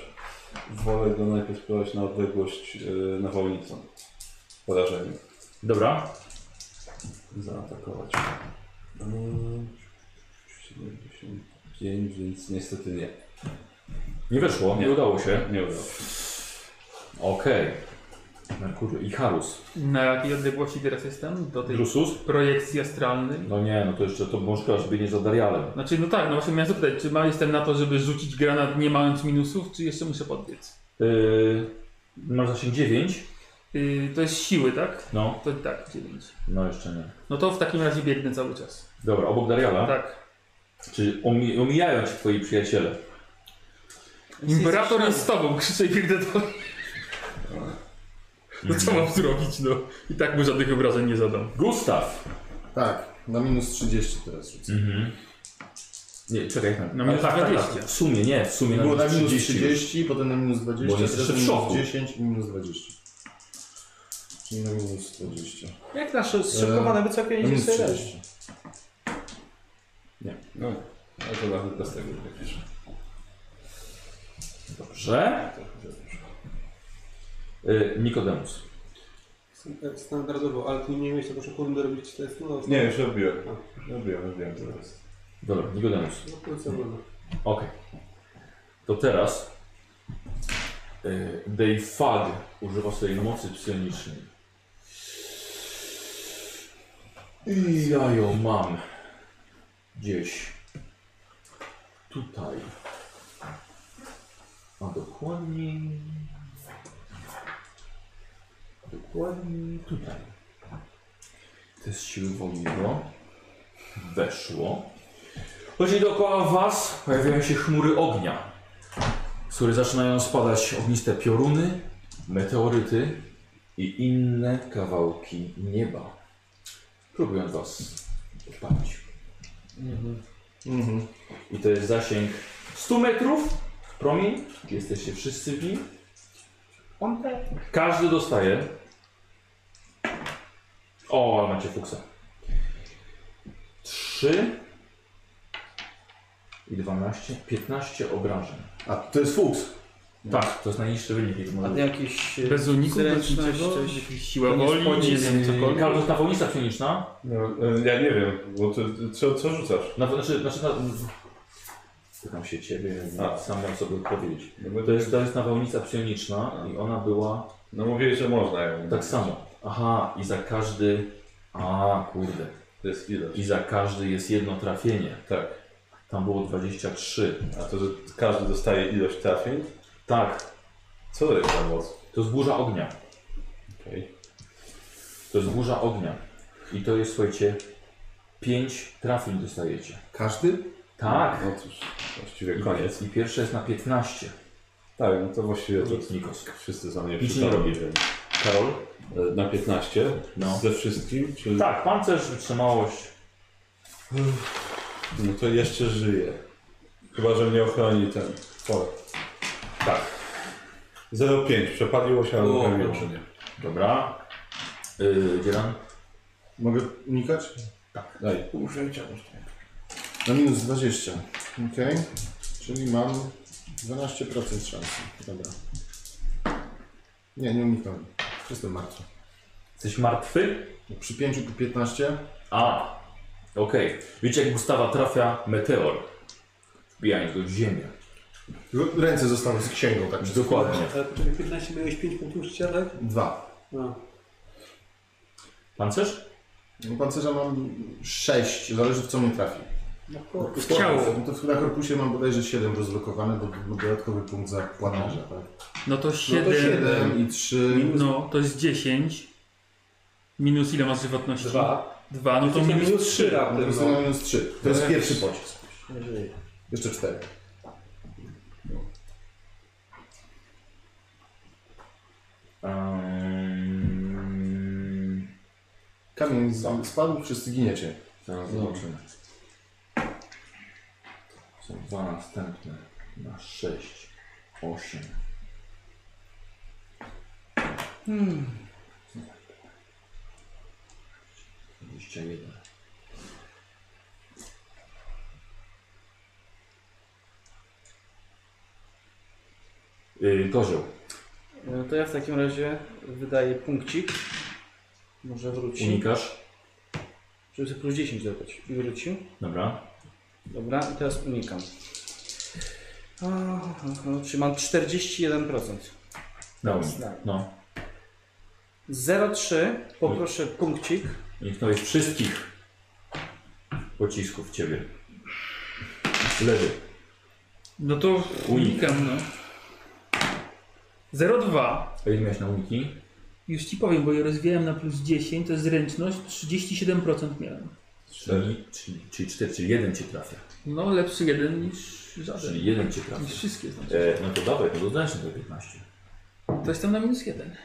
Wolę go najpierw spróbować na odległość eee, nawałnicą. Porażenie. Dobra. Zaatakować. Eee, 75, więc niestety nie. Nie weszło, nie, Nie. udało się. Nie udało. Okej. Merkurio i Harus. Na jakiej odległości teraz jestem? Do tej Drusus? projekcji astralnej? No nie, no to jeszcze to może aż biegnie za Darialem. Znaczy, no tak, no właśnie miałem zapytać, czy ma, jestem na to, żeby rzucić granat nie mając minusów, czy jeszcze muszę podbiec? Yy, masz zasięg 9? Yy, to jest siły, tak? No. To tak, 9. No jeszcze nie. No to w takim razie biegnę cały czas. Dobra, obok Dariala. Tak. Czyli omi- omijają cię twoi przyjaciele. Imperator jest z tobą, krzyczę i biegnę do... No co mam zrobić, no? I tak mu żadnych obrażeń nie zadam. Gustaw! Tak, na minus 30 teraz rzucę. Nie, czekaj. tak. Na No, minus tak, tak, 20. Tak, w sumie nie, w sumie No, Było na minus minus 30. 30, potem na minus 20, Bo jest teraz jeszcze na w minus szoku. 10 i minus 20. Czyli na minus 20. Jak nasze zszykowane Na wycofanie minus idzie 30. No, ale to nawet bez tego wiesz. Dobrze. Yy, Nikodemus. Standardowo, ale ty nie miałeś tego szoku rundy robić test? No, Nie, już robiłem. Robiłem, robiłem teraz. Dobra, Nikodemus. No, to co wolno. Okej. To teraz yy, Deifag używa swojej mocy psionicznej. I ja ją mam. Gdzieś. Tutaj. A dokładniej. Dokładniej tutaj. To jest siły wolnego. Weszło. Chodzi dookoła was, pojawiają się chmury ognia, z których zaczynają spadać ogniste pioruny, meteoryty i inne kawałki nieba, próbując was odpalić. I to jest zasięg 100 metrów, promień, jesteście wszyscy w nim. Każdy dostaje. O, ale macie fuksa. Trzy i 12, 15 obrażeń. A, to jest fuks. Tak, to jest najniższy wynik, jaki A może ty jakiś e, Bez uników, bez zręczność, niczego, coś. jakaś siła To nie jest woli, nie pocisk, wiem, być. cokolwiek. Karol, to jest nawolnica psioniczna. No, e, ja nie wiem, bo ty, ty, co, co rzucasz? Na, Tak. znaczy, znaczy na, Pytam się ciebie, A. sam miałem sobie odpowiedzieć. No, bo To jest, to jest nawałnica psioniczna i ona była no mówili, że można ją. tak samo. Aha, i za każdy... A, kurde. To jest ilość. I za każdy jest jedno trafienie. Tak. Tam było 23. A to, że każdy dostaje ilość trafień? Tak, Co to jest za moc? to jest burza ognia. Okej. To jest burza ognia. I to jest, słuchajcie, 5 trafień dostajecie. Każdy? Tak. No cóż, właściwie koniec. I pierwsze jest na 15. Tak, no to właściwie to Nic, Nikos. wszyscy za mnie Nic nie przytomni, robię. więc. Karol? E, Na 15? No. Ze wszystkim? Czy... Tak, pancerz, wytrzymałość. No to jeszcze żyje. Chyba, że mnie ochroni ten. O. Tak. 0,5. Przepadło się, ale O, ochroniło. dobrze. Dobra. Yy, Dzielan? Mogę unikać? Daj. Na minus 20. Okej. Czyli mam 12% szansy. Dobra. Nie, nie unikam. Jestem martwy. Jesteś martwy? Przy 5 po 15 A, okej. Wiecie, jak Gustawa trafia meteor, wbijając go w ziemię. Znaczy, ręce zostały z księgą, tak? przez- Dokładnie. Ale poczekaj, 15 miałeś 5 punktów życia, tak? Dwa. No. Pancerz? No, pancerza mam 6, zależy w co mnie trafi. No kurde. W ciało. No to na korpusie mam bodajże 7 rozblokowane, bo był dodatkowy punkt za płatnerza, tak? No to No to 7. 7 i 3. No to jest 10. Minus ile masz żywotności? Dwa. 2, no to Jesteś na minus minus 3. trzy To raptem, jest no. na minus 3. To jest pierwszy pocisk. Jeszcze 4. Um, Kamień z- spadł, wszyscy giniecie. zaraz zobaczymy. Są dwa następne. Na 6, 8. Hmm. 21. Yy, kozioł. No to ja w takim razie wydaję punkcik. Może wróci. Unikasz. Żeby sobie plus 10 dodać. I wrócił. Dobra. Dobra, i teraz unikam. Aha, aha, Czyli mam 41%. Na unik. Znamy. No. 0,3 poproszę punkcik. Uniknąłeś wszystkich pocisków w ciebie. Lewy. No to unikam, no. 0,2. A ile miałeś na uniki? Już ci powiem, bo je rozwijałem na plus 10, to jest zręczność, 37% miałem. Czyli, czyli, czyli cztery, czyli jeden cię trafia. No lepszy jeden niż żaden. Czyli jeden cię Niż trafia. wszystkie znaczy. E, no to dawaj, no to dajesz na to 15. To jestem na minus jeden.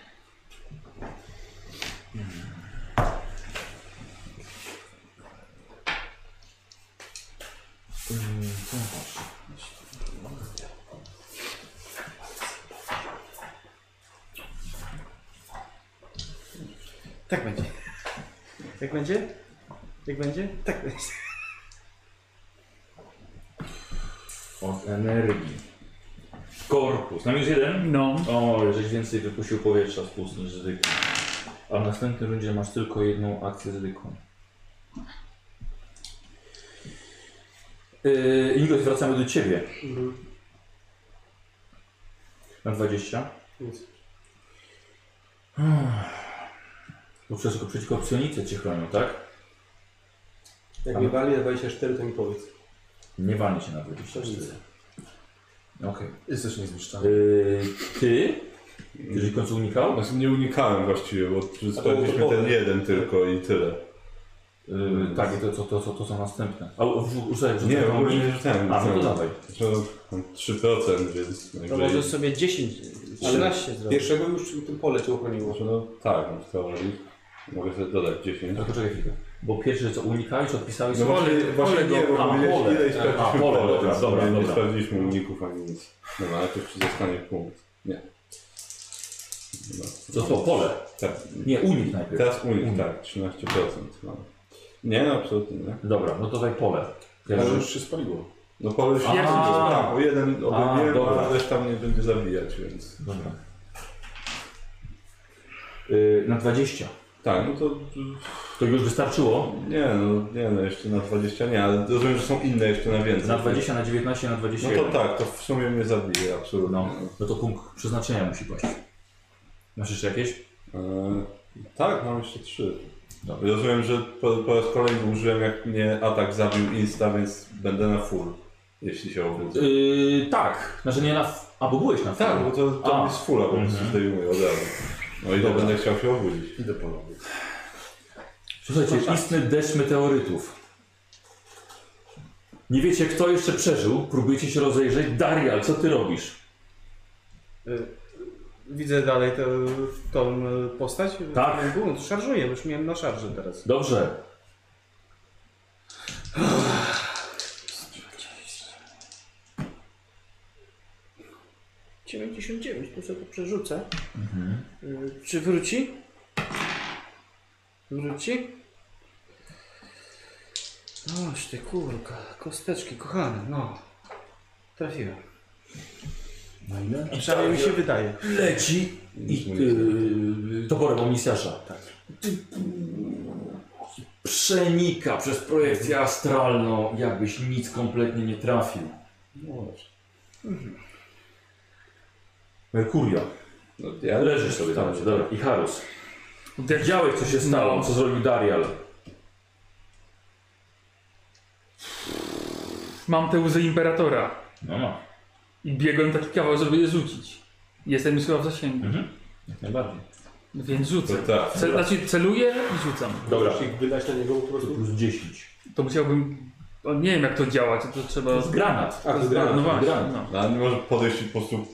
Tak będzie. Jak będzie? Jak będzie? Tak będzie. Od energii. Korpus. Na minus jeden? No. O, żeś więcej wypuścił powietrza z pust niż z dyku. A w następnym rundzie masz tylko jedną akcję z dyką. Yy, Ingo, wracamy do ciebie. Mhm. Na 20. Nic. Bo przecież tylko przeciwko psionice cię chronią, tak? Jak mnie wali na 24, to mi powiedz. Nie walnie się na 24. Okej. Jesteś niezniszczalny. Yy, ty? Jeżeli w końcu unikał? Znaczy nie unikałem właściwie, bo No sprawdziliśmy ten topowe. jeden tylko i tyle. Yy, tak, i to, to, to, to, to są następne. A u- u- rzucaj, rzucaj Nie, w ogóle kołami. nie rzucałem. A, no to dawaj. To tam 3%, więc To najwyżej. może sobie 10, 13 zrobić. Pierwszego już w tym pole cię ochroniło. Znaczy, no tak, no w teorii. Mogę sobie dodać 10. No poczekaj chwilę. Bo pierwsze co unikałeś, odpisałeś No sobie. właśnie, właśnie pole nie, go- bo a, powiedziałeś pole. ile i A, sprawdziliśmy pole, pole, dobra, tak, dobra, nie, nie dobra. sprawdziliśmy uników ani nic. Dobra, najpierw czy zostanie punkt. Nie. Dobra. Co to? Pole. Tak. Nie, unik najpierw. Teraz unik, Unik. tak, 13%. No. Nie, no absolutnie nie. Dobra, no to daj pole. Ale Pierwszy. już się spaliło. No pole się A. nie tak, bo jeden obejmie, dobra. a reszta mnie będzie zabijać, więc... Dobra. Yy, na 20. Tak, no to... To Którego już wystarczyło. Nie, no, nie, no jeszcze na 20 nie, ale rozumiem, że są inne jeszcze na więcej. Na 20, na 19, na 20. No to tak, to w sumie mnie zabije, absolutnie. No, no to punkt przeznaczenia musi paść. Masz jeszcze jakieś? E, tak, mam jeszcze trzy. Dobra. Rozumiem, że po, po raz kolejny użyłem, jak mnie atak zabił Insta, więc będę na full, jeśli się obudzę. Yy, tak, znaczy nie na. f- A bo byłeś na Y, Tak, forum. bo to, to A. Mhm. mi z fulla po prostu zdejmuje od razu. No i to będę chciał się obudzić. Idę po lody. Słuchajcie, istny deszcz meteorytów. Nie wiecie, kto jeszcze przeżył. Próbujecie się rozejrzeć. Darial, co ty robisz? Widzę dalej tę tą e, postać. Tak. No to szarżuję, bo już miałem na szarży teraz. Dobrze. tu sobie to przerzucę. Mhm. Y, Czy wróci? Wróci? Noż ty kurka, kosteczki kochane, no. Trafiłem. No Na ile? Przynajmniej mi się wydaje. Leci i yy, toporem omnisjasza. Tak. Przenika przez projekcję astralną, jakbyś nic kompletnie nie trafił. No Mhm. Merkurio, No, ja leżysz sobie tam, dobra. I Harus. Wiedziałeś, co się stało, co zrobił Darial. Mam te łzy imperatora No, no. i biegłem taki kawał, żeby je rzucić. Jestem już chyba w zasięgu, Jak najbardziej. więc rzucę. To tak. Cel, znaczy celuję i rzucam. Dobra, ich wydać na niego po prostu? plus 10. To musiałbym... O, nie wiem jak to działa, czy to trzeba... To jest granat. A, to zgrałem. No właśnie, Granat. no. No, ale nie może podejść i po prostu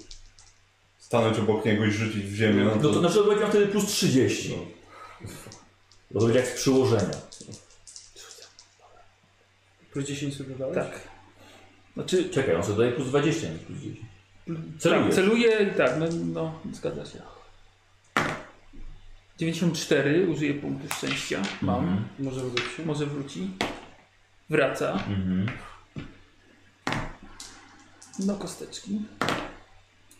stanąć obok niego i rzucić w ziemię. No, No to znaczy, będzie miał wtedy plus 30. Bo to będzie jak z przyłożenia. Plus 10 sobie dodałeś? Tak. Znaczy... Czekaj, on sobie daje plus 20, a nie plus 10. Tak, Celujesz. celuję i tak, no, no zgadza się. 94, użyję punktu szczęścia. Mam. Może wróci. Może wróci. Wraca. No kosteczki.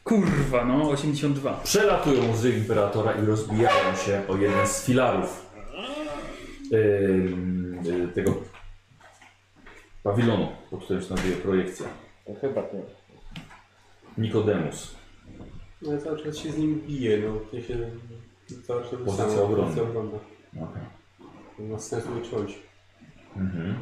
Kurwa, no 82. Przelatują z Imperatora i rozbijają się o jeden z filarów ym, y, tego pawilonu, pod którym znajduje projekcja. Chyba nie. Nikodemus. No ja cały czas się z nim biję, no. Ja się cały czas Pozycja samo- obronna. pozycja obronna. Okay. Nie Ma sens wyciąć. Mhm.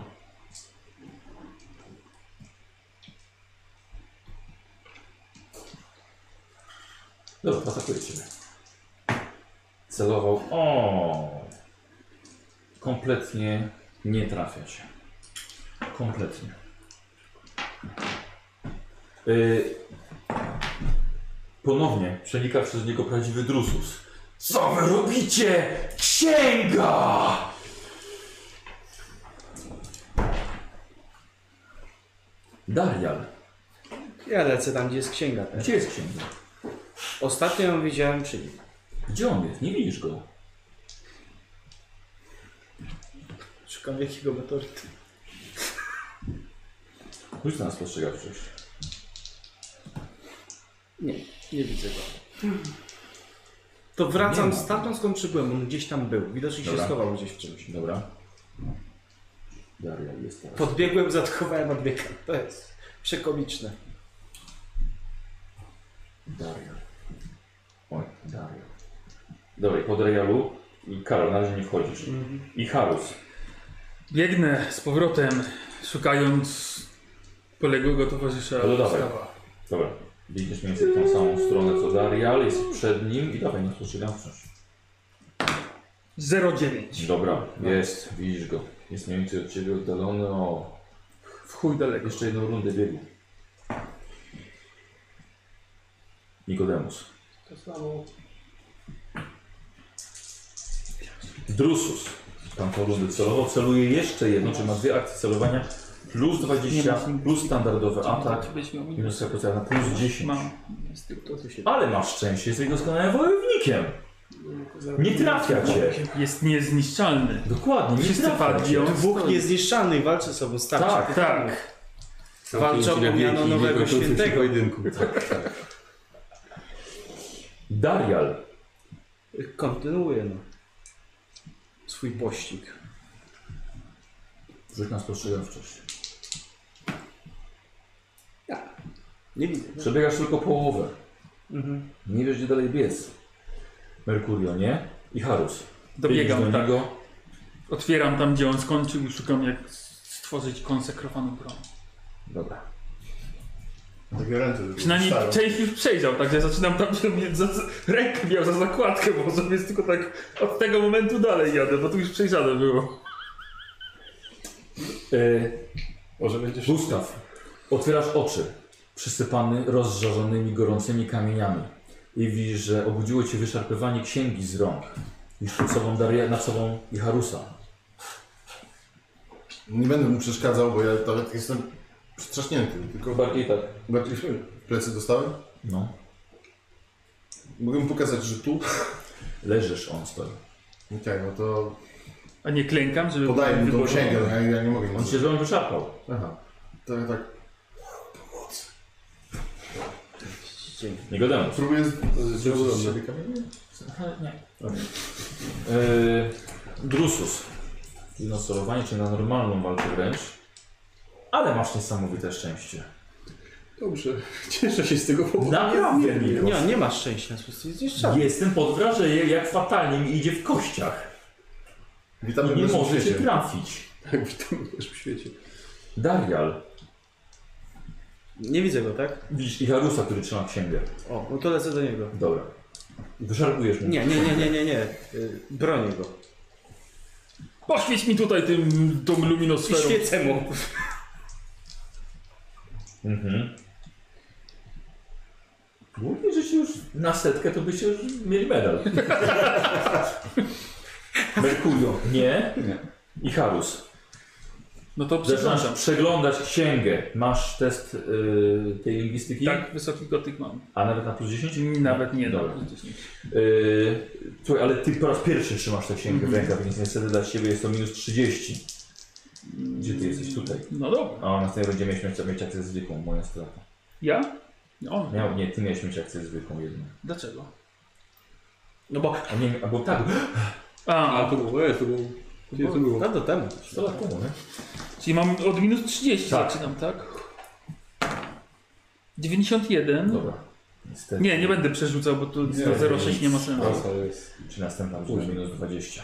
Dobra, atakuje ciebie. Celował. O! Kompletnie nie trafia cię. Kompletnie. Y... Ponownie przenika przez niego prawdziwy drusus. Co wy robicie? Księga! Darial. Ja lecę tam, gdzie jest księga. teraz. Gdzie jest księga? Ostatnio ją widziałem przy nim. Gdzie on jest? Nie widzisz go. Szukam jakiego meteorytu. Rzuć na nas spostrzegawczość. Nie, nie widzę go. To wracam stamtąd skąd przybyłem, on gdzieś tam był. Widocznie się Dobra. schował gdzieś w czymś. Dobra. Darial jest teraz. Podbiegłem, zatkowałem, odbiegam. To jest przekomiczne. Darial. Oj, Darial. Dobra, i po Darialu i Karol, na razie nie wchodzisz. Mhm. I Harus. Biegnę z powrotem, szukając poległego towarzysza. No dobra. Gustawa. Dobra. Biegniesz mniej więcej w tą samą stronę co Darial, jest przed nim i dawaj na spostrzegawczość. 09. Dobra, No. jest, widzisz go. Jest mniej więcej od ciebie oddalony o... W chuj daleko. Jeszcze jedną rundę biegu. Nikodemus. To samo. Drusus. Tamtą rundę celował. Celuje jeszcze jedno, czyli ma dwie akcje celowania. Plus 20, plus standardowy atak. Byś miał minus. Minus akcja na plus 10. Mam. Z tych- Ale masz szczęście, jesteś doskonałym wojownikiem. Nie trafia cię. Jest niezniszczalny. Dokładnie, nie Wszyscy trafia padli, cię. on Bóg niezniszczalny walczy sobą starczy. No, Tak, Tak. Walczą o miano nowego świętego. jedynku. Darial. Kontynuuję no. swój pościg. Rzuć na spostrzegawczość. Nie widzę. Przebiegasz tylko połowę. Nie wiesz, gdzie dalej biec. Merkurio, nie? I Harus. Dobiegam, Biegniesz do tak. niego. Otwieram tam, gdzie on skończył i szukam, jak stworzyć konsekrowaną broń. Dobra. Takie ręce żeby Przynajmniej stało. część już przejrzał, także zaczynam tam, że mnie za, za- rękę miał za zakładkę, bo sobie jest tylko tak od tego momentu dalej jadę, bo tu już przejrzane było. E, Może będziesz... Gustaw, otwierasz oczy, przysypany rozżarzonymi, gorącymi kamieniami i widzisz, że obudziło cię wyszarpywanie księgi z rąk. Widzisz przed sobą Daria, nad sobą i Harusa. Nie będę mu przeszkadzał, bo ja nawet jestem przestrasznięty. Tylko Bardziej tak. bardziej plecy dostałem. No. Mogę mu pokazać, że tu. Leżysz, on stoi. Okej, no to A nie klękam, żeby... podaję mu tą wyborzono. księgę, no ja, ja nie mogę On nic cię zresztą wyszarpał. Aha, to ja tak Nie gadamy. próbuję z- z- zrobić sobie kamienie. Yy, drusus. Czyli na solowanie, czy na normalną walkę wręcz. Ale masz niesamowite szczęście. Dobrze, cieszę się z tego powodu. Naprawdę Nie, nie masz szczęścia, po prostu jest jeszcze Jestem pod wrażeniem, jak fatalnie mi idzie w kościach. Witamy I w nie naszym może cię świecie. trafić. Tak, witam też w świecie. Darial. Nie widzę go, tak? Widzisz Iharusa, który trzyma księgę. O, no to lecę do niego. Dobra. Wyszarpujesz mu. Nie, nie, nie, nie, nie, nie. Y, Bronię go. Poświeć mi tutaj tym, tą I luminosferą. świecę mu. Mhm. Mówię, że się już na setkę, to byście już mieli medal. Merkurio. Nie? Nie. Iharus. No to Zaczynasz przepraszam. przeglądać księgę. Masz test y, tej lingwistyki? Tak, wysoki gotyk mam. A nawet na plus 10? Nawet nie, Dobra. nawet gdzieś nie. Yy, słuchaj, ale ty po raz pierwszy trzymasz tę księgę w rękach, więc niestety dla ciebie jest to minus 30. Gdzie ty jesteś? Tutaj. No dobra. A on następnie będzie mieć, mieć, mieć akcję zwykłą, moja strata. Ja? On. Miał, nie, ty miałeś mieć akcję zwykłą jedną. Dlaczego? No bo... A nie, albo tak, A, A, to było, e, to było... Gdzie to było? No to temu. 100 lat temu, tak, nie? czyli mam od minus 30 Tak. zaczynam, tak? 91. Dobra. Niestety. Nie, nie będę przerzucał, bo tu Nie, za 06 nie ma sensu. No, Klasa jest. Czy następna będzie minus 20.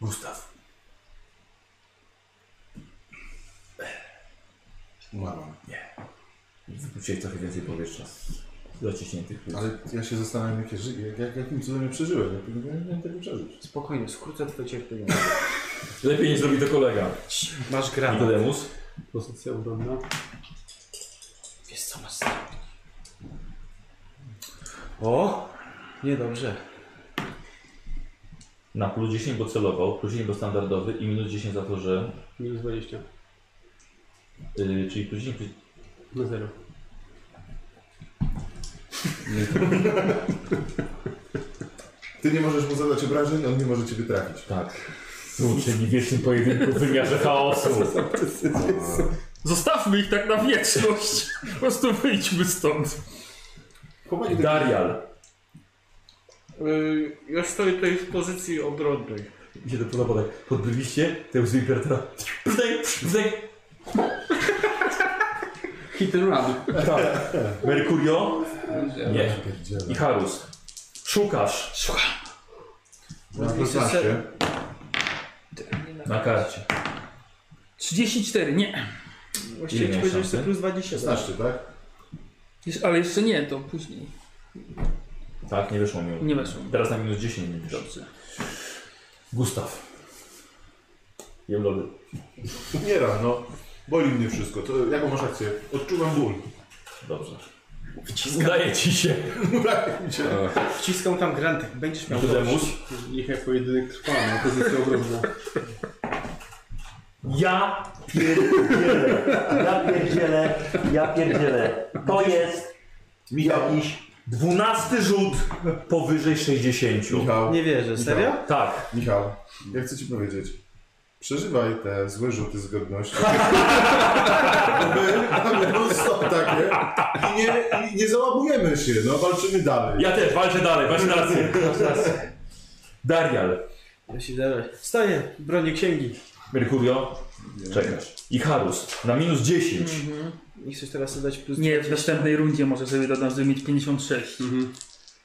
Gustaw. Umarłam. Wypuściłeś trochę więcej powietrza z zaciśniętych płuc. Ale ja się zastanawiam, jakie ży- jak, jak, jakim cudem ja przeżyłem. Ja nie powinienem tego przeżyć. Spokojnie, skrócę twoje cierpienie. Lepiej nie zrobi to kolega. Masz granat. Nikodemus. Pozycja obronna. Wiesz co masz zrobić. O! Niedobrze. Na plus 10 bo celował, plus 10 bo standardowy i minus 10 za to, że... Minus 20. Yy, czyli plus 10... Plus... Na zero. Ty nie możesz mu zadać obrażeń, on nie może ciebie trafić. Tak. Czyli wiecznym pojedynku w wymiarze chaosu. Zostawmy ich tak na wieczność. Po prostu wyjdźmy stąd. Chłopaki, tak, Darial. Y, Ja stoję tutaj w pozycji obronnej. Mi się to podoba, tak podbyliście, te łzy imperatora. Brzdaj, brzdaj. Hit and run. Tak. Merkurio. Nie. I Harus. Szukasz. na 16. Na karcie. 34, nie. Właściwie Ile ci miałeś powiedziałeś, że szansy? plus 20. 16, tak? Jesz- Ale jeszcze nie, to później. Tak, nie wyszło mi. Nie weszło. Teraz na minus 10 nie wyszło. Dobrze. Gustaw. Jem lody. Nie rano. no. Boli mnie wszystko. To jaką masz akcję? Odczuwam ból. Dobrze. Udaje ci się. Wciskam tam granat, będziesz miał Nikodemus. Niech jak pojedynek trwa, no, na pozycja obronna. Ja pierdzielę, ja pierdzielę, ja pierdzielę. To jest jakiś Dwunasty rzut powyżej 60. Michał, Nie wierzę, serio? Tak. Michał, ja chcę ci powiedzieć. Przeżywaj te złe rzuty z godnością. Aby- Aby non stop takie. I nie, i nie załamujemy się, no walczymy dalej. Ja też walczę dalej, masz rację. Masz rację. Darial. Ja się zaraz. Staję, bronię księgi. Merkurio, czekasz. I Harus na minus 10. I chcesz teraz sobie dać plus Nie, w następnej rundzie może sobie dodam, żeby mieć 56. Mhm.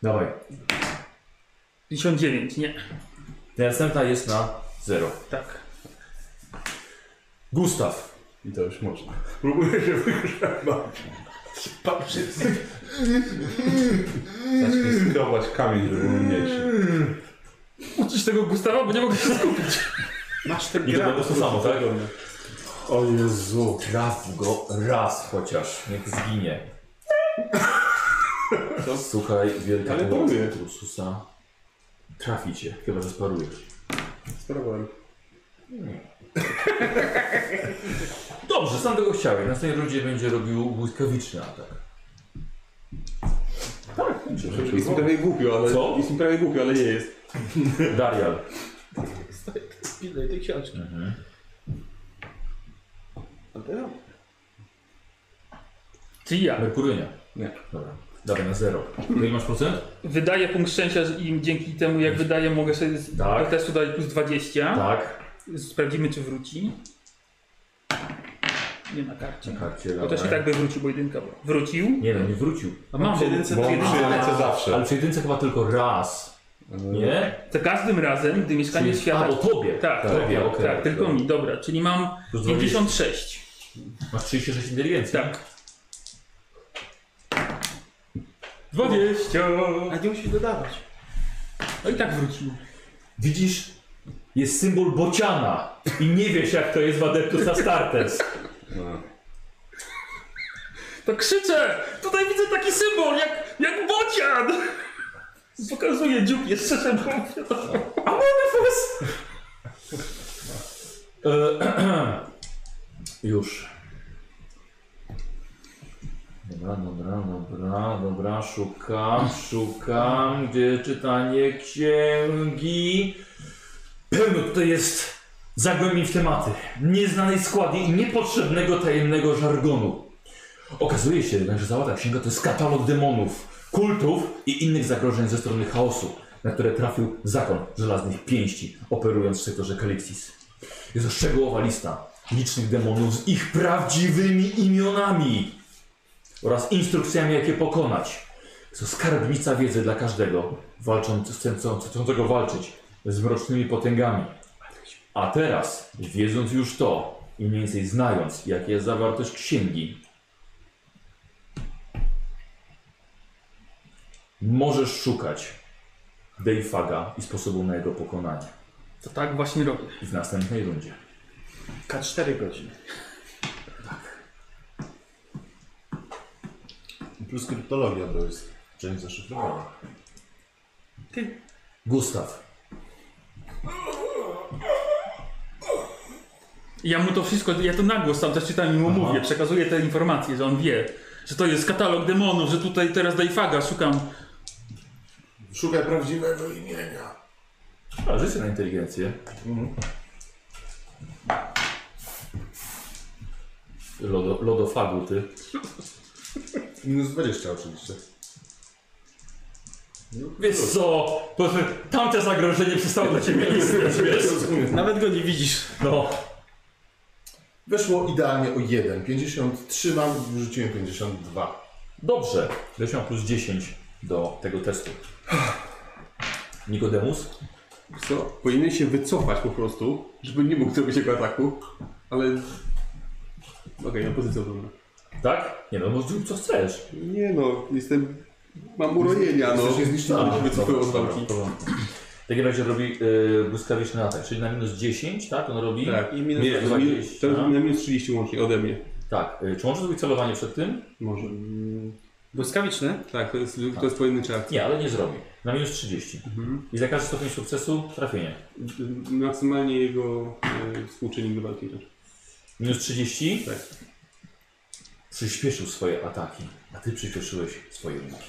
Dawaj. 59, nie. Następna jest na 0. Tak. Gustaw. I to już można. Próbuję się wygrzebać. Patrzeć. Skrować kamień, żeby był mniejszy. Uczysz tego Gustawa, bo nie mogę się skupić. Masz ten I to będzie to samo, tak? O Jezu. Traf go raz chociaż, niech zginie. Słuchaj, wielka Ale pomoc próbuję. Ursusa. Trafi cię, chyba że sparujesz. Spróbowałem. Dobrze, sam tego chciałem. Na tej rundzie będzie robił błyskawiczny atak. Tak, Jest mi Znaczy, prawie głupio, ale... Co? Jest mi prawie głupio, ale nie jest. Darial. Pilnuj tej książki. Czy ja? Merkurynia. Nie. Dobra. Dawaj na 0. Ile masz procent? Wydaję punkt szczęścia z- im dzięki temu, jak wydaję, mogę sobie z Tak. do testu dać plus 20. Tak. Sprawdzimy, czy wróci. Nie na karcie. Na karcie, Bo to się dawaj. tak by wrócił, bo jedynka była. Wrócił. Nie no, nie wrócił. A mam. Przy jedynce bo- to bo- Przy A, jedynce zawsze. Ale przy jedynce chyba tylko raz. Mm. Nie? Za każdym razem, gdy mieszkanie Czyli- świata... A, o tobie. Tak, Tak, tak, tobie, tak, okej. tak, tylko mi, dobra. Czyli mam Plus 20. 56. Masz 36 inteligencji. Tak. 20! A nie musisz dodawać. No i tak wrócił. Widzisz? Jest symbol bociana. I nie wiesz jak to jest w Adeptus Astartes. To krzyczę! Tutaj widzę taki symbol, jak, jak bocian! Pokazuje dziób jeszcze szedł. Amorphous! E, Już. Dobra, dobra, dobra, dobra, szukam, szukam, gdzie czytanie księgi. Pełno tutaj jest zagłębień w tematy, nieznanej składy i niepotrzebnego tajemnego żargonu. Okazuje się jednak, że cała ta księga to jest katalog demonów, kultów i innych zagrożeń ze strony chaosu, na które trafił zakon żelaznych pięści, operując w sektorze Kalixis. Jest to szczegółowa lista licznych demonów z ich prawdziwymi imionami oraz instrukcjami, jak je pokonać. Jest to skarbnica wiedzy dla każdego, walcząc, chcącego, chcącego walczyć z mrocznymi potęgami. A teraz, wiedząc już to i mniej więcej znając, jaka jest zawartość księgi, Możesz szukać Deifaga i sposobu na jego pokonanie. To tak właśnie robię. I w następnej rundzie. K4 godziny. Plus kryptologia to jest część zaszyfrowania. Gustaw. I Ja mu to wszystko, ja to na głos tam też czytam i mu mówię, przekazuję te informacje, że on wie, że to jest katalog demonów, że tutaj teraz Dajfaga szukam. Szukaj prawdziwego imienia. A No, życie na inteligencję. Mhm. Lodo, lodofagu ty. Minus 20 oczywiście. Wiesz co? Bo tamte zagrożenie przestało dla ciebie istnieć, wiesz? Nawet go nie widzisz. No. Weszło idealnie o 1. 53 mam, wrzuciłem 52. Dobrze. Będziesz miał plus 10 do tego testu. Nikodemus? Co? Powinien się wycofać po prostu, żeby nie mógł zrobić jego ataku, ale... Okej, no, na pozycję dobra. Tak? Nie no, może zrób co chcesz. Nie no, jestem... Mam urojenia, no. Jesteś niezniszczalny. Ale się wycofuję od walki. W takim razie robi yy, błyskawiczny atak, czyli na minus 10, tak? On robi? Tak. I minus no. Nie, to mi- 20. to na minus 30 łącznie ode mnie. Tak. Y, Czy możesz zrobić celowanie przed tym? Może. Błyskawiczny? Tak, to jest, to jest pojedynczy akcja. Nie, ale nie zrobi. Na minus 30. Mhm. I za każdy stopień sukcesu trafienie. Maksymalnie jego e, współczynnik do walki. wręcz. Minus 30? Tak. Przyspieszył swoje ataki, a ty przyspieszyłeś swoje uniki.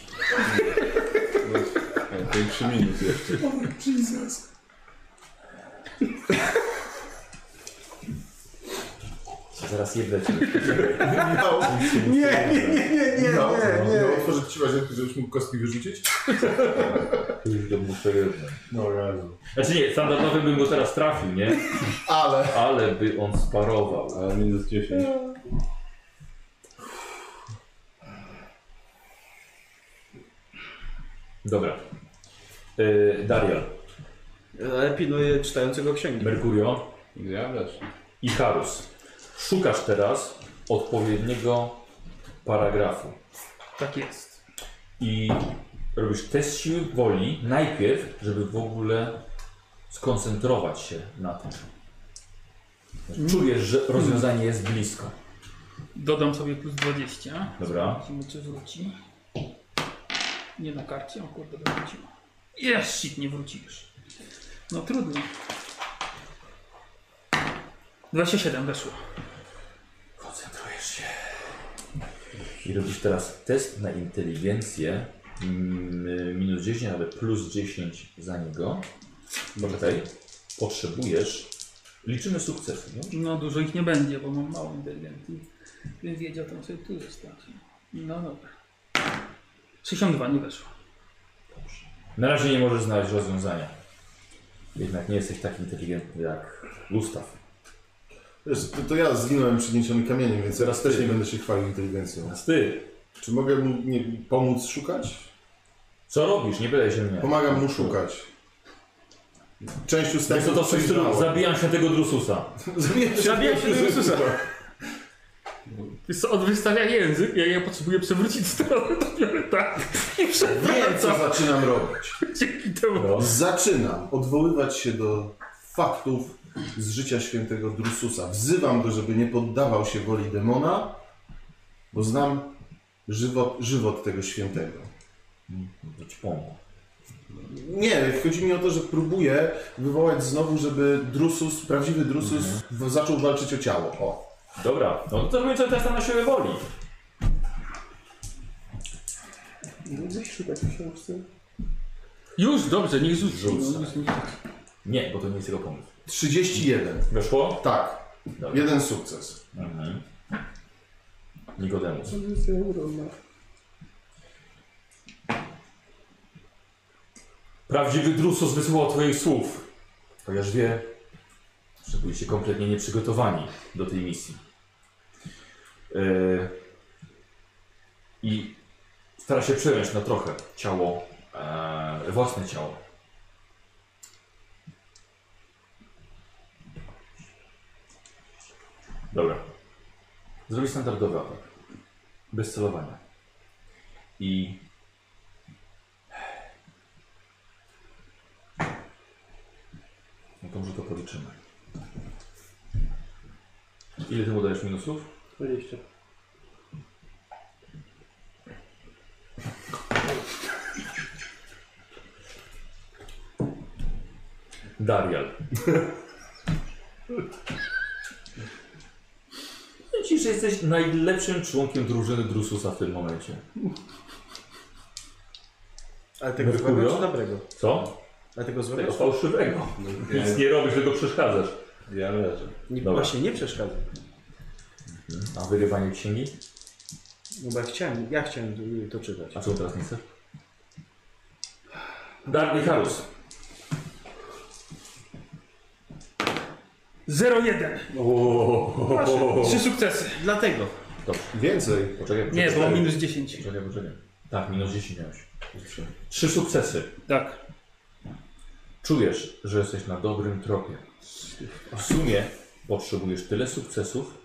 Większy minus jeszcze. Zaraz jedle cię. Miał. Nie, tak. nie, nie, nie, nie, nie. Miał otworzyć siła, żebyś mógł kostki wyrzucić? tak już do mu przejeżdżał. No Jezu. Znaczy nie, standardowy bym go teraz trafił, nie? Ale. Ale by on sparował. Ale minus 10. Dobra. Yy, Daria, Ale pilnuję czytającego księgi. Merkurio Ja też. i Karus. Szukasz teraz odpowiedniego paragrafu. Tak jest. I robisz test siły woli najpierw, żeby w ogóle skoncentrować się na tym. Czujesz, że rozwiązanie jest blisko. Dodam sobie plus 20. Dobra. Zobaczymy, czy wróci. Nie na karcie, o kurde, wróciło. Yes, shit, nie wrócisz. No trudno. 27 weszło. Koncentrujesz się. I robisz teraz test na inteligencję. Mm, Minus 10, ale plus 10 za niego. Poczekaj. Potrzebujesz. Liczymy sukcesy. No? No dużo ich nie będzie, bo mam mało inteligencji. Więc wiedział, to sobie tu zostać. No dobra. 62 nie weszło. Na razie nie możesz znaleźć rozwiązania. Jednak nie jesteś tak inteligentny jak Gustaw. Wiesz, to, to ja zginąłem przyniesiony kamieniem, więc teraz też nie będę się chwalił inteligencją. Teraz ty. Czy mogę mu nie, pomóc szukać? Co robisz? Nie byle się mnie. Pomagam mu szukać. Część Tak, ustępów to, to w tym stylu, przejrzałem. Zabijam się tego Drususa. Zabijam się Zabijam się tego Jezusa. Jezusa. Wiesz co, on wystawia język, jak ja potrzebuję przewrócić stronę, to biorę tak i Wiem, co przewracam. zaczynam robić. Dzięki temu. No. Zaczynam odwoływać się do faktów z życia świętego Drususa. Wzywam go, żeby nie poddawał się woli demona, bo znam żywot, żywot tego świętego. To ci pomogę. Nie, chodzi mi o to, że próbuję wywołać znowu, żeby Drusus, prawdziwy Drusus w- zaczął walczyć o ciało. O. Dobra, no to robimy sobie test na siłę woli. Już, dobrze, niech rzuci. Rzucaj. No, już nie- Nie, bo to nie jest jego pomysł. 31. Weszło? Tak. Dobra. Jeden sukces. Mhm. Nikodemus. Prawdziwy Drusus wysłuchał Twoich słów. Chociaż wie, że byliście kompletnie nieprzygotowani do tej misji. Yy, I stara się przejąć na trochę ciało, e, własne ciało. Dobra. Zrobi standardowy atak. Bez celowania. I... No to może to policzymy. Ile ty mu dajesz minusów? 20. Darial. Powiem Ci, że jesteś najlepszym członkiem drużyny Drususa w tym momencie. Ale tego Merkurio? złego czy dobrego? Co? Ale tego złego? Tego czy- fałszywego. Nic nie robisz, tylko przeszkadzasz. No, Ja leżę. Nie, Dobra. właśnie nie przeszkadza. A wyrywanie księgi? No bo ja chciałem, ja chciałem to czytać. A czemu teraz nie chcesz? Darby Harus. 0,1. Proszę, Trzy sukcesy. Dlatego. Więcej. Poczekaj, Nie, poczekaj. bo mam minus 10. Poczekaj, poczekaj. Tak, minus 10 miałeś. Trzy sukcesy. Tak. Czujesz, że jesteś na dobrym tropie. W sumie potrzebujesz tyle sukcesów,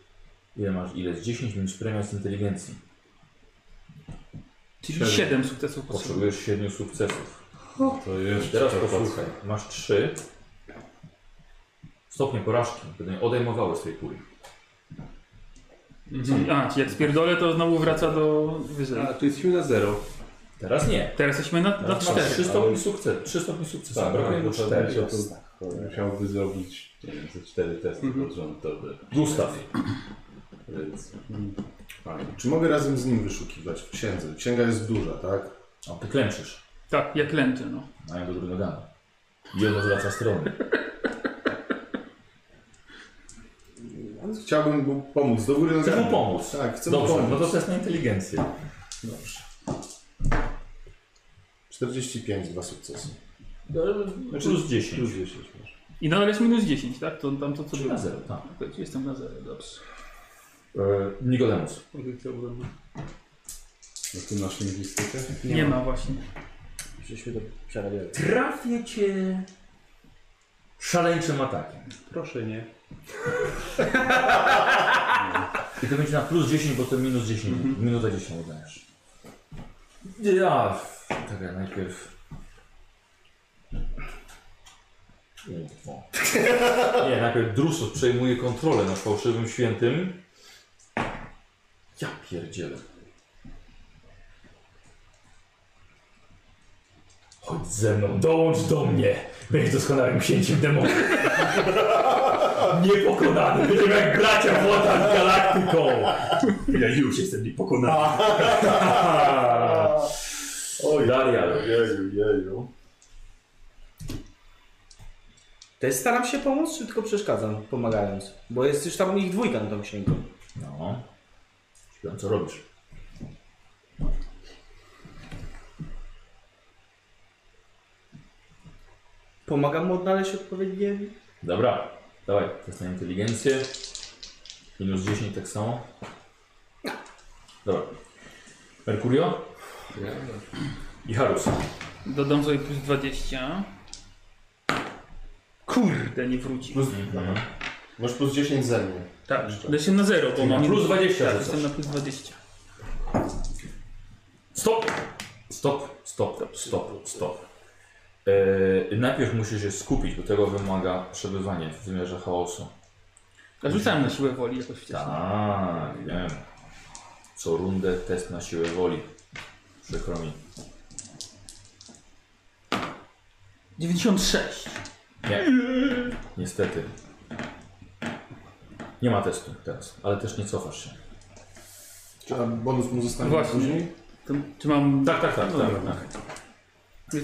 ile masz, ile jest 10 minus premia z inteligencji. Czyli Siedem. 7 sukcesów potrzebuję. Potrzebujesz 7 sukcesów. To jeszcze No. Teraz to posłuchaj. Masz 3 stopnie porażki, które nie odejmowały z tej puli. Mhm. A, czyli jak spierdolę, to znowu wraca do wyżej. A tu jesteśmy na zero. Teraz nie. Tak. Teraz jesteśmy na, na Teraz masz 4. 3 stopnie sukcesu. 3 stopnie sukcesu. Tak, Brakuje mu tak, 4. Musiałby zrobić nie wiem, ze cztery testy Mhm. pod rząd, to by- Gustaw. więc Czy mogę razem z nim wyszukiwać w księdze? Księga jest duża, tak? A ty klęczysz. Tak, jak lęty, no. Mają do góry nogami. I on odwraca stronę. Chciałbym mu pomóc. Do góry Chcesz mu nogami. pomóc. no Tak, chcę mu Dobrze, pomóc. no to test na inteligencję. 45, dwa sukcesy. Plus 10. Plus 10 masz. I nadal jest minus 10, tak? To tam to co Czyli było. na zero, tak. Okej, czyli Jestem na 0, dobrze. E, Nikodemus. No ty masz lingwistykę? Nie, ma właśnie. Żeśmy to przerabiali. Trafię cię szaleńczym atakiem. Proszę nie. I to będzie na plus 10, bo to minus 10. Minuta 10 udajesz. Ja. Czekaj, najpierw. Łatwo. Nie, najpierw Drusus przejmuje kontrolę nad fałszywym świętym. Ja pierdzielę. Chodź ze mną, dołącz do mnie. Będziesz doskonałym księciem demonów. Niepokonany, będziemy jak bracia władza z galaktyką. Ja już jestem niepokonany. Oj, Darial. jeju, jeju. Też staram się pomóc, czy tylko przeszkadzam, pomagając? Bo jest już tam ich dwójka na tą księgą. No. Śpią, co robisz? Pomagam mu odnaleźć odpowiednie... Dobra, dawaj, test na inteligencję. Minus 10 tak samo. Dobra. Mercurio? I Harus. Dodam sobie plus 20. Kurde, nie wróci. Plus, Mhm. Masz plus 10 ze mnie. Tak, ale się na 0, bo mam. plus 20 Tak, rzucasz. jestem na plus 20. Stop! Stop, stop, stop, stop. Eee, najpierw musisz się skupić, bo tego wymaga przebywanie w wymiarze chaosu. A rzucałem na siłę woli jakoś wcześniej. Tak, wiem. Co rundę test na siłę woli. Przykro mi. 96. Nie. Niestety. Nie ma testu teraz, ale też nie cofasz się. Czy a bonus mu No zostanie Właśnie. później? To, czy mam. Tak, tak, tak. No tak, dobra. tak.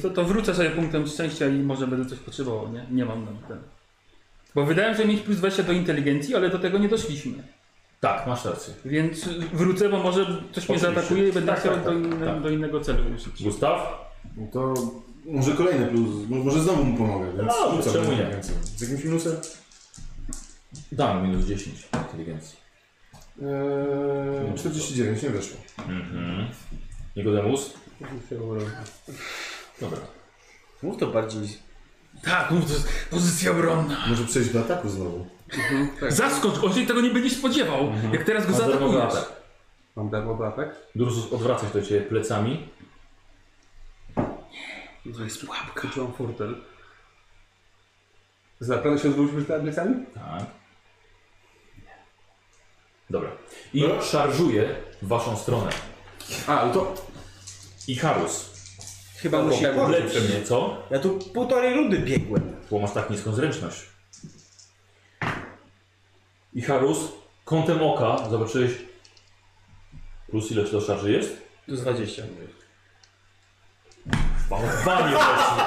To, to wrócę sobie punktem szczęścia i może będę coś potrzebował, nie? Nie mam na ten. Bo wydaje się mieć plus 20 do inteligencji, ale do tego nie doszliśmy. tak, masz rację. Więc wrócę, bo może ktoś mnie Oczywiście. zaatakuje i będę Tak, chciał tak, do, tak, inne, tak. do innego celu ruszyć. Gustaw? No to może kolejny plus, mo- może znowu mu pomogę, więc No, rzucam czemu nie? inteligencją. Z jakimś minusem? Dam minus 10 inteligencji. Eee, 49, nie weszło. Mhm. Nikodemus? Dobra. Mów to bardziej... Tak, mów, to jest pozycja obronna. Może przejść do ataku znowu. Mhm, tak. Zaskocz, on się tego nie będzie spodziewał, jak teraz go Masz darmowy zaatakujesz. atak. Mam darmowy atak? Drusus odwraca się do ciebie plecami. To jest pułapka. Wyczułam fortel. Zapewne się odwrócił przed plecami? Tak. Dobra. I szarżuje w waszą stronę. A, no to... I Harus. Chyba no, musi... Lepsze mnie, co? Ja tu półtorej rundy biegłem. Bo masz tak niską zręczność. I Harus, kątem oka zobaczyłeś plus ile do szarży jest? Tu z 20. Bałwanie właśnie.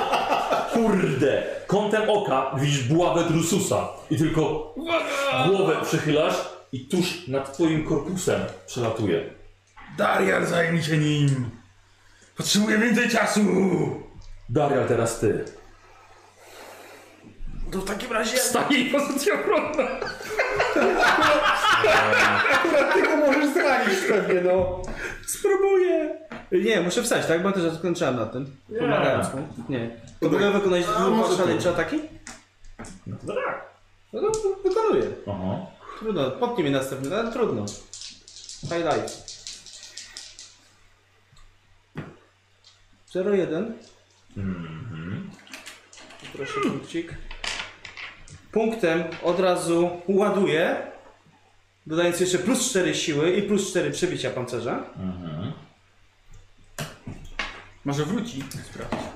Kurde. Kątem oka widzisz buławę Drususa i tylko głowę przychylasz i tuż nad twoim korpusem przelatuje. Dariar, zajmij się nim! Potrzebuję więcej czasu! Daria, teraz ty. To w takim razie... Wstaje i pozycja obronna! Tylko możesz zranić pewnie, no. Spróbuję. Nie, muszę wstać, tak? Bo ja też skończyłem na tym. Pomagając mu. Nie. To mogę wykonać dwa szaleńcze ataki? No tak. No to wykonuję. Aha. Trudno, potnij mnie następny, no, ale trudno. Highlight. 0-1. Proszę punkcik. Punktem od razu ładuję, dodając jeszcze plus 4 siły i plus 4 przebicia pancerza. Może wróci.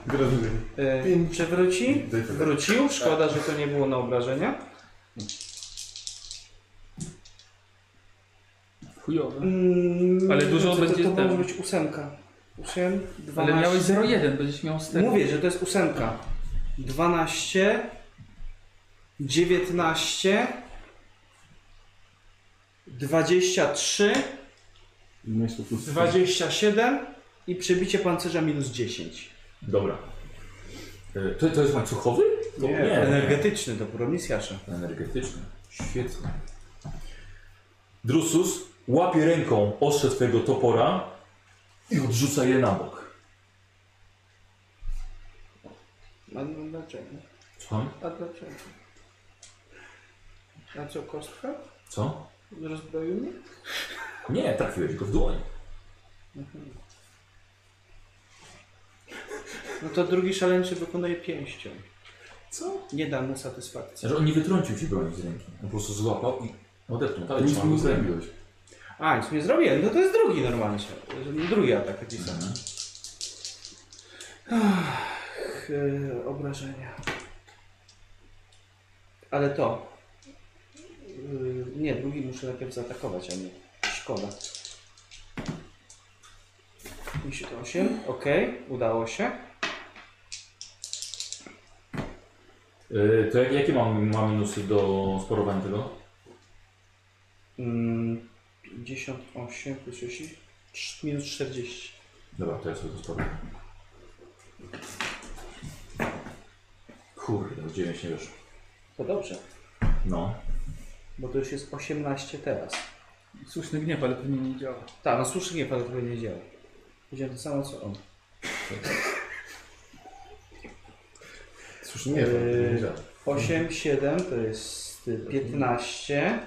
Gratuluję. Yy, Pięć. przewróci, Daj to. wrócił. Szkoda, że to nie było na obrażenia. Chujowe. Mm, Ale dużo to- to, będzie To może ten. być ósemka. 8, 12. Ale miałeś 0,1, będziesz miał z tego. Mówię, że to jest ósemka. 12, 19, 23, Miałeś to plus 27 i przebicie pancerza minus 10. Dobra. Y, To, to jest łańcuchowy? To, nie, Energetyczny, to promisjasza. Energetyczny. Świetnie. Drusus łapie ręką ostrze twojego topora i odrzuca je na bok. A no, dlaczego? Słucham? A dlaczego? A co, kostka? Co? Rozbroił mnie? Nie, trafiłeś go w dłoń. No to drugi szaleńczy wykonuje pięścią. Co? Nie da mu satysfakcji. Znaczy on nie wytrącił ci broni z ręki. On po prostu złapał i odepnął. Tak, Nic mu trzymał go nie w ręku. zrobiłeś. A, nic nie zrobiłem. No to jest drugi normalnie. Drugi atak taki sam. Ach, y, e, obrażenia. Ale to. Yy, nie, drugi muszę najpierw zaatakować, a nie. Szkoda. 58, ok, udało się. Y, To jak, jakie mam, ma minusy do sporowania tego? Mm, 58 plus 30, cz- minus 40. Dobra, to ja sobie to sprawdzę. Kurde, w 9 nie wiesz. To dobrze, No. bo to już jest 18 teraz. Słuszny gniew, ale pewnie nie działa. Tak, no słusznie pan tego nie działa. Powiedziałem to samo co on. Cóż, nie, to nie Eee. działa. 8, 7 to jest y, 15,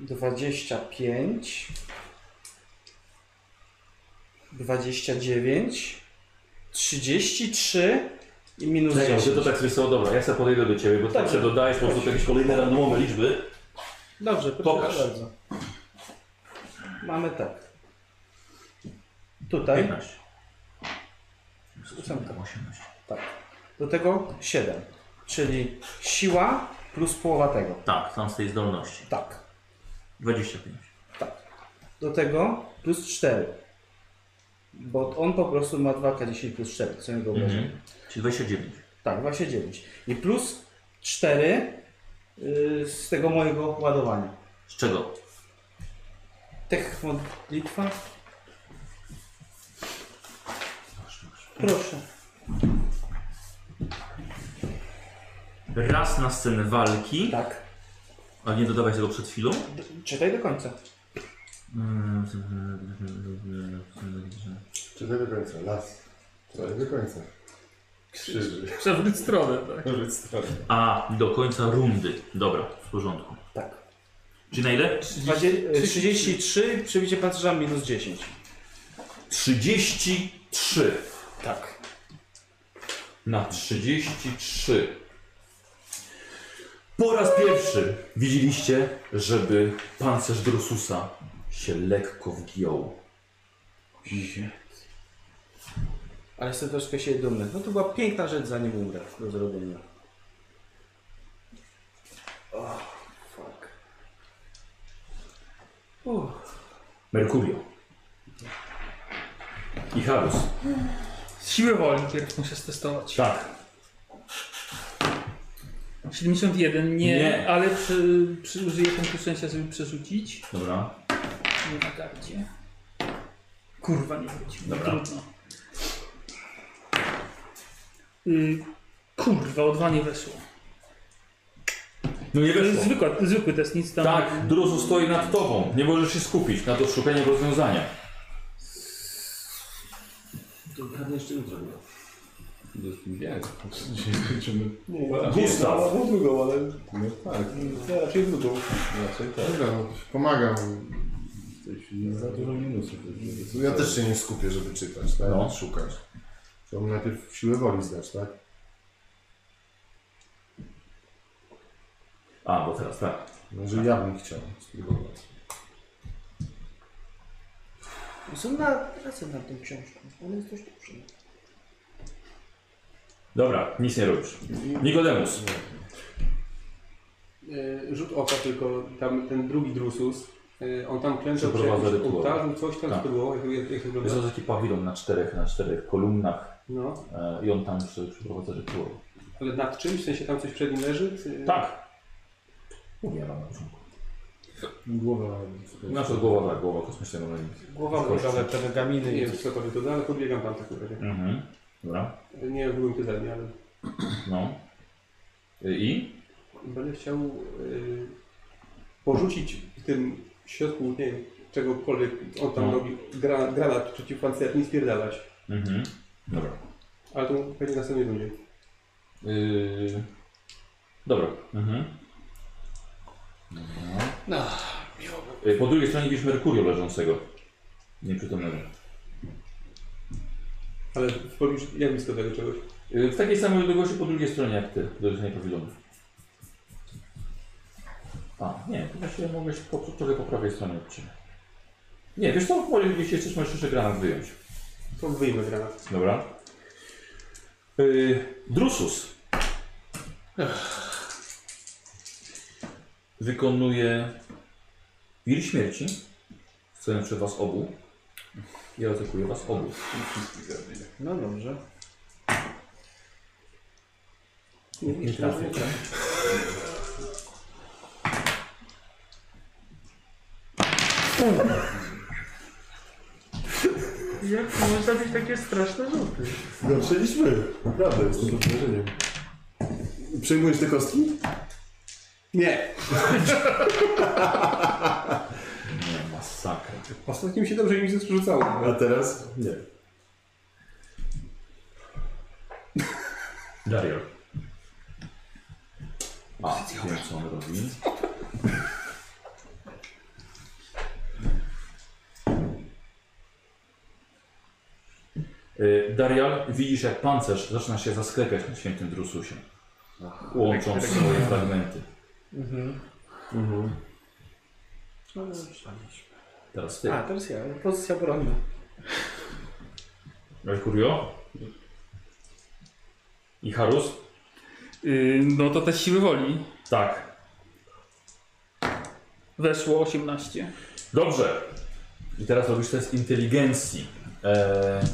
25, 29, 33 i minus Czekaj, się to 10. tak sobie stało. dobra, ja sobie podejdę do ciebie, bo ty Dobrze. zawsze dodajesz po prostu jakieś kolejne randomowe liczby. Dobrze, proszę Pokaż. bardzo. Mamy tak. Tutaj 15. Ósemka. 18. tak. do tego 7, czyli siła plus połowa tego. Tak, tam z tej zdolności. Tak. 25. Do tego plus 4. Bo on po prostu ma 2K10 plus 4, co nie wyobrażam. Mhm. Czyli 29. Tak, właśnie 9. I plus 4 yy, z tego mojego ładowania. Z czego? Tech modlitwa. Proszę. Raz na scenę walki, Tak. ale nie dodawaj tego przed chwilą. D- czytaj do końca. Czytaj do końca. Las. Czytaj do końca. Krzyży. Przewróć stronę, tak. A, do końca rundy. Dobra, w porządku. Tak. Czyli na ile? Dwadzie- y, 33, przebicie pancerza minus 10. 33. Tak. na 33. Po raz pierwszy widzieliście, żeby pancerz Drususa się lekko wgiął. Ale jestem troszkę się dumny. No to była piękna rzecz, zanim umrę do zrobienia. Oh, fuck. Uff. Merkurio. I Harus. Siły woli pierw muszę stestować. Tak. 71 nie, Nie. ale przy, przy, użyję punktu szczęścia, żeby przerzucić. Dobra. Nie na karcie. Kurwa, nie wrócił. No Dobra. trudno. Y, kurwa, o dwa nie weszło. No nie To weszło. jest zwykła, zwykły test, nic tam... Tak, Drusus stoi nad tobą. Nie możesz się skupić na doszukaniu rozwiązania. To pewnie jeszcze jutro nie. Jak? Tak, Dzisiaj skończymy. Nie, no, Gustaw. no, drugą, ale No tak. no, raczej drugą. Raczej tak. Dobra, no, pomagam. W tej chwili nie za dużo minusów. jest. Ja też się nie skupię, żeby czytać, tak? No. Szukać. Chciałbym najpierw siłę woli zdać, tak? A, bo teraz tak. No, że ja bym chciał spróbować. Są na pracę nad tą książką. Ona jest dość dobrze. Dobra, nic nie robisz. Nikodemus. E, Rzut oka tylko, tam ten drugi drusus, e, on tam klęczał przy Przeprowadza jakimś rytuał. ołtarzu, coś tam Tak. spróbował, jak, jak, jak wygląda. Jest to taki pawilon na czterech, na czterech kolumnach No, e, i on tam przy- przeprowadza rytuał. ale nad czymś, w sensie tam coś przed nim leży? E, Czy... Tak. Mówię wam na początku. Głowa... Na przykład Znaczy, głowa, tak, głowa kosmicznego rolnika. Głowa Kości. może, ale Pergaminy nie i wiem, co to wygląda, ale podbiegam tam tak naprawdę. Mhm. Dobra. Nie wiem, byłem ty zadni, ale No. Y, I? będę chciał y, porzucić w tym środku, nie wiem, czegokolwiek on tam No. robi, gra, granat przeciwpancerny i spierdalać. Mhm. Dobra. Ale to będzie następnie będzie. Y, Dobra. Mhm. No, Dobra. Y, Po drugiej stronie widzisz Merkurio leżącego. Nieprzytomnego. Ale w pobliżu, jak blisko tego czegoś? Y, W takiej samej odległości po drugiej stronie jak ty, do rzucenia pawilonów. A, nie, to właściwie mogę się po, trochę po prawej stronie od ciebie. Nie, wiesz co, może jeśli chcesz, możesz jeszcze granat wyjąć. To wyjmę granat. Dobra. Yy, Drusus. Wykonuje wir śmierci, stojąc przy was obu. I atakuje was obu. No dobrze. Nie trafię. Jak można być takie straszne rzuty? Zaczęliśmy. No, Naprawdę, jestem pod wrażeniem. Przejmujesz te kostki? Nie. Nie, masakra. Ostatnim się dobrze mi rzucało. A teraz? Nie. Dario. A, wiem co on robi. Y, Darial, widzisz jak pancerz zaczyna się zasklepiać na świętym drususie, łącząc swoje fragmenty. Mhm. No, no, Teraz ty. A, teraz ja. Pozycja obronna. Mercurio i Harus. Yy, no to te siły woli. Tak. Weszło 18. Dobrze. I teraz robisz test inteligencji. Eee,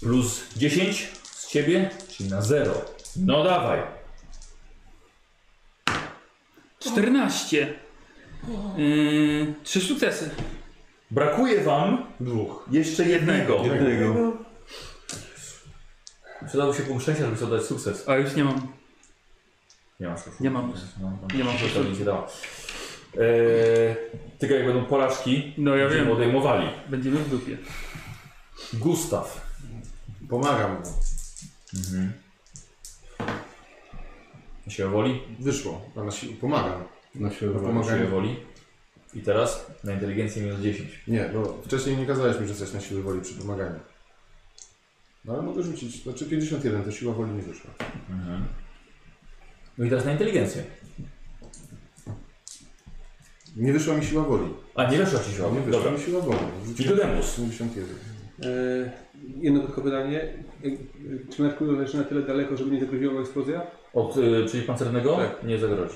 plus 10 z ciebie, czyli na 0. No dawaj. 14. Yy, trzy sukcesy. Brakuje wam dwóch. Jeszcze jednego. Jednego. Przydałby się punkt szczęścia, żeby sobie dać sukces. A już nie mam. Nie mam sukcesu. Nie mam. No, Nie mam sukcesu. sukcesu. Nie się dało. Eee, tylko jak będą porażki, No ja będziemy wiem, odejmowali. będziemy w dupie. Gustaw. Pomagam mu. Siła woli. Wyszło. A na siłę pomagam. Na siłę Pomagam. Siła woli. I teraz na inteligencję minus 10. Nie, bo wcześniej nie kazałeś mi rzucać na siłę woli przy pomaganiu. No ale mogę rzucić. Znaczy 51, to siła woli nie wyszła. No i teraz na inteligencję. Nie wyszła mi siła woli. A nie weszła ci siła. Nie woli. wyszła Dobra. mi siła woli. Nicodemus. 81. E, jedno tylko pytanie. E, e, Czy Merkurio leży na tyle daleko, żeby nie zagroziła mu eksplozja? Od, y, czyli pancernego? Tak. Nie zagrodzi.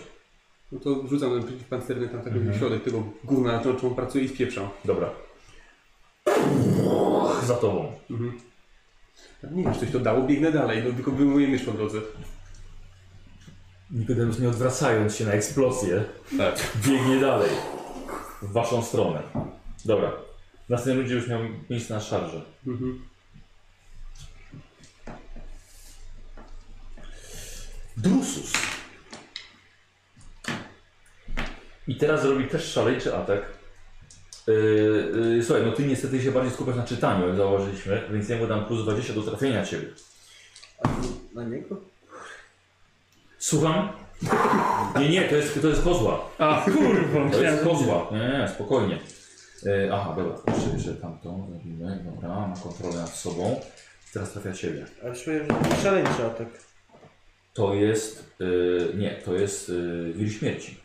No to rzucam ten przeciwpancerny tam taki środek tego gówna, nad czym on pracuje i wpieprzam. Dobra. Za tobą. Nie wiem, czy coś to dało, biegnę dalej, no tylko wyjmuję mysz po drodze. Nikodemus nie odwracając się na eksplozję, Tak. biegnie dalej. W waszą stronę. Dobra. W następnym ludzie już miał miejsce na szarże. Drusus. I teraz zrobi też szalejczy atak. Yy, yy, słuchaj, no ty niestety się bardziej skupiasz na czytaniu, jak zauważyliśmy, więc ja mu dam plus 20 do trafienia ciebie. Na niego? Słucham? Nie, nie, to jest, to jest kozła. A kurwa, To jest myślałem, kozła. Nie, nie, spokojnie. E, aha, dobra, jeszcze, jeszcze tamtą robimy. Dobra, ma kontrolę nad sobą. Teraz trafia ciebie. A już powiem, że szaleńczy atak. To jest. e, nie, to jest yy, wir śmierci.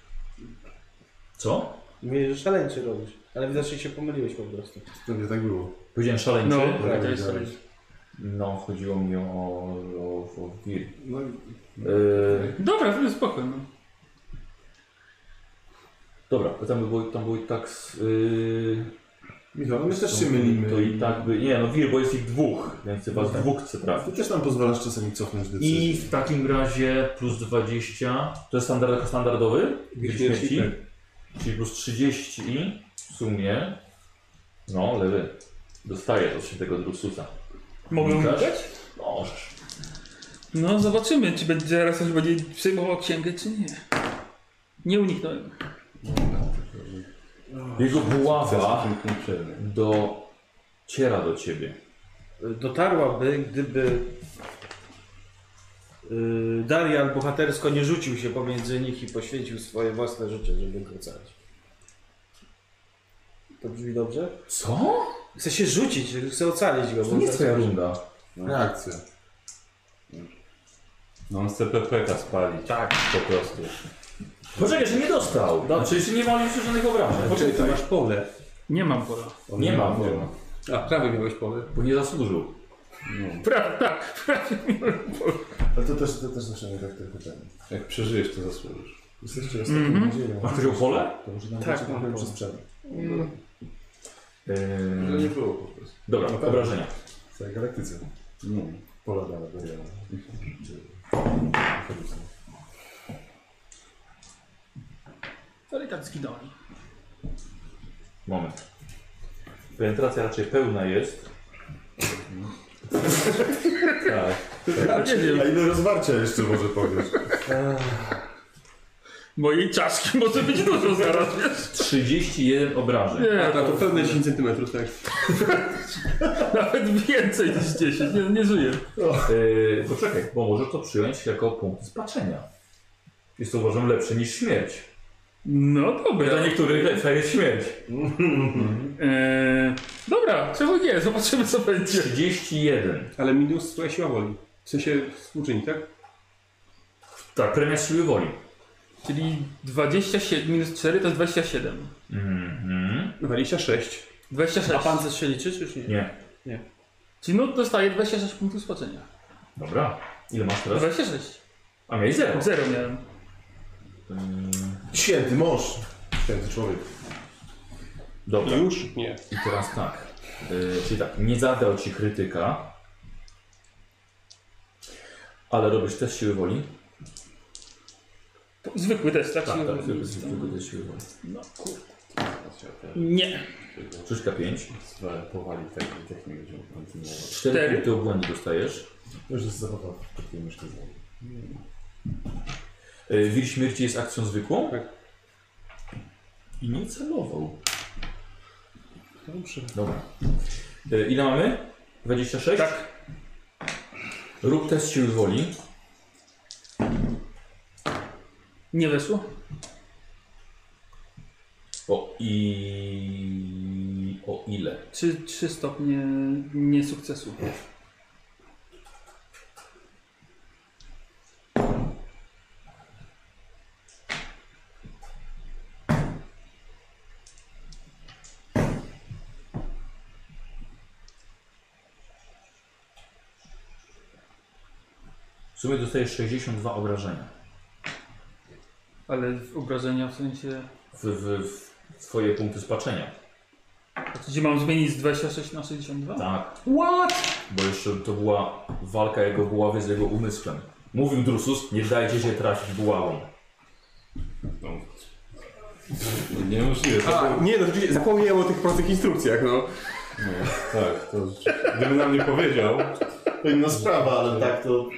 Co? Mówię, że szaleńczy robisz. Ale widocznie się pomyliłeś po prostu. Pewnie tak było. Powiedziałem szaleńczy. No, No, to jest szaleńczy. chodziło mi o, o, o wir. No i E, Dobra, w spoko. No. dobra, to tam by było, tam było i tak. Z, e, Michał, no my też się mylimy. To i tak by. Nie, no wir, bo jest ich dwóch, więc chyba z dwóch chce trafić. Ty też nam pozwalasz czasami cofnąć decyzję. I w takim razie plus 20, to jest standard, jako standardowy? Gry śmierci, śmierci. Czyli plus 30 i w sumie, no lewy, dostaje od świętego Drususa. Mogę Unikasz? unikać? Możesz. No, zobaczymy, czy będzie zaraz ktoś będzie przejmował księgę, czy nie. Nie uniknąłem. Jego buława Punkt niczego. dociera do ciebie. Dotarłaby, gdyby y, Darian bohatersko nie rzucił się pomiędzy nich i poświęcił swoje własne życie, żeby go ocalić. To brzmi dobrze? Co? Chcę się rzucić, chcę ocalić go. To nie twoja runda. Reakcja. No on chce PPK spalić. Tak. Po prostu. Poczekaj, że nie dostał. Znaczy, jeszcze nie ma jeszcze żadnych obrażeń. Poczekaj, ty masz pole. Nie mam pola. Nie ma, bo, A, prawie miałeś pole. bo nie zasłużył. Prawda, tak. Ale to też, to też zawsze mnie tak tylko ten. Jak przeżyjesz, to zasłużysz. Jesteście ostatnią Mhm. nadzieją. Masz którą pole? To może nam Tak, tak, mam mam pole. przez sprzęt. Że Mm. nie Yy, było po prostu. dobra, obrażenia. W całej galaktyce. No. Pola dla Dariana. Czy- Ale i tak zginąłem. Moment. Penetracja raczej pełna jest. tak. Ja nie wiem. A ile rozwarcia jeszcze może powiesz? Mojej czaszki może być dużo zaraz, wiesz? 31 obrażeń. Nie, A, Tak, to pewne 10 cm, tak. nawet więcej niż 10. Nie, nie żyję. Yy, poczekaj, bo możesz to przyjąć jako punkt spaczenia. Jest to uważam lepsze niż śmierć. No dobra. Dla niektórych lepsza jest śmierć. Eee, dobra, czemu nie? Zobaczymy co będzie. 31. Ale minus twoja siła woli. W sensie współczynnik, tak? Tak, premia siły woli. Czyli 27 minus 4 to jest 27. Mhm. No, 26. 26. A pan się liczy, czy już nie? Nie. Czyli no dostaje 26 punktów spaczenia. Dobra. Ile masz teraz? 26. A miałeś 0. Zero miałem. Święty mąż! Święty człowiek. Dobra. Już? Nie. I teraz tak. Yy, czyli tak, nie zadał ci krytyka. Ale robisz test siły woli? Zwykły test, tak? się Tak, tak, mówi. robisz tylko test siły woli. No kurde. Nie. Krzyżka 5. Powali tak i tak nie będziemy kontynuować. 4 Cztery. punkty obłędu dostajesz. Już jest zachował pod tym myszkę znowu. Yy, wir śmierci jest akcją zwykłą? Tak. I nie celował. Dobrze. Dobra. Yy, ile mamy? 26? Tak. Rób test siły woli. Nie weszło? O i... O ile? Czy 3 stopnie niesukcesu? W sumie dostajesz 62 obrażenia. Ale w obrażenia w sensie... W, w, w twoje punkty spaczenia. Czyli mam zmienić z 26 na 62? Tak, What? bo jeszcze to była walka jego buławy z jego umysłem. Mówił Drusus, nie dajcie się trafić buławą. No, niemożliwe. To A, nie, no rzeczywiście zapomniałem o tych prostych instrukcjach, no. No, tak, to gdyby nam nie powiedział, To inna sprawa, ale tak to...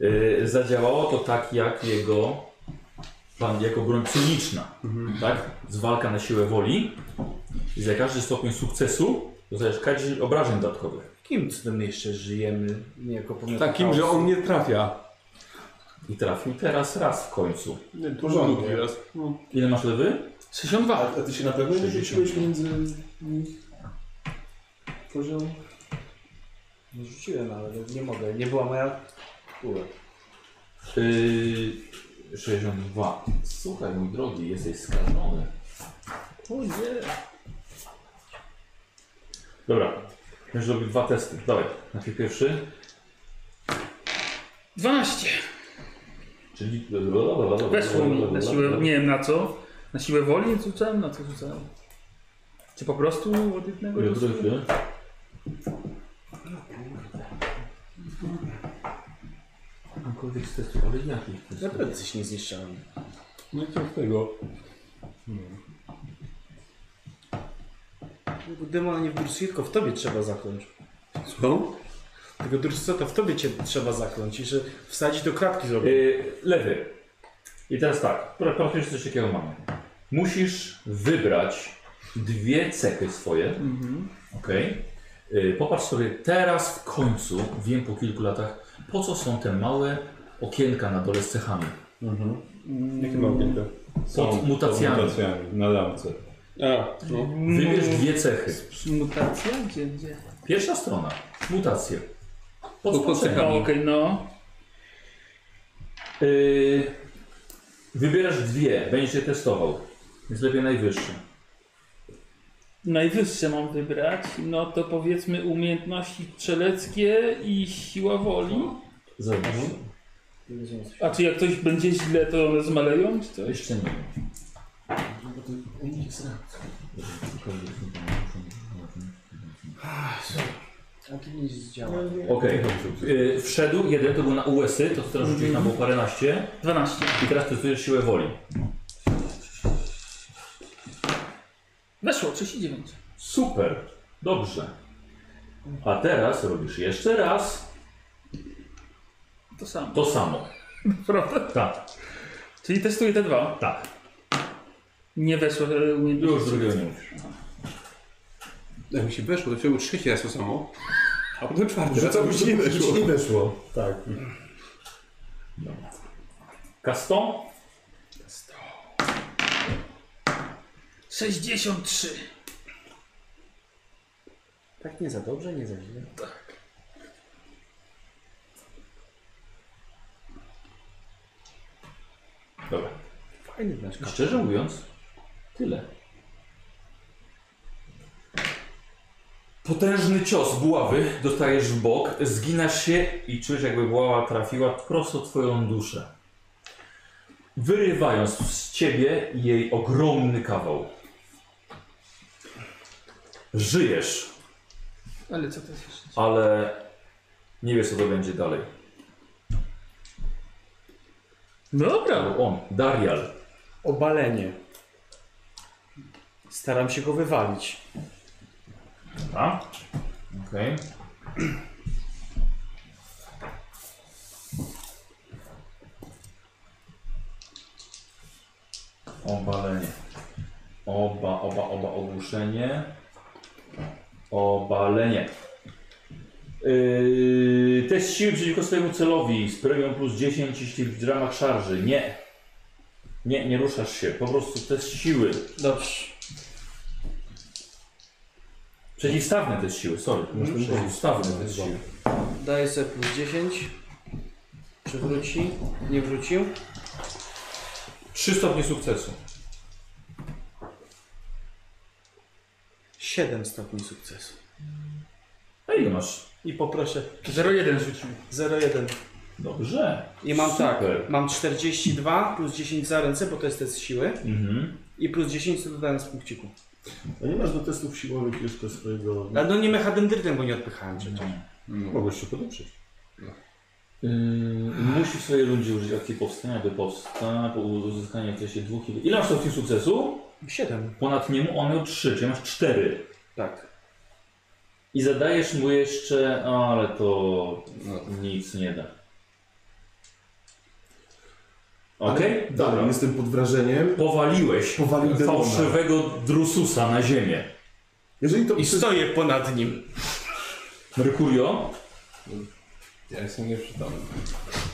Yy, zadziałało to tak jak jego plan, jako broń psychiczna. Mhm. Tak? Z walka na siłę woli. I za każdy stopień sukcesu dostajesz K10 obrażeń dodatkowych. Kim cudem jeszcze żyjemy? Nie jako Tak. pamiętam. Takim, że on nie trafia. I trafił teraz raz w końcu. Nie, Porządnie. teraz. No. Ile masz lewy? 62. A, a ty się na pewno nie rzuciłeś między nich? Poziom? No, Rzuciłem, ale nie mogę. Nie była moja... Kule. Yy, 62. Słuchaj mój drogi, jesteś skażony. O nie. Dobra, będziesz robił dwa testy. Dawaj, najpierw pierwszy, 12. czyli... Weszło mi na siłę, nie wiem na co. Na siłę woli rzucałem? Na co rzucałem? Czy po prostu od jednego do drugiego? Rozrywy. Jakkolwiek z testu, ale jakich testów? Naprawdę coś nie zniszczałem. No i co z tego? No Demona nie w Bruce, tylko w tobie trzeba zakląć. No. Tego drususa to w tobie cię trzeba zakląć i że wsadzić do klatki zrobić. Yy, lewy. I teraz tak, pra- praktycznie coś takiego mamy. Musisz wybrać dwie cechy swoje. Ok. Yy, popatrz sobie, teraz w końcu, wiem po kilku latach, po co są te małe okienka na dole z cechami. Jakie mam kilka? Pod mutacjami. mutacjami na lampce. A, no. Wybierz dwie cechy. Mutacja? Gdzie, gdzie? Pierwsza strona. Mutacje. Pod Pod spocenkami. No, okej, no. Yy, wybierasz dwie, będziesz je testował. Więc lepiej najwyższy. Najwyższe mam wybrać, no to powiedzmy umiejętności strzeleckie i siła woli. Zobacz. A czy jak ktoś będzie źle, to one zmaleją, czy To coś? jeszcze nie. Okej. Yy, wszedł, jeden to był na USy, to teraz rzuciłeś tam było paręnaście. 12. I teraz testujesz siłę woli. Weszło, 39. Super. Dobrze. A teraz robisz jeszcze raz To samo. to samo. Prawda? Tak, Czyli testuję te dwa. tak. Nie weszło e, umiejętności. Już drugiego nie mówisz. Jak mi się weszło, to się było trzeci raz to samo. A potem czwarty raz. później weszło. Nie weszło. Tak. Kaston? 63. Tak nie za dobrze, nie za źle. Dobra. Fajny nasz Szczerze mówiąc, tyle. Potężny cios buławy dostajesz w bok, zginasz się i czujesz jakby buława trafiła prosto w twoją duszę. Wyrywając z ciebie jej ogromny kawał. Żyjesz, Ale co to jest jeszcze? ale nie wiesz co to będzie dalej. No Dobra. Albo on, Darial. Obalenie. Staram się go wywalić. A? Okej. Obalenie. Oba, oba, oba ogłuszenie. Obalenie. Yy, test siły przeciwko swojemu celowi z premią plus 10, jeśli w ramach szarży. Nie. Nie, nie ruszasz się. Po prostu test siły. Dobrze. Przeciwstawny test siły, sorry. Przeciwstawny test siły. Daję sobie plus 10. Czy wróci? Nie wrócił. 3 stopnie sukcesu. 7 stopni sukcesu. A ile masz? I poproszę 01 rzucił. 0,1. Dobrze. I mam Super. tak, mam 42 plus 10 za ręce, bo to jest test siły. Mhm. I plus 10 co dodałem z punkciku. A nie masz do testów siłowych jeszcze swojego... A no nie mechadendrytem go nie odpychałem przecież. Mogłeś się podeprzeć. Ym, musi Mm, w swojej rundzie użyć akcji powstania, by powstać, po uzyskaniu w czasie dwóch... i- Ile masz stopni sukcesu? 7. Ponad niemu on miał 3, czyli masz 4. Tak. I zadajesz mu jeszcze... no, ale to No. nic nie da. Ale- Okej? Dobra, Dobra. jestem pod wrażeniem. Powaliłeś Powalił demona. fałszywego drususa na ziemię. Jeżeli to... I stoję ponad nim. Merkurio? Ja jestem nieprzytomny.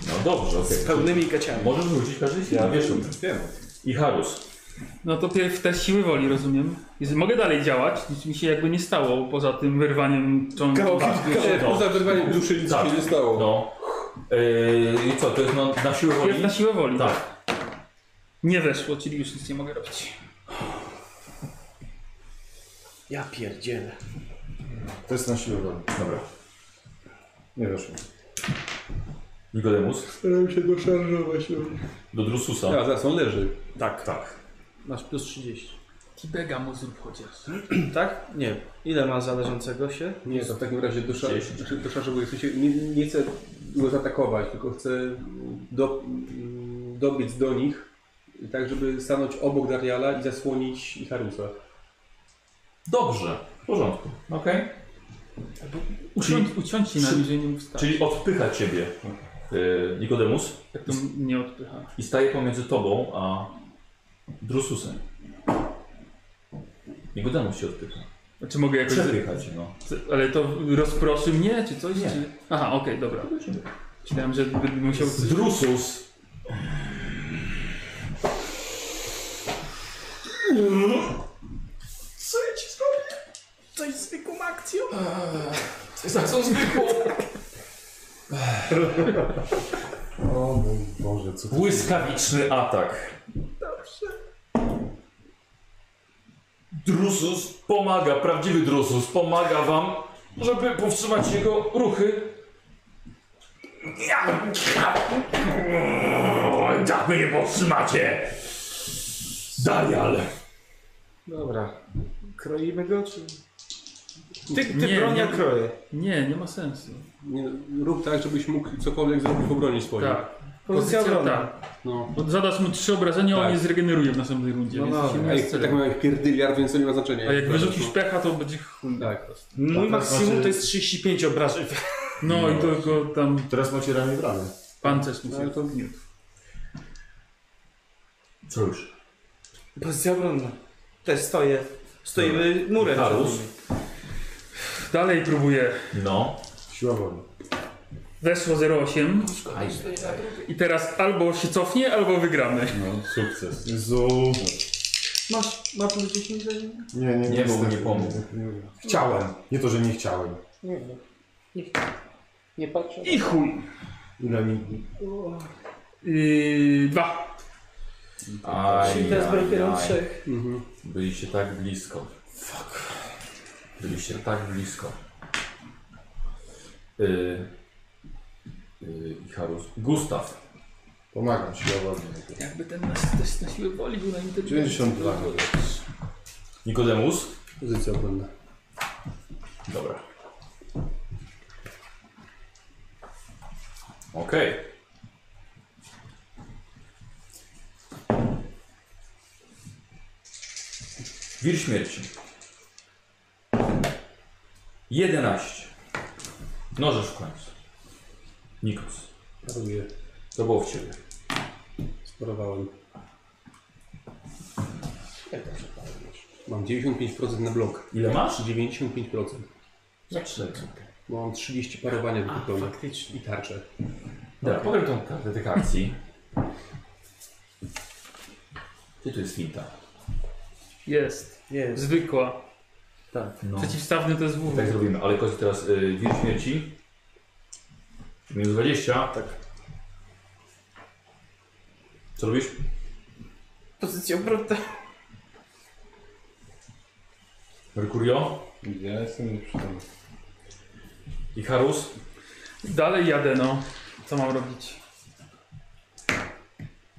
No dobrze, okej. Z pełnymi gaciami. Możesz wrócić każdy z Ja ja wiesz o tym. Wiem. I Harus. No to pierw te siły woli, rozumiem. Jest, mogę dalej działać, nic mi się jakby nie stało, poza tym wyrwaniem cząstek. no. Poza wyrwaniem duszy nic Tak. się nie stało. No. Yy, I co, to jest na, na siłę woli? Pierw na siłę woli. Tak. Nie weszło, czyli już nic nie mogę robić. Ja pierdzielę. To jest na siłę. woli. Dobra. Nie weszło. Nikodemus. Staram się doszarżować. Do Drususa. Ja, zaraz on leży. Tak, tak. Masz plus 30. Kibega mu zrób chociaż. Tak? Nie. Ile ma zależącego się? Nie, to w takim razie doszar- Dziesięć. znaczy doszarżowuję. W sensie nie, nie chcę go zaatakować, tylko chcę do, mm, dobiec do nich, tak żeby stanąć obok Dariala i zasłonić Icharusa. Dobrze. W porządku. Okej. Uciąć, uciąć się na nim, że nie tak. mógł Tak. wstać. Czyli odpycha ciebie y, Nikodemus Jak to nie odpycha. i staje pomiędzy tobą a Drususem. Nikodemus cię odpycha. A Czy mogę jakoś... Przepycha cię, no. Ale to rozproszy mnie, czy coś? Nie. Czy... Aha, okej, dobra. Myślałem, że bym musiał... Drusus. Co ja ci zrobię? Coś zwykłą akcją? Tak, są zwykłą. O mój Boże, co to Błyskawiczny atak. Dobrze. Drusus pomaga, prawdziwy Drusus pomaga wam, żeby powstrzymać jego ruchy. Tak mnie nie powstrzymacie! Darial! Dobra. Kroimy go, czy... Ty, ty Nie, broń, nie. ja kroję. Nie, nie ma sensu. Nie, no, rób tak, żebyś mógł cokolwiek zrobić w obronie swojej. Tak. Pozycja obronna. tak. No. Bo Zadasz mu trzy obrażenia, on Tak. nie zregeneruje w następnej rundzie, No więc dobra. się nie Ej, jest tak mają pierdyliard, więc to nie ma znaczenia. A jak wyrzucisz No. pecha, to będzie chuj. Tak. Mój Tak, maksimum znaczy- to jest 35 obrażeń. No i to go tam Teraz macie ramię w ramię. pancerz musi. No, ale to nie. Co już? Pozycja obronna. Też stoję. Stoimy murem. przed No. Karus. nimi. Dalej próbuję. No. Siła woli. Weszło 0,8 i teraz albo się cofnie, albo wygramy. No, sukces. Jezu. Masz, ma powiedzieć mi, że... Nie, nie, nie. Nie, bo niestety. nie pomógł. Nie, nie, nie. Chciałem. Nie to, że nie chciałem. Nie wiem. Nie, nie patrzę. I chuj. Ile mi... O, Yy, dwa. Aj, Czyli teraz aj, będzie aj. trzech. Byliście tak blisko. Fuck. Byliście tak blisko. Yy, yy, i Harus. Gustaw. Pomagam, siła woli. Jakby ten nas też na siłę woli był na inteligencji. 92. Nikodemus. Pozycja obronna. Dobra. Okej. Wir śmierci. 11. Nożesz w końcu. Nikos. Robię. To było w ciebie. Sporowałem. Mam 95% na blok. Ile masz? 95%. Za 4. Bo mam 30 parowania do wypełnienia. faktycznie. I tarczę. Dobra, powiem tą kartę tych akcji. Gdzie tu jest finta? Jest. Jest. Zwykła. No. Przeciwstawny to jest WW. Tak zrobimy, ale kości teraz y, wir śmierci. Minus 20. Tak. Co robisz? Pozycja obronna. Mercurio Ja jestem nieprzytomny. i Harus. Dalej jadę, no. Co mam robić?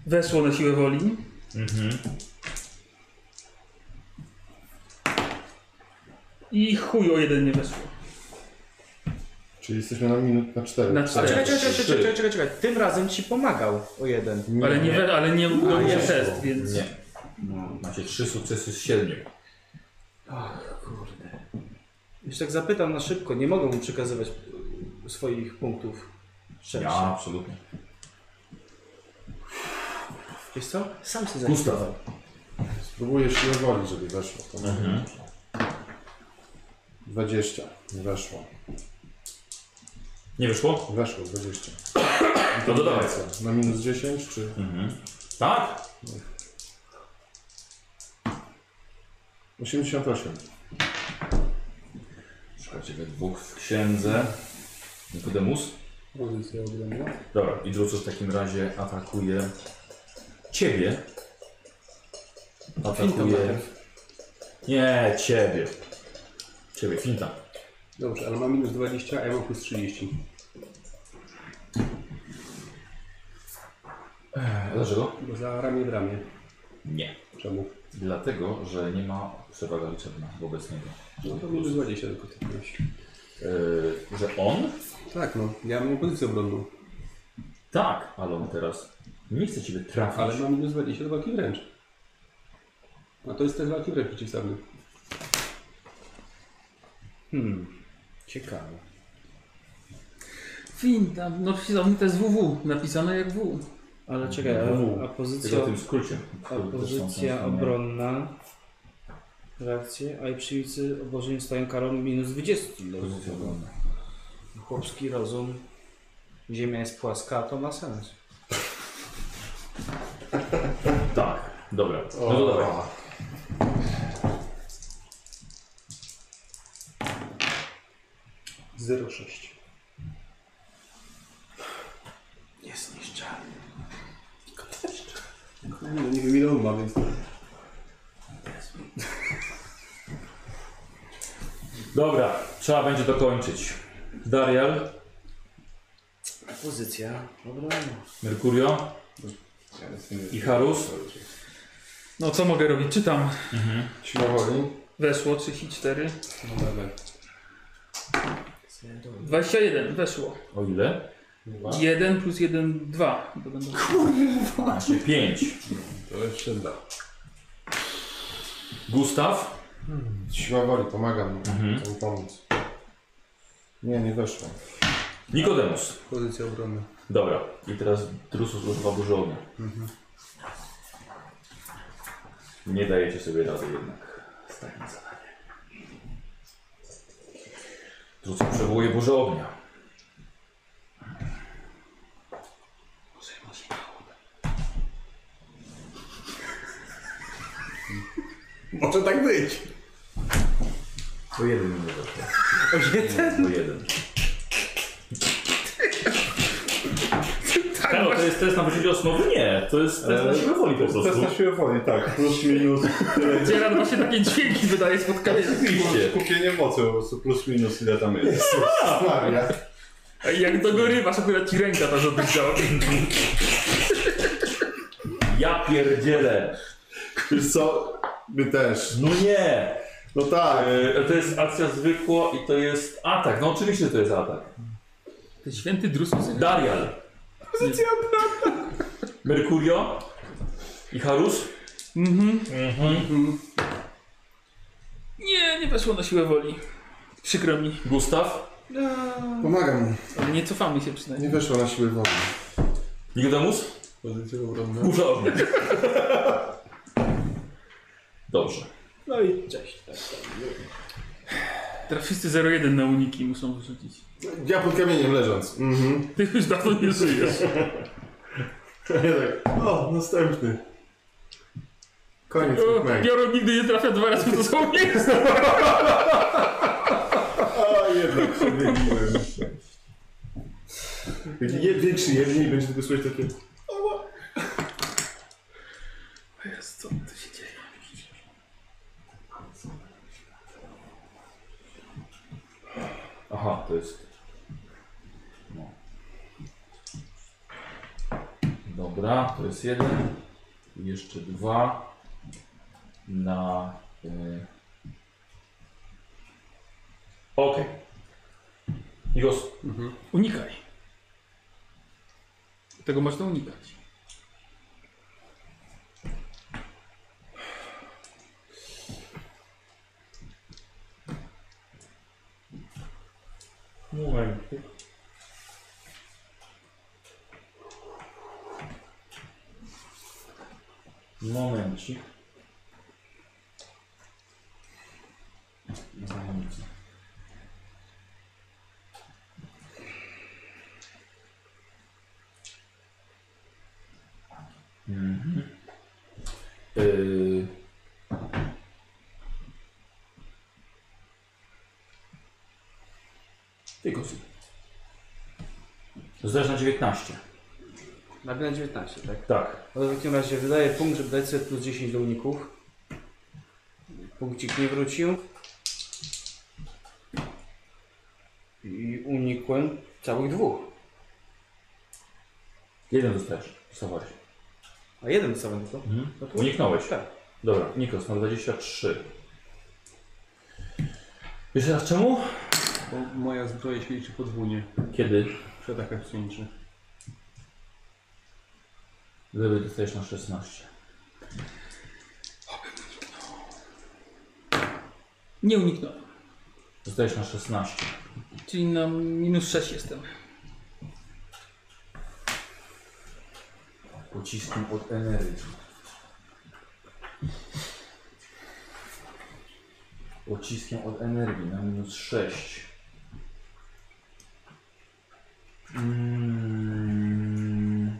Weszło na siłę woli. I chuj o jeden nie weszło. Czyli jesteśmy na minut na cztery. Na cztery. Czekaj, czekaj, Trzy. czekaj, czekaj, czekaj, czekaj. Tym razem ci pomagał o jeden. Ale nie, we, ale nie udało się test, więc... Nie. No. Macie 3 sukcesy z 7. Już tak zapytam na szybko, nie mogę mu przekazywać y, swoich punktów. Ja, Szczerze. absolutnie. Wiesz co? Sam się Gustaw. zainteresował. Spróbuję siłę woli, żeby weszło. To może weszło. 20. Nie weszło. Nie wyszło? Weszło, 20. No to dawaj. Co? Na minus 10 czy... Tak? 88. Szukacie we dwóch w księdze. Nikodemus. Pozycja obronna. Dobra, i Drusus w takim razie atakuje ciebie. Atakuje. Nie, ciebie. Ciebie, finta. Dobrze, ale mam minus 20, a ja mam plus 30. Dlaczego? Bo za ramię w ramię. Nie. Czemu? Dlatego, że nie ma przewaga liczebna wobec niego. No to minus 20 tylko w takim razie. Yy, że on? Tak, no. Ja mam pozycję obronną, Tak, ale on teraz nie chce ciebie trafić. ale mam minus 20 do walki wręcz. A to jest też walki wręcz przeciwstawny. Ciekawe. Fin, tam, no przecież on to jest WW, napisane jak W. Ale czekaj, a, a pozycja, Tylko w tym skrócie. a pozycja obronna. Reakcje, a i przywidcy obłożeni stają karą minus 20. dla Pozycja obronna. Chłopski rozum. Ziemia jest płaska, to ma sens. Tak, dobra. No to dawaj. No, nie wiem ile on ma, więc... Dobra, trzeba będzie dokończyć. Darial, Pozycja obronna. Mercurio i Harus. No co mogę robić? Czytam. Siła woli. Weszło 3 i 4. 21, weszło. O ile? 1 plus 1, 2. To będą... Znaczy 5. To jeszcze dwa. Gustaw. Siła woli, pomagam mu. Chcę mu pomóc. Nie, nie weszło. Nikodemus. Pozycja obronna. Dobra. I teraz Drusus używa burzy ognia. Nie dajecie sobie rady jednak z takim zadaniem. Drusus przywołuje burzę ognia. Może tak być. To jeden minut. To jeden. Karol, to jest test na wyczucie osnowy? Nie, to jest test na siłę woli po To jest prostu. na siłę woli, tak. Plus minus. Dzieran właśnie takie dźwięki wydaje spotkanie. Oczywiście. Kupienie mocy po prostu. Plus minus ile tam jest. Maria. Ej, Jak dogorywasz, akurat ci ręka ta zadrżała. Ja pierdzielę. Wiesz co? My też. No nie. No tak. E, To jest akcja zwykła i to jest atak. No oczywiście to jest atak. Ten święty drusus. Darial. Mercurio i Harus. Mhm. Nie, nie weszło na siłę woli. Przykro mi. Gustaw. Pomagam mu. Ale nie cofamy się przynajmniej. Nie weszło na siłę woli. Nikodemus. Pozycja obronna. Burza ognia. Dobrze. No i cześć. Teraz wszyscy 0,1 na uniki muszą wyrzucić. Ja pod kamieniem leżąc. Mhm. Ty już dawno nie żyjesz. Ja tak. O, następny. Koniec O, Pikmeni. Biorą nigdy nie trafia dwa razy w to samo miejsce. A jednak się wybiłem. Taki je- Większy jedni będzie tylko słyszeć takie... Jezu, co tu się dzieje? Aha, to jest. No. Dobra, to jest jeden. I jeszcze dwa na. Yy... Okej. Igos. Unikaj. Tego można unikać. Momencik. Mhm. Yy. Tylko sobie. Zdarzy na 19. Nagle na 19, tak? Tak. No to w takim razie wydaję punkt, żeby dać sobie plus 10 do uników. Punkcik nie wrócił. I unikłem całych dwóch. Jeden dostajesz. Dostawałeś. A jeden cały tylko. Mhm. No to Uniknąłeś. Tak. Dobra, Nikos ma 23. Jeszcze raz czemu? Bo moja zbroja się liczy podwójnie. Kiedy Przy atakach psioniczych. lewy dostajesz na 16. Nie uniknąłem. Zostajesz na 16. Czyli na minus 6 jestem. Pociskiem od energii. Pociskiem od energii na minus 6. Mm.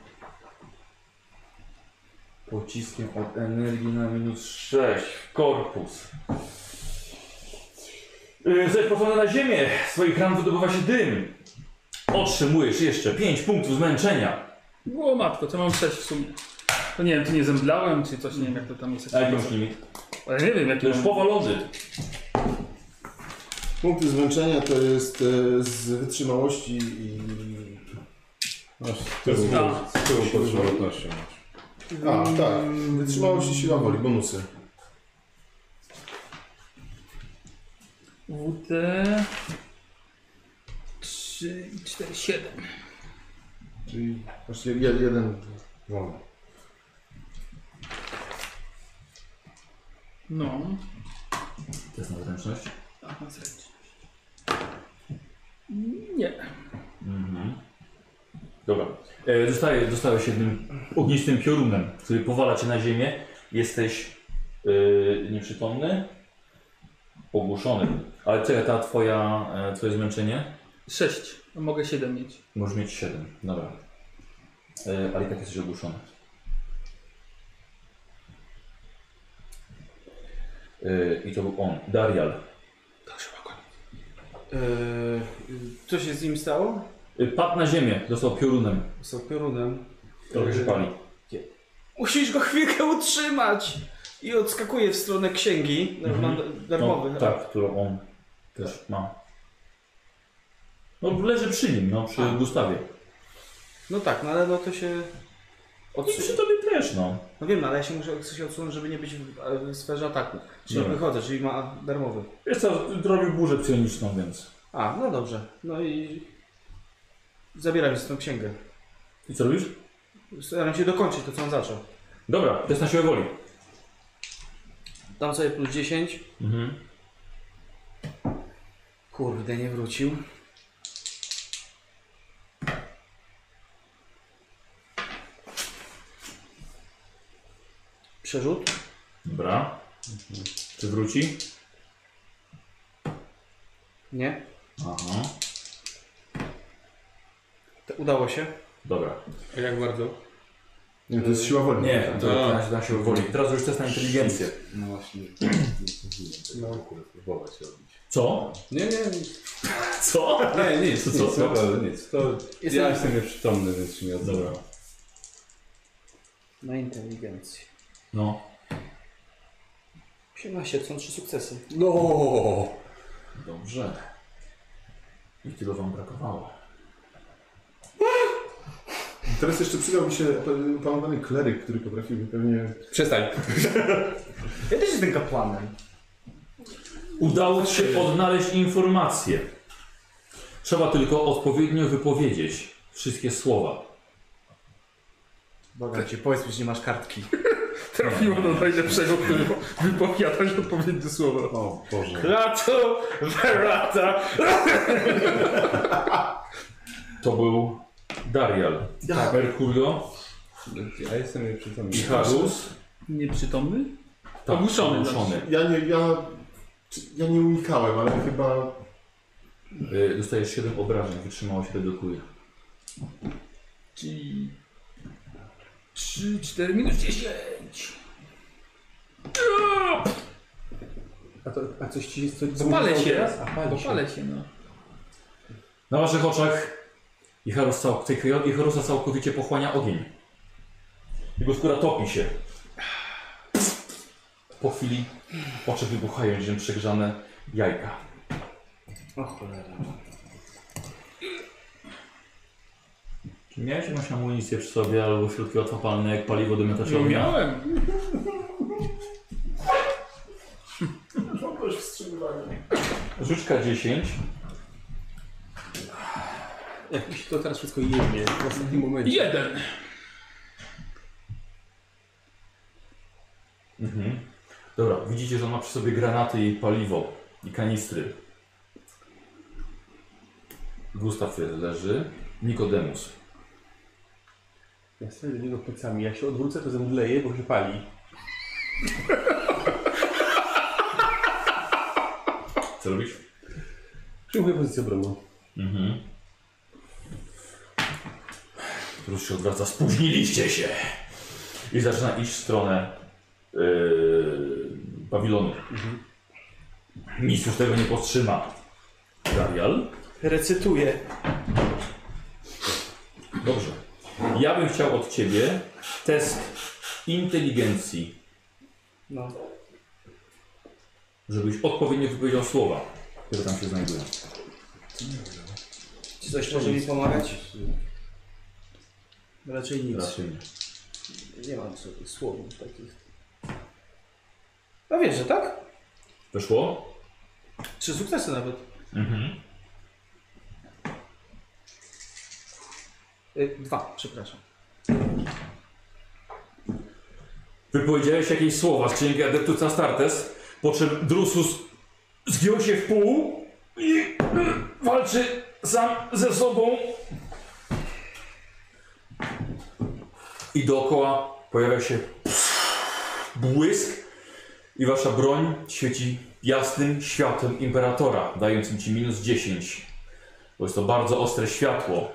Pociskiem od energii na minus 6. Korpus. Yy, Zostajesz posłany na ziemię. Z swoich ran wydobywa się dym. Otrzymujesz jeszcze 5 punktów zmęczenia. O matko, to mam 6 w sumie. To nie wiem, czy nie zemdlałem, czy coś, nie wiem jak to tam jest. A jaki masz limit? Ale nie wiem, To jaki już mam... powalony. Punkty zmęczenia to jest e, z wytrzymałości i... Masz z tyłu, A. z tyłu pod żywotnością. masz. A, tak. Wytrzymałość i siła woli, bonusy. WD... 3 i 4, 7. Czyli właśnie je- jeden wolny. No. To jest na zręczność? Ach, na zręczność. Nie. Dobra. E, Zostaje, zostałeś jednym ognistym piorunem, który powala cię na ziemię. Jesteś e, nieprzytomny, ogłuszony. Ale czekaj, ta twoja, e, twoje zmęczenie? 6. A mogę 7 mieć. Możesz mieć 7. Dobra. E, ale i tak jesteś ogłuszony. E, I to był on, Darial. Eee, co się z nim stało? E, Padł na ziemię, dostał piorunem. Z piorunem. Trochę się pali. No, Musisz go chwilkę utrzymać! I odskakuje w stronę księgi. Darmowy. darmowy. No, Mhm. tak, którą on też ma. No leży przy nim, no przy Gustawie. no tak, no ale no to się... I przy tobie też, no. No wiem, ale ja się muszę coś odsunąć, żeby nie być w, e, w sferze ataku. Czyli Dobra. wychodzę, czyli ma darmowy. Wiesz co, robił burzę psioniczną, więc... A, no dobrze. No i... Zabieram się tą księgę. I co robisz? Staram się dokończyć to, co on zaczął. Dobra, to jest na siłę woli. Dam sobie plus 10. Mhm. Kurde, nie wrócił. Przerzut? Dobra. Czy wróci? Nie. Aha. To udało się. Dobra. A jak bardzo? Nie, to jest siła woli. Nie, to A. na, na siłę woli. Teraz już test na inteligencję. No właśnie. No kurde, próbować robić. Co? Nie, nie, nic. Co? Nie, nic, To nic, co? naprawdę nic. To Jestem- ja jestem nieprzytomny, więc się nie Dobra. odzywam. Na inteligencję. No. 18, to są trzy sukcesy. No. Dobrze. I tylu wam brakowało. Teraz jeszcze przydał mi się pa- panowany kleryk, który potrafiłby pewnie... Przestań. Ja też jestem kapłanem. Udało ci się odnaleźć informacje. Trzeba tylko odpowiednio wypowiedzieć wszystkie słowa. Boga cię, powiedz mi, że nie masz kartki. Trafiło do najlepszego, który wypowiadasz odpowiednie słowa. O Boże. Lato, verata. To był Darial, Ja. Mercurio, Ja jestem nieprzytomny. Harus. Tak, Nieprzytomny? Ogłuszony ogłuszony. Ja nie, ja, czy- ja nie unikałem, ale chyba... Y, Dostajesz 7 obrażeń, wytrzymałość redukuje. Czyli 3, 4 minus 10. A, to, a coś ci jest... Co, Dopalę się. A, pali się. Dopalę się, no. Na waszych oczach Icharus cał- tych- Icharusa całkowicie pochłania ogień. Jego skóra topi się. Po chwili oczy wybuchają niczym przegrzane jajka. O cholera. Czy miałeś jakąś amunicję przy sobie albo środki odwapalne jak paliwo do No miotaczownia? miałem. Rzuć K10. Jak mi się to teraz wszystko jednie w ostatnim momencie. Jeden. Dobra, widzicie, że on ma przy sobie granaty i paliwo i kanistry. Gustaw leży. Nikodemus. Ja stoję do niego plecami. Jak się odwrócę, to zemdleję, bo się pali. Co robisz? Przyjmuję pozycję obronną. Rus się odwraca. Spóźniliście się! I zaczyna iść w stronę yy, pawilonu. Nic już tego nie powstrzyma. Darial? Recytuję. Dobrze. Ja bym chciał od ciebie test inteligencji, No. żebyś odpowiednio wypowiedział słowa, które tam się znajdują. Czy coś może mi pomagać? Raczej nic. Raczej nie. Nie mam sobie słów takich. No wiesz, że tak? Weszło? Trzy sukcesy nawet. Mhm. Y, Dwa, przepraszam. Wypowiedziałeś jakieś słowa z księgi Adeptus Astartes, po czym Drusus zgiął się w pół i y, walczy sam ze sobą. I dookoła pojawia się błysk i wasza broń świeci jasnym światłem Imperatora, dającym ci minus 10. Bo jest to bardzo ostre światło,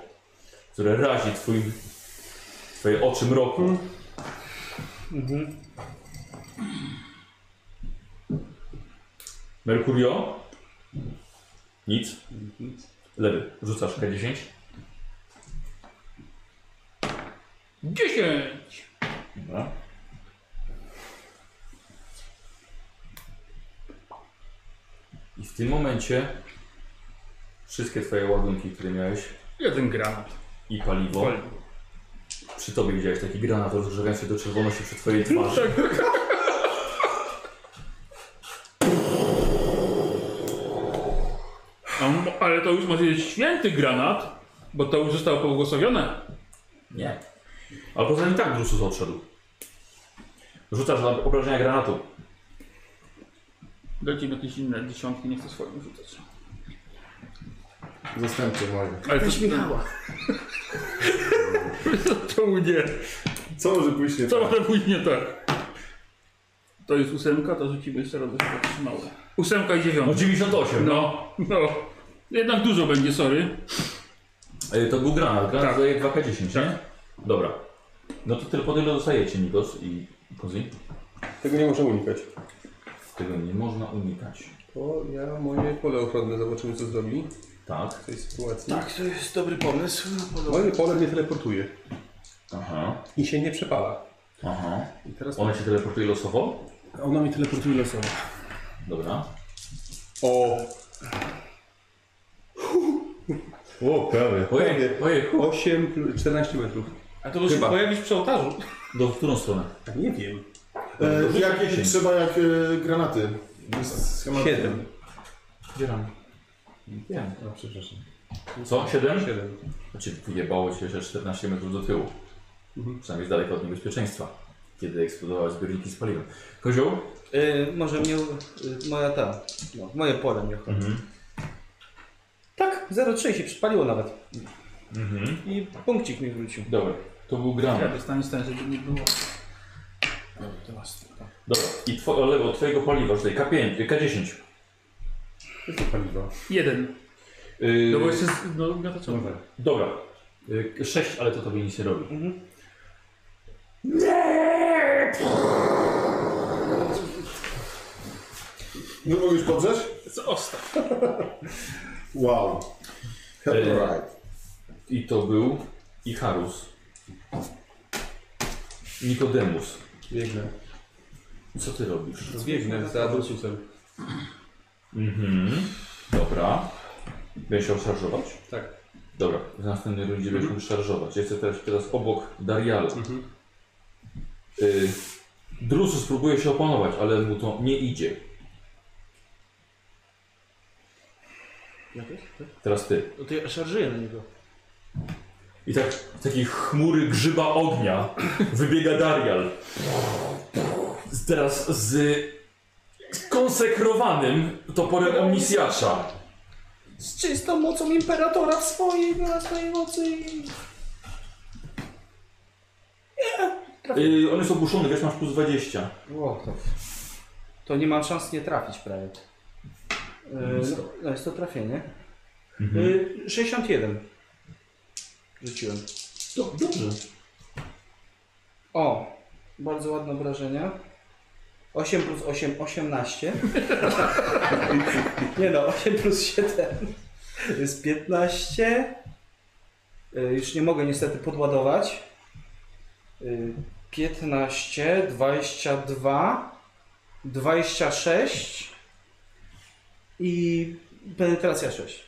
które razi twój, twoje oczy mroku. Mercurio? Nic. Lewy, rzucasz K10. 10! Dobra. I w tym momencie wszystkie twoje ładunki, które miałeś Jeden granat. i paliwo, Poli. przy tobie widziałeś taki granat rozgrzewający do czerwoności przy twojej Mhm. twarzy. A m- No, Ale to już może jest święty granat, bo to już zostało pobłogosławione. Nie. Ale poza tym i tak Drusus odszedł. Rzucasz na obrażenia granatu. Dajcie mi jakieś inne dziesiątki, nie chcę swoim rzucać. Zastępcie moje. Ale coś miała. Czemu nie? Co może pójść nie Co tak? może pójść nie tak? To jest ósemka, to rzucimy jeszcze raz, żeby to trzymało. Ósemka i No dziewiątka. 98. No, no. Jednak dużo będzie, sorry. Ej, E, To był granat, granat Tak. daje 2K10, nie? Dobra. No to tyle pod ile dostajecie, Nikos i Kozi? Tego nie można unikać. Tego nie można unikać. To ja moje pole ochronne zobaczymy, co zrobi Tak. w tej sytuacji. Tak, to jest dobry pomysł. Podoba. Moje pole mnie teleportuje Aha. i się nie przepala. Aha. I teraz Ona się teleportuje losowo? Ona mi teleportuje losowo. Dobra. O! O, prawie. Ojej, ojej. 8, pl- 14 metrów. A to już się Chyba. pojawisz przy ołtarzu. Do w którą stronę? A Tak, Nie wiem. E, jak, trzeba jak e, granaty. Jest schemat- 7. Dzieram. Wiem. A, przepraszam. Co? 7? 7. Znaczy wyjebało cię jeszcze 14 metrów do tyłu. Przynajmniej z daleka od niebezpieczeństwa. Kiedy eksplodowały zbiorniki z paliwem. Kozioł? Y, może mnie. Y, moja ta. No, moje pole mnie chodzi. Mhm. Tak, 0,3 się przypaliło nawet. I punkcik mi wrócił. Dobra. To był Ja granat. dostałem stan, żeby nie było. Dobra. I two, lewo od twojego paliwa, czyli K5, K10. Jeden. Yy, No bo jeszcze, z- no gataczą. Dobra. Y, Sześć, ale to tobie nic nie robi. Nie mogę już No podrzeć? Osta. Wow. E, Right. I to był Icharus. Nikodemus. Biegnę. Co ty robisz? Biegnę za Drususem. Mhm. Dobra. Będziesz się szarżować? Tak. Dobra. W następnej rundzie będziesz mhm. szarżować. Jestem teraz, teraz obok Darialu. Y, Drusus próbuje się opanować, ale mu to nie idzie. Teraz ty. No to ja szarżuję na niego. I tak z takiej chmury grzyba ognia wybiega Darial. Teraz z konsekrowanym toporem omnisjacza. z czystą mocą imperatora w swojej, na swojej mocy i... Yy, on jest ogłuszony, wiesz, masz plus 20. O, to... to nie mam szans nie trafić prawie. Yy, no, no jest to trafienie. Yy, 61. Rzuciłem. dobrze. O, bardzo ładne obrażenia. 8 plus 8, 18. Nie no, 8 plus 7 jest 15. Y, Już nie mogę niestety podładować. Y, 15, 22, 26 i penetracja 6.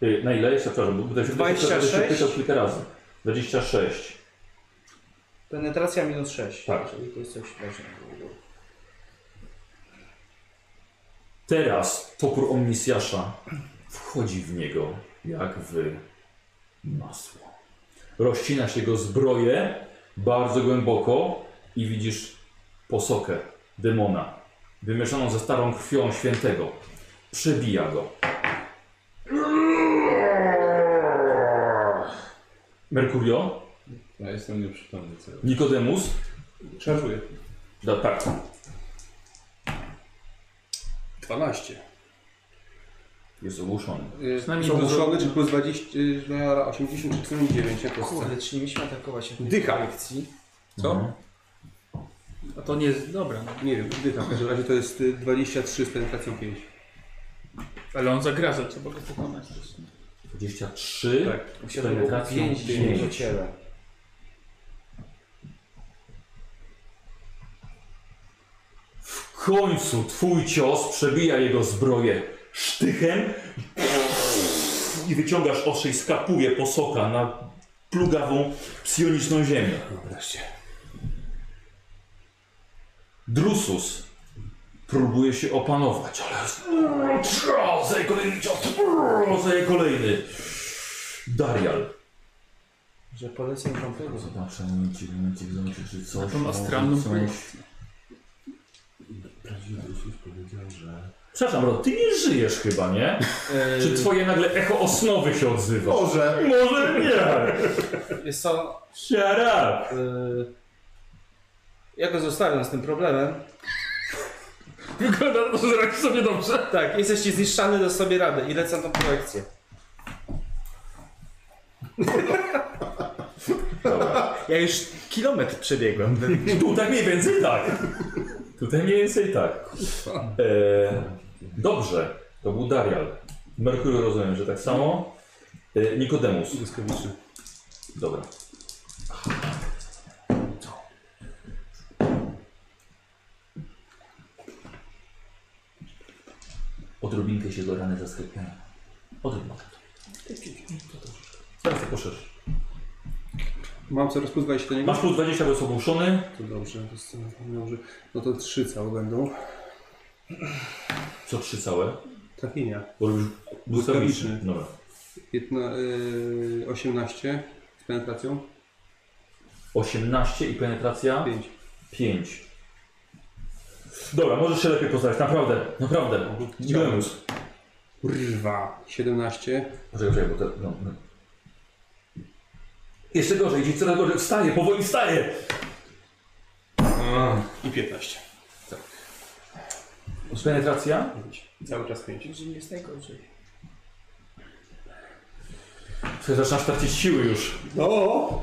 Yy, na ile? Jeszcze przepraszam, bo tutaj się ktoś- ktoś- ktoś się 26? pytał kilka razy. 26. Penetracja minus 6. Tak. Czyli to jest coś ważnego. Teraz topór omnisjasza wchodzi w niego jak w masło. Rozcinasz jego zbroję bardzo głęboko i widzisz posokę demona, wymieszaną ze starą krwią świętego. Przebija go. Merkurio, Ja jestem nieprzytomny cały. Nikodemus, Szarżuję. da, tak, 12. jest ogłuszony. Przynajmniej Są dużo- muszony, czy plus 20, y, na 80, czy 49 na kostce. Kurde, czy nie mieliśmy atakować się Dycha. akcji? Co? A to nie jest... Dobra. no. Nie wiem, dycha. W każdym razie to jest y, 23 z penetracją 5. Ale on zagraża, trzeba go pokonać. też. 23, Tak. z penetracją Pięć pięć. dni ciele. W końcu twój cios przebija jego zbroję sztychem i wyciągasz ostrze i skapuje posoka na plugawą psioniczną ziemię. Wreszcie. Drusus próbuje się opanować, ale zaje kolejny cios, zaje kolejny. Darial. Że polecę tamtego. Zobaczę, momencik, momencik, zobaczę, czy coś... Tą astralną projekcję. Przepraszam, Rod, ty nie żyjesz chyba, nie? Eee. Czy twoje nagle echo osnowy się odzywa? Boże! Może nie! Jest co? Shut up! Yy, ja go zostawiam z tym problemem. Wygląda na to, że radzisz sobie dobrze. Tak, jesteście zniszczany, do sobie radę i lecę na tą projekcję. Ja już kilometr przebiegłem. Tutaj mniej więcej tak. Tutaj mniej więcej tak. E, dobrze, to był Darial. Merkury rozumiem, że tak samo. E, Nikodemus. Błyskawiczny. Dobra. Odrobinkę się do rany zasklepiają. Odrobinkę. Teraz to poszerz. Mam coraz plus 20 do niego? Masz plus 20, bo jest ogłuszony. To dobrze, to jest, y, dobrze. No to 3 całe będą. Co trzy całe? Trafienia. Bo robisz błyskawiczny. Błyskawiczny. Dobra. Piętna, y, 18 z penetracją 18 i penetracja 5. 5. Dobra, możesz się lepiej postawić, naprawdę, naprawdę. Nikodemus. Kurwa. 17. Poczekaj, poczekaj, bo te, no, no. Jeszcze gorzej, idzie coraz gorzej. Wstaje, powoli wstaje. I 15. Penetracja? Cały czas 5. Może nie jest najgorzej. Słuchaj, Zaczynasz tracić siły już. No!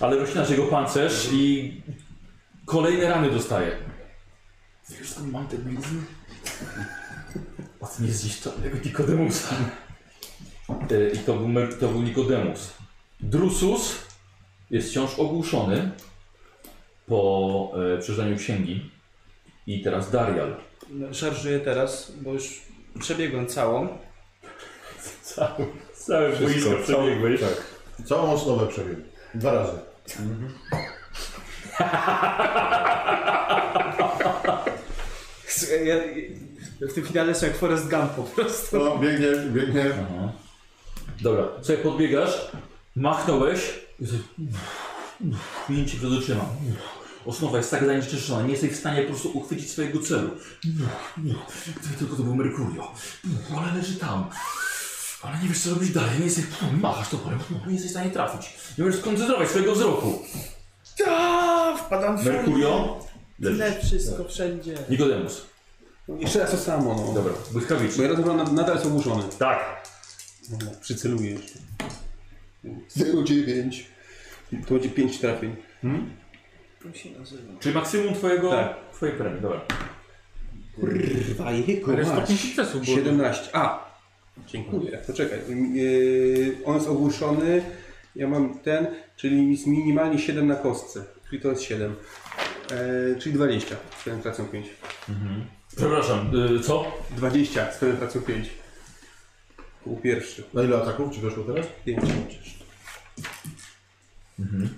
Ale roślinasz jego pancerz i kolejne rany dostaje. Wiesz skąd mam te blizny? Od niezniszczalnego Nikodemusa. E, I to był, Mer- to był Nikodemus. Drusus jest wciąż ogłuszony po e, przeczytaniu księgi. I teraz Darial. No, Szarżuję teraz, bo już przebiegłem całą. Całe, całe boisko przebiegłeś. Tak, Całą osnowę przebiegł. Dwa razy. Słuchaj, Ja, ja w tym finale jestem jak Forrest Gump po prostu. To biegnie, biegnie. Dobra, sobie podbiegasz, machnąłeś. Minie cię przed oczyma. Osnowa jest tak zanieczyszczona, nie jesteś w stanie po prostu uchwycić swojego celu. Nie, gdyby tylko to był Merkurio. Ale leży tam. Ale nie wiesz co robić dalej, nie jesteś... Machasz to polem, nie jesteś w stanie trafić. Nie możesz skoncentrować swojego wzroku. Aaa, wpadam w Merkurio, leżysz. Tyle wszystko wszędzie. Nikodemus. Jeszcze raz to samo, no. Dobra, błyskawicznie. Bo ja rozumiem, nad- nadal są muszone. Tak. Dobra, Przyceluję jeszcze. 0,9. To będzie 5 trafień. Czyli maksimum twojego... Tak. Twojej premii, dobra. Kurwa, jego Ale stopień sukcesu było. 17. A! Dziękuję. Poczekaj. Yy, on jest ogłuszony. Ja mam ten, czyli jest minimalnie 7 na kostce. Czyli to jest 7. Yy, czyli 20. Z penetracją 5. Przepraszam, y, co? 20 z penetracją 5. Pół pierwszy. Na ile ataków ci weszło teraz? 5. Mhm.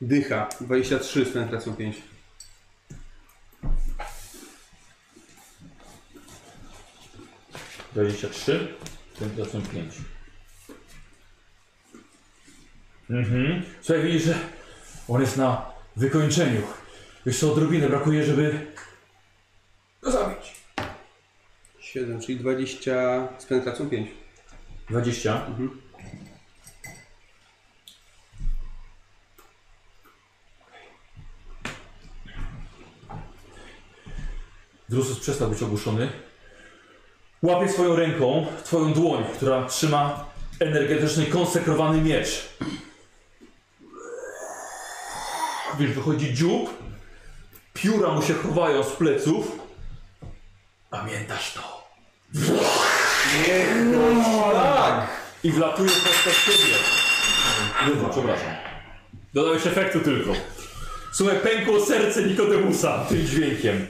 Dycha. 23 z penetracją 5. Dwadzieścia trzy, to są pięć. Mhm. Słuchaj, widzisz, że on jest na wykończeniu. Jeszcze odrobinę brakuje, żeby go zabić. 7, czyli 20 z penetracją 5. 20. Drusus przestał być ogłuszony. Łapie swoją ręką twoją dłoń, która trzyma energetyczny, konsekrowany miecz. Wiesz, wychodzi dziób, pióra mu się chowają z pleców. Pamiętasz to? I wlatuje prosto w ciebie. Dobra, przepraszam. Dodałeś efektu tylko. Słuchaj, pękło serce Nikodemusa tym dźwiękiem.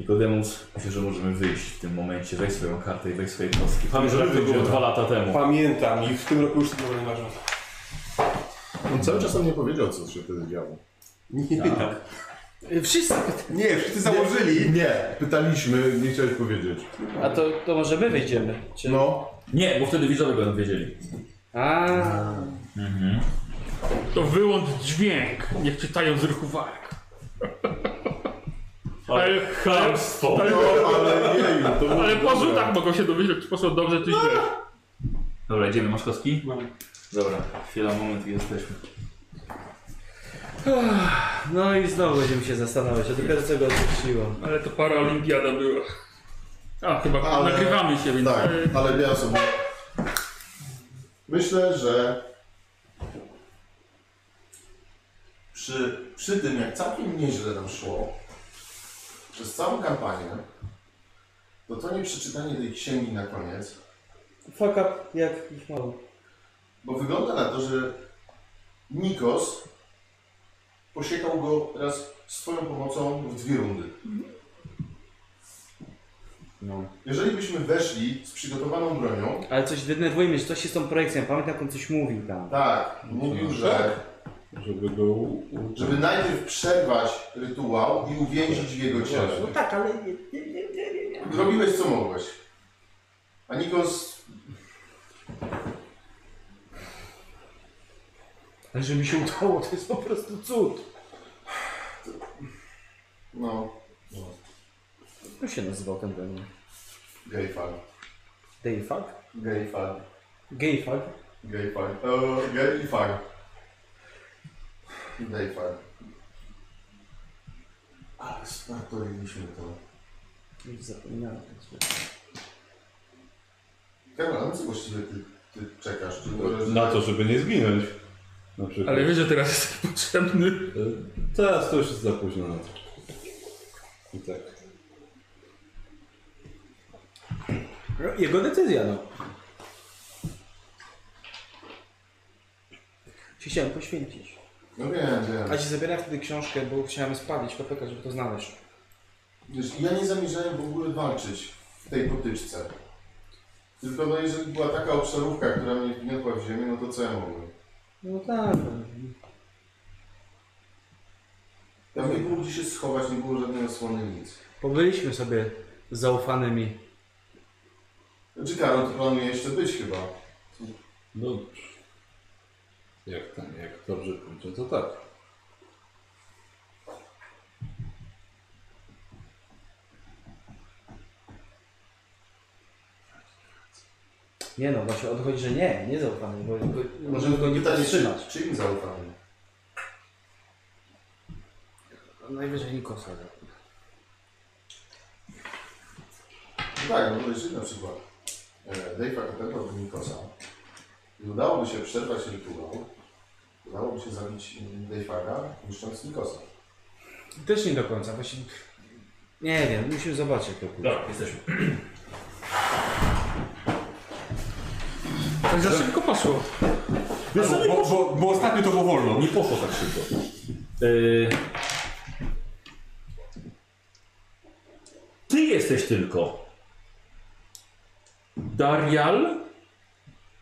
Nikodemus, myślę, że możemy wyjść w tym momencie. Weź swoją kartę i weź swoje kostki. Pamiętasz, jak to było dwa lata temu. Pamiętam i w tym roku już tego nie ważne. On cały czas nam nie powiedział, co się wtedy działo. Nie, tak. Wszyscy. Nie, wszyscy założyli. Nie, pytaliśmy, nie chciałeś powiedzieć. A to, to może my wyjdziemy? Czy... No, Nie, bo wtedy widzowie będą wiedzieli. A, To wyłącz dźwięk, niech czytają z ruchu warg. Ale, ale, Chamstwo! no ale jeju, to było ale po dobre. rzutach mogą się dowiedzieć, czy poszło dobrze, czy źle. Dobra, idziemy. Masz kostki? Dobra, chwila, moment i jesteśmy. no i znowu będziemy się zastanawiać, a dopiero co go odpuściło. Ale to para olimpiada była. A, chyba Ale- nagrywamy się, więc... Tak, ale- ale ja sobie... Myślę, że przy, przy tym, jak całkiem nieźle nam szło przez całą kampanię, to to nie przeczytanie tej księgi na koniec, Fuck up, jak ich mało. bo wygląda na to, że Nikos posiekał go teraz z Twoją pomocą w dwie rundy. Jeżeli byśmy weszli z przygotowaną bronią, Ale coś denerwuje mnie, że coś się z tą projekcją. Pamiętam, jak on coś mówił tam. Tak, mówił, że Żeby go... u- u- żeby najpierw przerwać rytuał i uwięzić w jego ciele. No tak, ale nie, nie, nie, nie. Robiłeś co mogłeś. A Nikos, Ale że mi się udało, to jest po prostu cud. no, Jak się nazywał ten demon? gejfal, Dayfuck? gejfal, Gayfuck? gejfal, eee, gejfal, gejfal. Ale spartoliliśmy to. Już zapomniałem. Karol, na co właściwie ty, ty czekasz? Czy to, Na to, żeby nie zginąć. Na przykład. Ale wiesz, że teraz jest potrzebny. Y, Teraz to już jest za późno na to. I tak. Jego decyzja, no. Się chciałem poświęcić. No wiem, wiem. A ci zabieram wtedy książkę, bo chciałem spalić papiekę, żeby to znaleźć. Wiesz, ja nie zamierzałem w ogóle walczyć w tej potyczce. Tylko no jeżeli była taka obszarówka, która mnie wgniotła w ziemię, no to co ja mogłem? No tak. Tam nie było gdzie się schować, nie było żadnej osłony, nic. Pobyliśmy sobie z zaufanymi. Znaczy Karol, ty planuje jeszcze być chyba. No, Jak, tam, jak dobrze pójdzie, to tak. Nie no, właśnie odchodzi, że nie, nie zaufany, bo bo- Może możemy go nie pytanie, czy, powstrzymać. czy im zaufamy? Najwyżej Nikosa. no. No tak, no to jest na przykład e, Dave'a Katempa do Nikosa. I udałoby się przerwać rytuał, udałoby się zabić mm, Dave'a, niszcząc Nikosa. Też nie do końca, właśnie... Nie wiem, musimy zobaczyć jak to pójdzie. Dobra, jesteśmy. Tak za szybko poszło. Wiesz, bo, bo, bo ostatnio to było wolno. Nie poszło tak szybko. Yy... Ty jesteś tylko. Darial.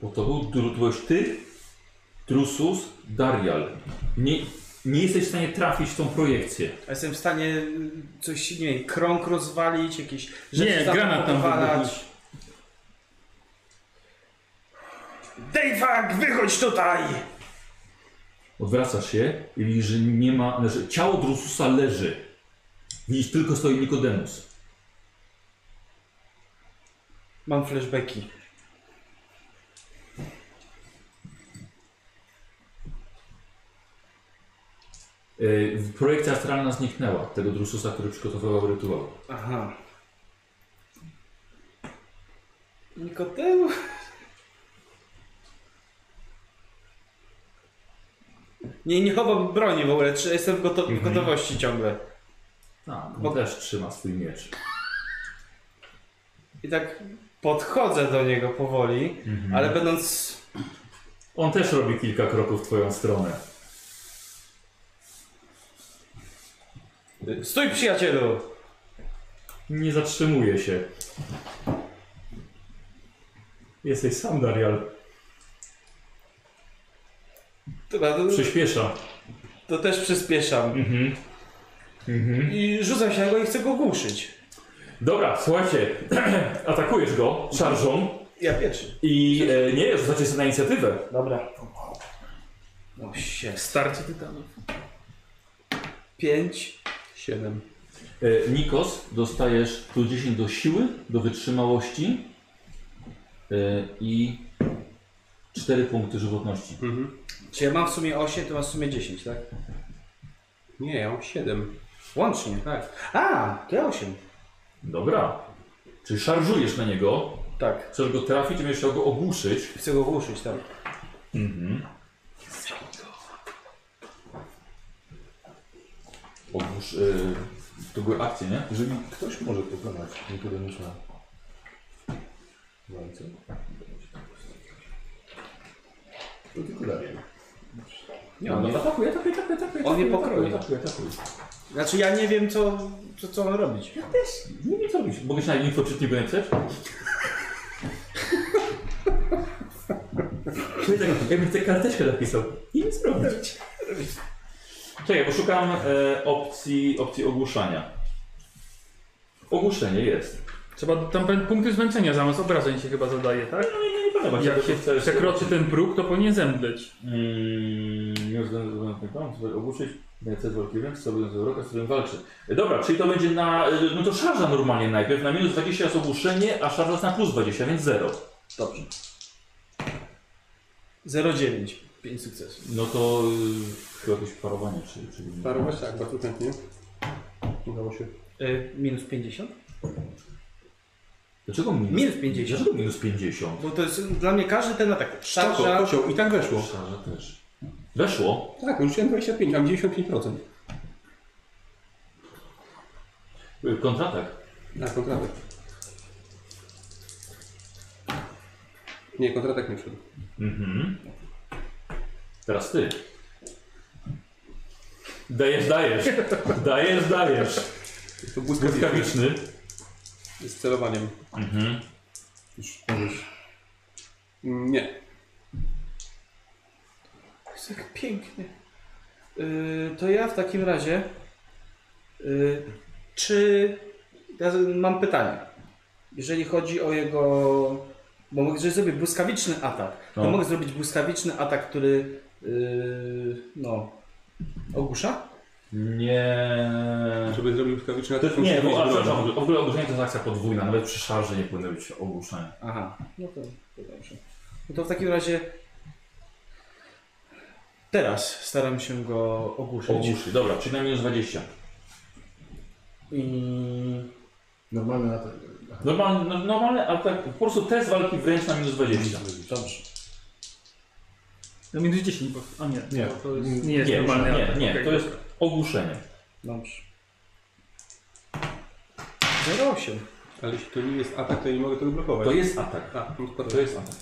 Bo to był, dru- to byłeś ty. Drusus, Darial. Nie, nie jesteś w stanie trafić w tą projekcję. A jestem w stanie y, coś, nie wiem, krąg rozwalić, jakieś rzeczy Nie, granat tam powalać. Dejfak, wychodź tutaj! Odwracasz się i widzisz, że nie ma. Leży. Ciało Drususa leży. Widzisz, tylko stoi Nikodemus. Mam flashbacki. Yy, projekcja astralna zniknęła tego Drususa, który przygotowywał rytuał. Aha. Nikotyl? Nie, nie chowam broni w ogóle, czy- jestem w, goto- w Mhm. gotowości ciągle. Tak, on Bo- też trzyma swój miecz. I tak podchodzę do niego powoli, Mhm. ale będąc On też robi kilka kroków w twoją stronę. Stój przyjacielu! Nie zatrzymuje się. Jesteś sam, Darial. Dobra, to, Przyspiesza. to też przyspieszam. Mhm. I rzucam się na go i chcę go głuszyć. Dobra, słuchajcie. Atakujesz go szarżą Ja pierwszy. i e, nie, rzucacie sobie na inicjatywę. Dobra. O się. Starcie tytanów. Pięć. Siedem. E, Nikos, dostajesz plus 10 do siły, do wytrzymałości e, i 4 punkty żywotności. Czy ja mam w sumie 8, to masz w sumie 10, tak? Nie, ja mam siedem. Łącznie. Tak. A, to ja 8. Dobra. Czyli szarżujesz na niego, Tak. chcesz go trafić, będziesz chciał go ogłuszyć. Chcę go głuszyć, tak. Ogłusz, e, to były akcje, nie? Jeżeli ktoś może pokonać Nikodemusa walce, to tylko lepiej. Nie, on atakuje, atakuje, atakuje, atakuje. On nie atakuje, pokroi. Atakuje, atakuje. Znaczy ja nie wiem co, co, co mam robić. Nie wiem co robić. Mogę się na info czytnik będę chcesz? Jakbym tak, tę karteczkę napisał. I nic robić. Czekaj, bo szukam e, opcji, opcji ogłuszania. Ogłuszenie jest. Trzeba tam pe- punkty zmęczenia zamiast obrażeń się chyba zadaje, tak? No nie, nie podoba Jak się przekroczy ten próg, to powinien zemdleć. Mm, nie względem sobie ogłuszyć. Cez walki wręcz, co będzie z Europa, z którym walczy. E, Dobra, czyli to będzie na. e, No to szarża normalnie najpierw. Na minus 20 jest ogłuszenie, a szarża jest na plus 20, więc 0. 0,9. 5 sukcesów. No to y, chyba jakieś parowanie, czy, czy nie. Parować tak, bardzo chętnie. Udało się. Y, minus 50? Dlaczego minus, Minus 50. Dlaczego minus 50? Bo to jest dla mnie każdy ten atak. Szarża. Szarża. Kocioł i tak weszło. Szarza też. Weszło. Tak, rzuciłem 25, mam 95%. Y, Kontratak. Na kontratek. Nie, kontratek nie wszedł. Mhm. Teraz ty. Dajesz, dajesz. Dajesz, dajesz. To błyskawiczny. Błyskawiczny. Z celowaniem. Mhm. Już możesz. Nie. Jest tak pięknie. Y, to ja w takim razie. y, czy. Ja z- mam pytanie. Jeżeli chodzi o jego. Bo mogę, jeżeli zrobię błyskawiczny atak, to No. mogę zrobić błyskawiczny atak, który Yy, no. Ogłusza? Nie. Żeby zrobił błyskawiczny atak, musi Nie, być bo, a, brodą. przepraszam, w ogóle ogłuszenie to jest akcja podwójna, nawet przy szarze nie powinno być ogłuszenia. Aha, no to, to dobrze. No to w takim razie. Teraz staram się go ogłuszyć. Ogłuszy, dobra, czyli na minus 20. I Normalny atak. Normal, no- normalny atak, po prostu test walki wręcz na minus 20. No minus 10, bo... A nie, Nie. to- to jest, nie jest Nie, normalny nie, atak. nie, Okej, to jest ogłuszenie. Dobrze. 08. Ale jeśli to nie jest atak, to ja nie mogę tego blokować. To jest atak. A, no to- To jest atak.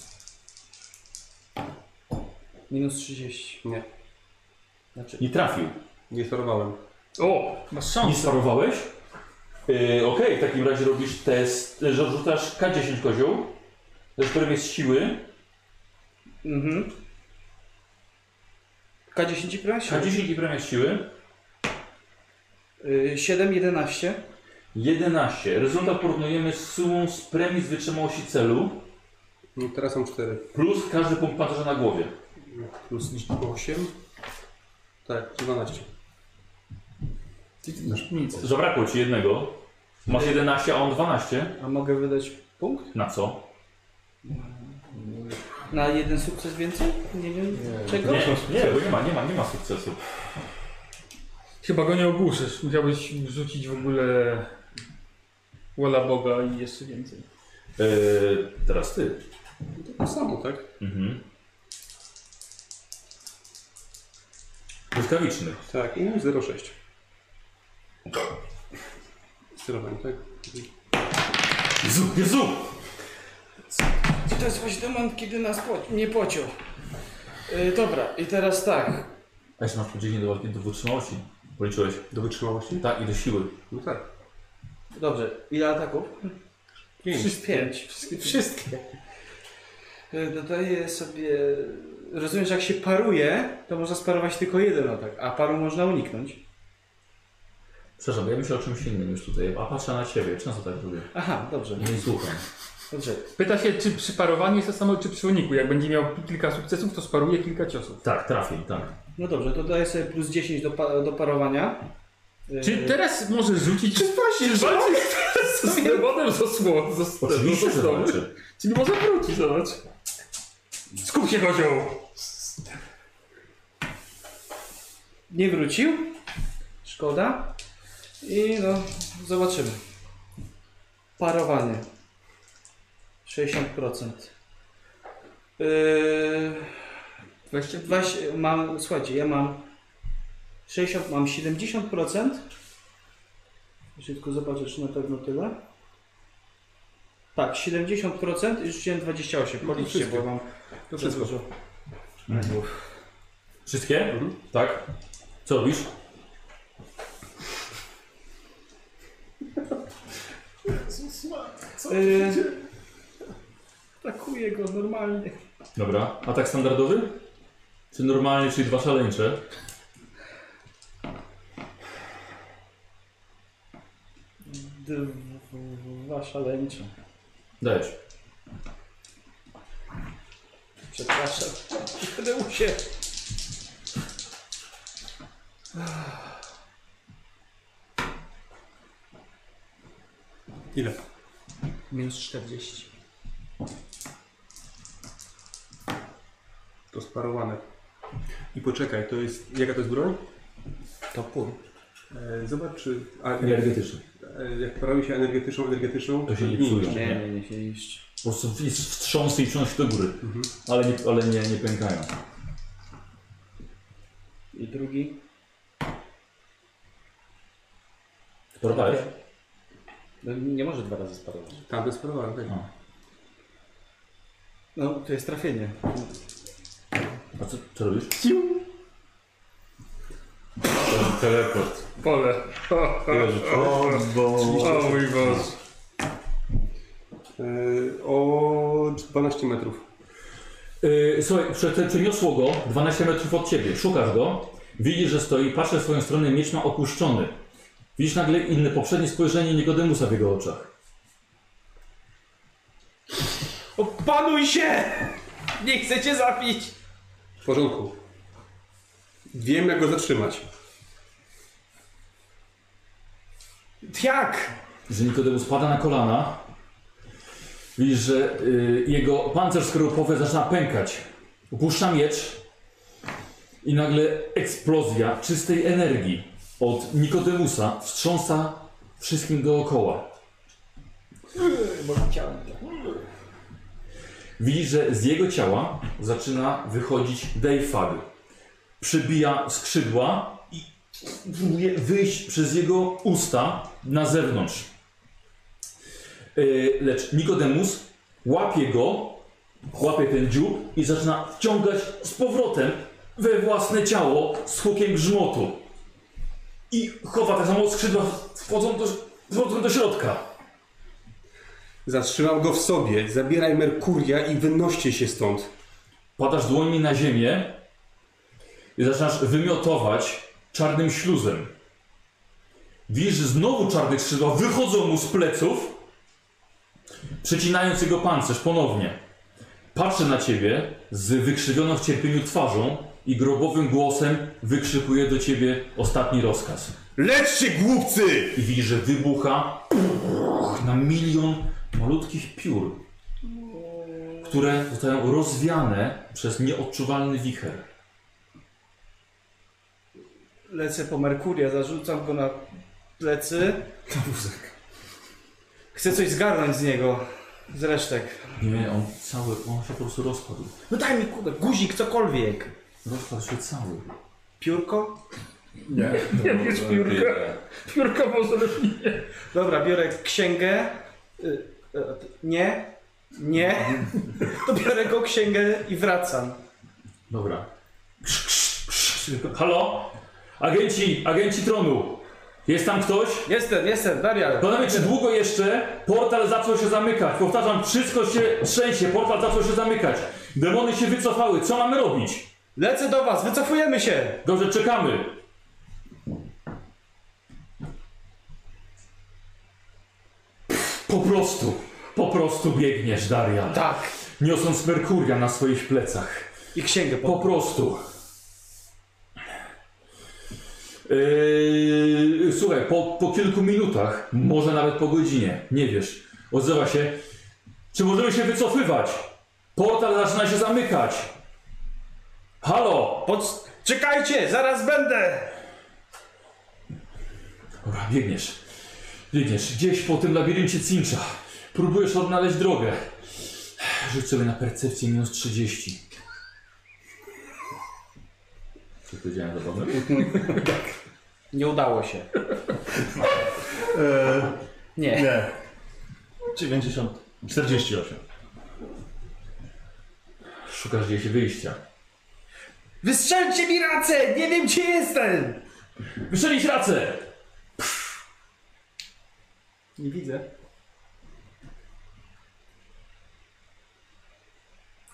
Minus 30. Nie, Znaczy. Nie trafił. nie sterowałem. O, masz szansę. Nie sparowałeś? Yy, Okej, w takim razie robisz test, że rzucasz K10 kozioł, ze którym jest siły. Mhm. K10 i prawie siedem. K10 i premia siły. Y, 7, 11. 11. Rezultat porównujemy z sumą z premis wytrzymałości celu No, Teraz są 4. plus każdy punkt pancerza na głowie. Plus 8. Tak, 12. Nic. Zabrakło ci jednego. Masz 11, a on 12. A mogę wydać punkt? Na co? Na jeden sukces więcej? Nie wiem. Czego? Nie, nie, bo nie ma, nie ma, nie ma sukcesu. Chyba go nie ogłuszysz. Musiałbyś rzucić w ogóle Wola Boga i jeszcze więcej. Yy, teraz ty. To samo, tak? Mhm. Błyskawiczny. Tak, i minus 0,6. Sterowanie, tak? Jezu, Jezu! To jest właśnie moment, kiedy nas po... nie pociął. Y, dobra, i teraz tak. A jeszcze masz podzielenie do walki do wytrzymałości. Policzyłeś. Do wytrzymałości? Tak, i do siły. No tak. Dobrze, ile ataków? Wszystkie. Pięć. Wszystkie. Wszystkie. Y, Dodaję sobie... Rozumiem, że jak się paruje, to można sparować tylko jeden atak, a paru można uniknąć. Przepraszam, bo ja myślę o czymś innym już tutaj, a patrzę na ciebie. Często tak robię. Aha, dobrze. Nie słucham. Dobrze. Pyta się, czy przy parowaniu jest to samo, czy przy uniku. Jak będzie miał kilka sukcesów, to sparuje kilka ciosów. Tak, trafił, tak. No dobrze, to daję sobie plus 10 do, pa do parowania. Y, Czy teraz możesz rzucić... Eee. Czy właśnie walczyć z demonem z osłon, z os- Oczywiście, z że osłony? walczy. Czyli może wrócić, zobacz. Skup się, kozioł! Nie wrócił. Szkoda. I no, zobaczymy. Parowanie. 60%. Yy, 20. właśnie mam, słuchajcie, ja mam 60, mam 70%. Jeszcze tylko zobaczę, czy na pewno tyle. Tak, 70% i rzuciłem 28. Policzcie, bo mam No To wszystko. dużo. Wszystkie? Tak. Co robisz? Yy, atakuję go normalnie. Dobra. Atak standardowy? Czy normalnie, czyli dwa szaleńcze? Dwa szaleńcze. Dajesz. Przepraszam. Będę się. Ile? Minus 40. To sparowane. I poczekaj, to jest. Jaka to jest broń? Topór. E, zobacz, czy. A, Energetyczny. e, jak paruje się energetyczną, energetyczną. Mm, To się nie niszczy. psują. Nie, nie, nie się iść. Po prostu jest wstrząsy i trząsą się do góry. Ale, nie, ale nie, nie pękają. I drugi. Porwałeś? No, nie może dwa razy sparować. Tak, to jest sparowane, tak. A. No, to jest trafienie. A co, co robisz? Teleport. Pole. O, o, Tyle, że O, bo... o mój Boże. E, o 12 metrów. Yy, słuchaj, prze- przeniosło go 12 metrów od ciebie. Szukasz go, widzisz, że stoi, patrzy w swoją stronę, miecz ma opuszczony. Widzisz nagle inne, poprzednie spojrzenie Nikodemusa w jego oczach. Opanuj się! Nie chcę cię zabić! W porządku. Wiem, jak go zatrzymać. Jak? że Nikodemus pada na kolana. Widzisz, że y, jego pancerz skorupowy zaczyna pękać. Opuszcza miecz i nagle eksplozja czystej energii od Nikodemusa wstrząsa wszystkim dookoła. Widzisz, że z jego ciała zaczyna wychodzić Dayfag. Przybija skrzydła i próbuje wyjść przez jego usta na zewnątrz. Yy, Lecz Nikodemus łapie go, łapie ten dziób i zaczyna wciągać z powrotem we własne ciało z hukiem grzmotu. I chowa tak samo skrzydła, wchodzą do, wchodzą do środka. Zatrzymam go w sobie. Zabieraj Merkuria i wynoście się stąd. Padasz dłońmi na ziemię i zaczynasz wymiotować czarnym śluzem. Widzisz, że znowu czarne skrzydła wychodzą mu z pleców, przecinając jego pancerz ponownie. Patrzy na ciebie z wykrzywioną w cierpieniu twarzą i grobowym głosem wykrzykuje do ciebie ostatni rozkaz. Leczcie, głupcy! I widzisz, że wybucha na milion malutkich piór, które zostają rozwiane przez nieodczuwalny wicher. Lecę po Merkuria, zarzucam go na plecy. Na wózek. Chcę coś zgarnąć z niego. Z resztek. Nie, on cały, on się po prostu rozpadł. No daj mi kurde, guzik, cokolwiek. Rozpadł się cały. Piórko? Nie wiesz, piórka. Piórka może lepiej. Dobra, biorę księgę. Y, y, Nie. Nie. To biorę go księgę i wracam. Dobra. Krz, krz, krz. Halo? Agenci, agenci tronu. Jest tam ktoś? Jestem, jestem, Darial. Panowie, czy długo jeszcze? Portal zaczął się zamykać. Powtarzam, wszystko się trzęsie. Portal zaczął się zamykać. Demony się wycofały. Co mamy robić? Lecę do was, wycofujemy się. Dobrze, czekamy. Po prostu, po prostu biegniesz, Darian. Tak. Niosąc Merkuria na swoich plecach. I księgę po... Po prostu. Yy, słuchaj, po, po kilku minutach, może nawet po godzinie, nie wiesz, odzywa się. Czy możemy się wycofywać? Portal zaczyna się zamykać. Halo! Pod... Czekajcie, zaraz będę. Dobra, biegniesz. Biegniesz gdzieś po tym labiryncie cincha. Próbujesz odnaleźć drogę. Rzuć sobie na percepcję minus 30. Czy powiedziałem dobrze? Nie udało się. Nie. Nie. 90. 48. Szukasz gdzieś wyjścia. Wystrzelcie mi racę! Nie wiem gdzie jestem! Wyszelić racę! Nie widzę.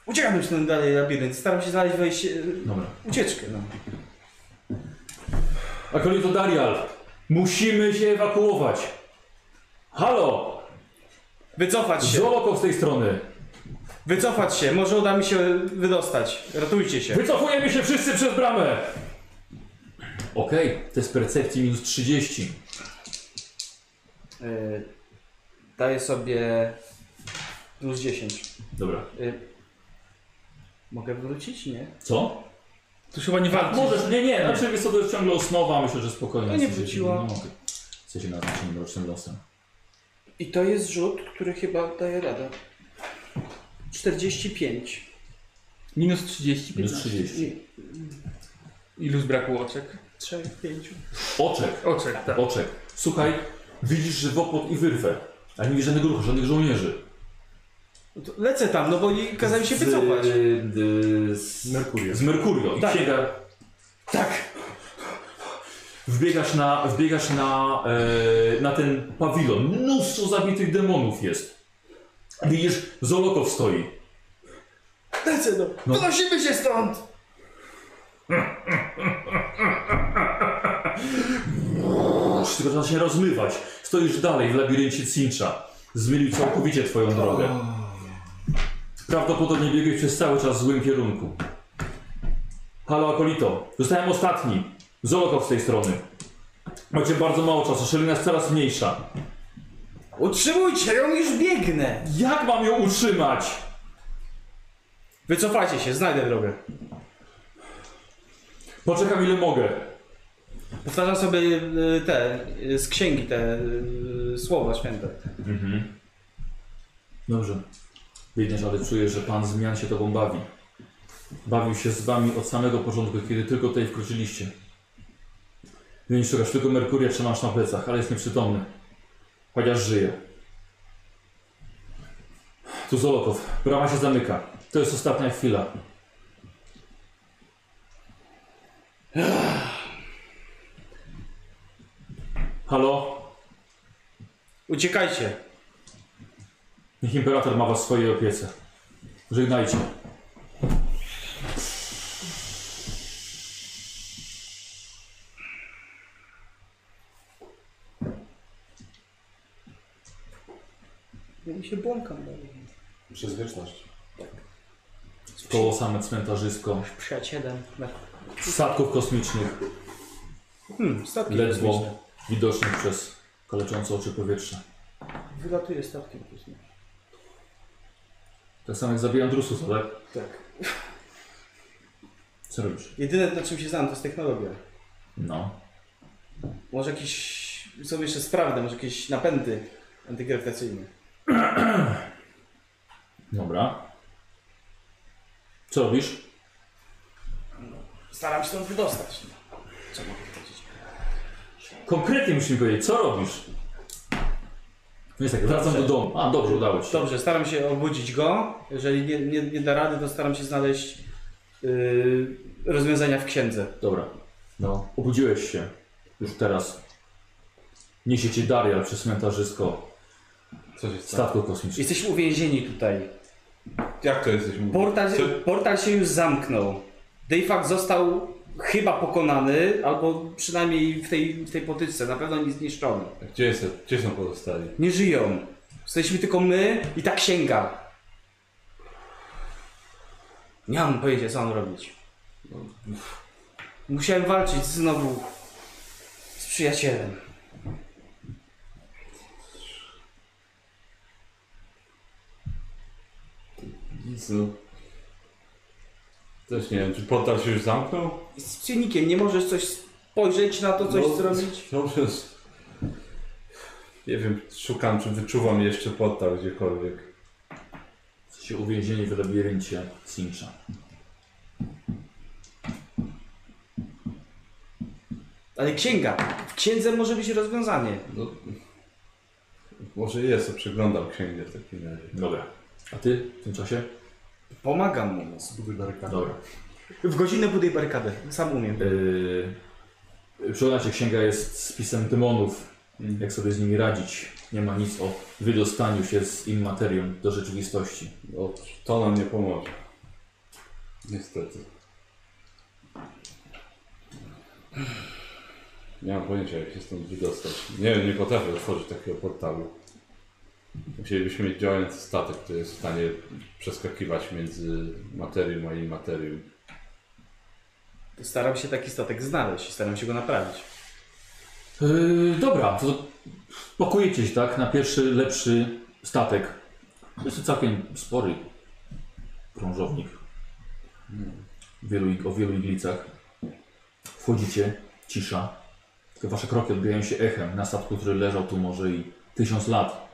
Uciekam już ten dalej labirynt. Staram się znaleźć wejście... e, Dobra. Ucieczkę, no. Akolito Darial, musimy się ewakuować. Halo! Wycofać się! Zoloko z tej strony. Wycofać się! Może uda mi się wydostać. Ratujcie się. Wycofujemy się wszyscy przez bramę! Okej, to jest percepcji minus 30. Yy, daję sobie... plus 10. Dobra. Yy, mogę wrócić? Nie. Co? Tu chyba nie walczy. Możesz, nie, nie, znaczy wiesz co, to jest ciągle osnowa, myślę, że spokojnie. No nie Chcecie- wróciła. No, okay. Chcę się naznaczyć mrocznym losem. I to jest rzut, który chyba daje radę. 45. Minus 30, Minus 15. 30. Iluż brakło oczek? 3, 5. Oczek. Oczek, tak. Oczek. Słuchaj, widzisz żywopłot i wyrwę. Ale nie widzisz żadnego ruchu, żadnych żołnierzy. No to lecę tam, no bo i kazał mi się wycofać. Z, y, z, Merkurio. z Merkurio. I Tak. księga... Tak. Wbiegasz na, wbiegasz na, e, na ten pawilon. Mnóstwo zabitych demonów jest. Widzisz, Zolokow stoi. Lecę no. No. Wynosimy się stąd! Uż, tylko zaczyna się rozmywać. Stoisz dalej w labiryncie Cincha. Zmylił całkowicie twoją drogę. Prawdopodobnie biegłeś przez cały czas w złym kierunku. Halo Akolito, zostałem ostatni. Zolokow z tej strony. Macie bardzo mało czasu, szelina jest coraz mniejsza. Utrzymujcie ją, już biegnę! Jak mam ją utrzymać? Wycofajcie się, znajdę drogę. Poczekam ile mogę. Powtarzam sobie y, te, y, z księgi te y, słowa święte. Dobrze. Biedniesz, ale czuję, że pan zmian się tobą bawi. Bawił się z wami od samego początku, kiedy tylko tutaj wkroczyliście. Więc szukasz tylko Merkuria, trzymasz na plecach, ale jest nieprzytomny. Chociaż żyje. Tu Zolotow. Brama się zamyka. To jest ostatnia chwila. Halo? Uciekajcie! Niech imperator ma was w swojej opiece. Żegnajcie. Ja mi się błąkam dalej. Przez wieczność. Koło same cmentarzysko, Przyjacielem. statków kosmicznych, Hmm, statki ledwo kosmiczne. widocznych przez kaleczące oczy powietrza. Wylatuje statkiem kosmicznym. Tak samo jak zabijam Drususa, tak? Tak. Co robisz? Jedyne na czym się znam to jest technologia. No. Może jakieś, sobie jeszcze sprawdzę, może jakieś napędy antygrawitacyjne. Dobra. Co robisz? Staram się stąd wydostać. no. Co mogę powiedzieć? Konkretnie musimy powiedzieć, co robisz? No jest tak, wracam do domu. A, dobrze, udało ci się. Dobrze, staram się obudzić go. Jeżeli nie, nie, nie da rady, to staram się znaleźć yy, rozwiązania w księdze. Dobra. No, obudziłeś się. Już teraz. Niesie cię Daria przez cmentarzysko Co się stało? statku kosmicznego. Jesteśmy uwięzieni tutaj. Jak to jesteś mówił? Portal, Co? portal się już zamknął. Dayfak został chyba pokonany, albo przynajmniej w tej, w tej potyczce, na pewno nie zniszczony. Gdzie, jest, gdzie są pozostali? Nie żyją. Jesteśmy tylko my i ta księga. Nie mam pojęcia, co mam robić. Musiałem walczyć znowu z przyjacielem. Nic no. Też nie wiem, czy portal się już zamknął? Z cynikiem nie możesz coś spojrzeć na to, coś No, zrobić? Dobrze. Nie wiem, szukam, czy wyczuwam jeszcze portal gdziekolwiek. Jesteście uwięzieni w labiryncie Sincha. Ale księga. W księdze może być rozwiązanie. No, może jest, to przeglądam księgę w takim razie. Dobra. A ty w tym czasie? Pomagam mu. Zbuduj barykadę. Tak. Dobra. W godzinę buduję barykadę. Sam umiem. Yy, Przyglądacie, księga jest spisem demonów. Jak sobie z nimi radzić. Nie ma nic o wydostaniu się z immaterium do rzeczywistości. No, to nam nie pomoże. Niestety. Nie mam pojęcia, jak się stąd wydostać. Nie wiem, nie potrafię otworzyć takiego portalu. Musielibyśmy mieć działający statek, który jest w stanie przeskakiwać między materium a immaterium. Staram się taki statek znaleźć i staram się go naprawić. Yy, dobra, to pakujecie się, tak? Na pierwszy, lepszy statek. To jest całkiem spory krążownik. Wielu, ig- o wielu iglicach. Wchodzicie, cisza. Tylko wasze kroki odbijają się echem na statku, który leżał tu może i tysiąc lat.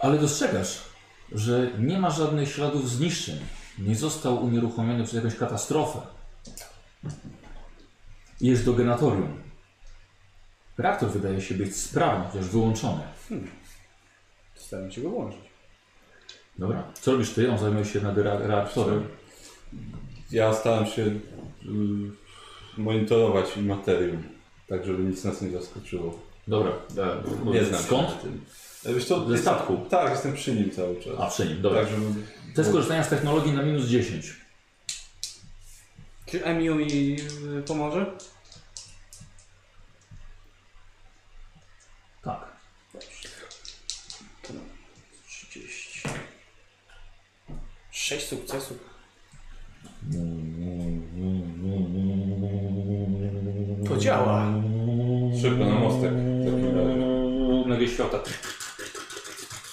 Ale dostrzegasz, że nie ma żadnych śladów zniszczeń. Nie został unieruchomiony przez jakąś katastrofę jest do genatorium. Reaktor wydaje się być sprawny, chociaż wyłączony. Staram się go włączyć. Dobra. Co robisz ty? On zajmuje się nad re- reaktorem. Ja staram się y, monitorować immaterium, tak żeby nic nas nie zaskoczyło. Dobra. E, Nie znam się Skąd? na tym. E, Wiesz co, Ze statku. Tak, jestem przy nim cały czas. A, przy nim. Dobra. Tak, żeby... Te skorzystania z technologii na minus 10. Czy Emiu mi y, pomoże? Tak. 30. 6 sukcesów. To działa. Szybko na mostek. w takim razie. no. Nagle świata.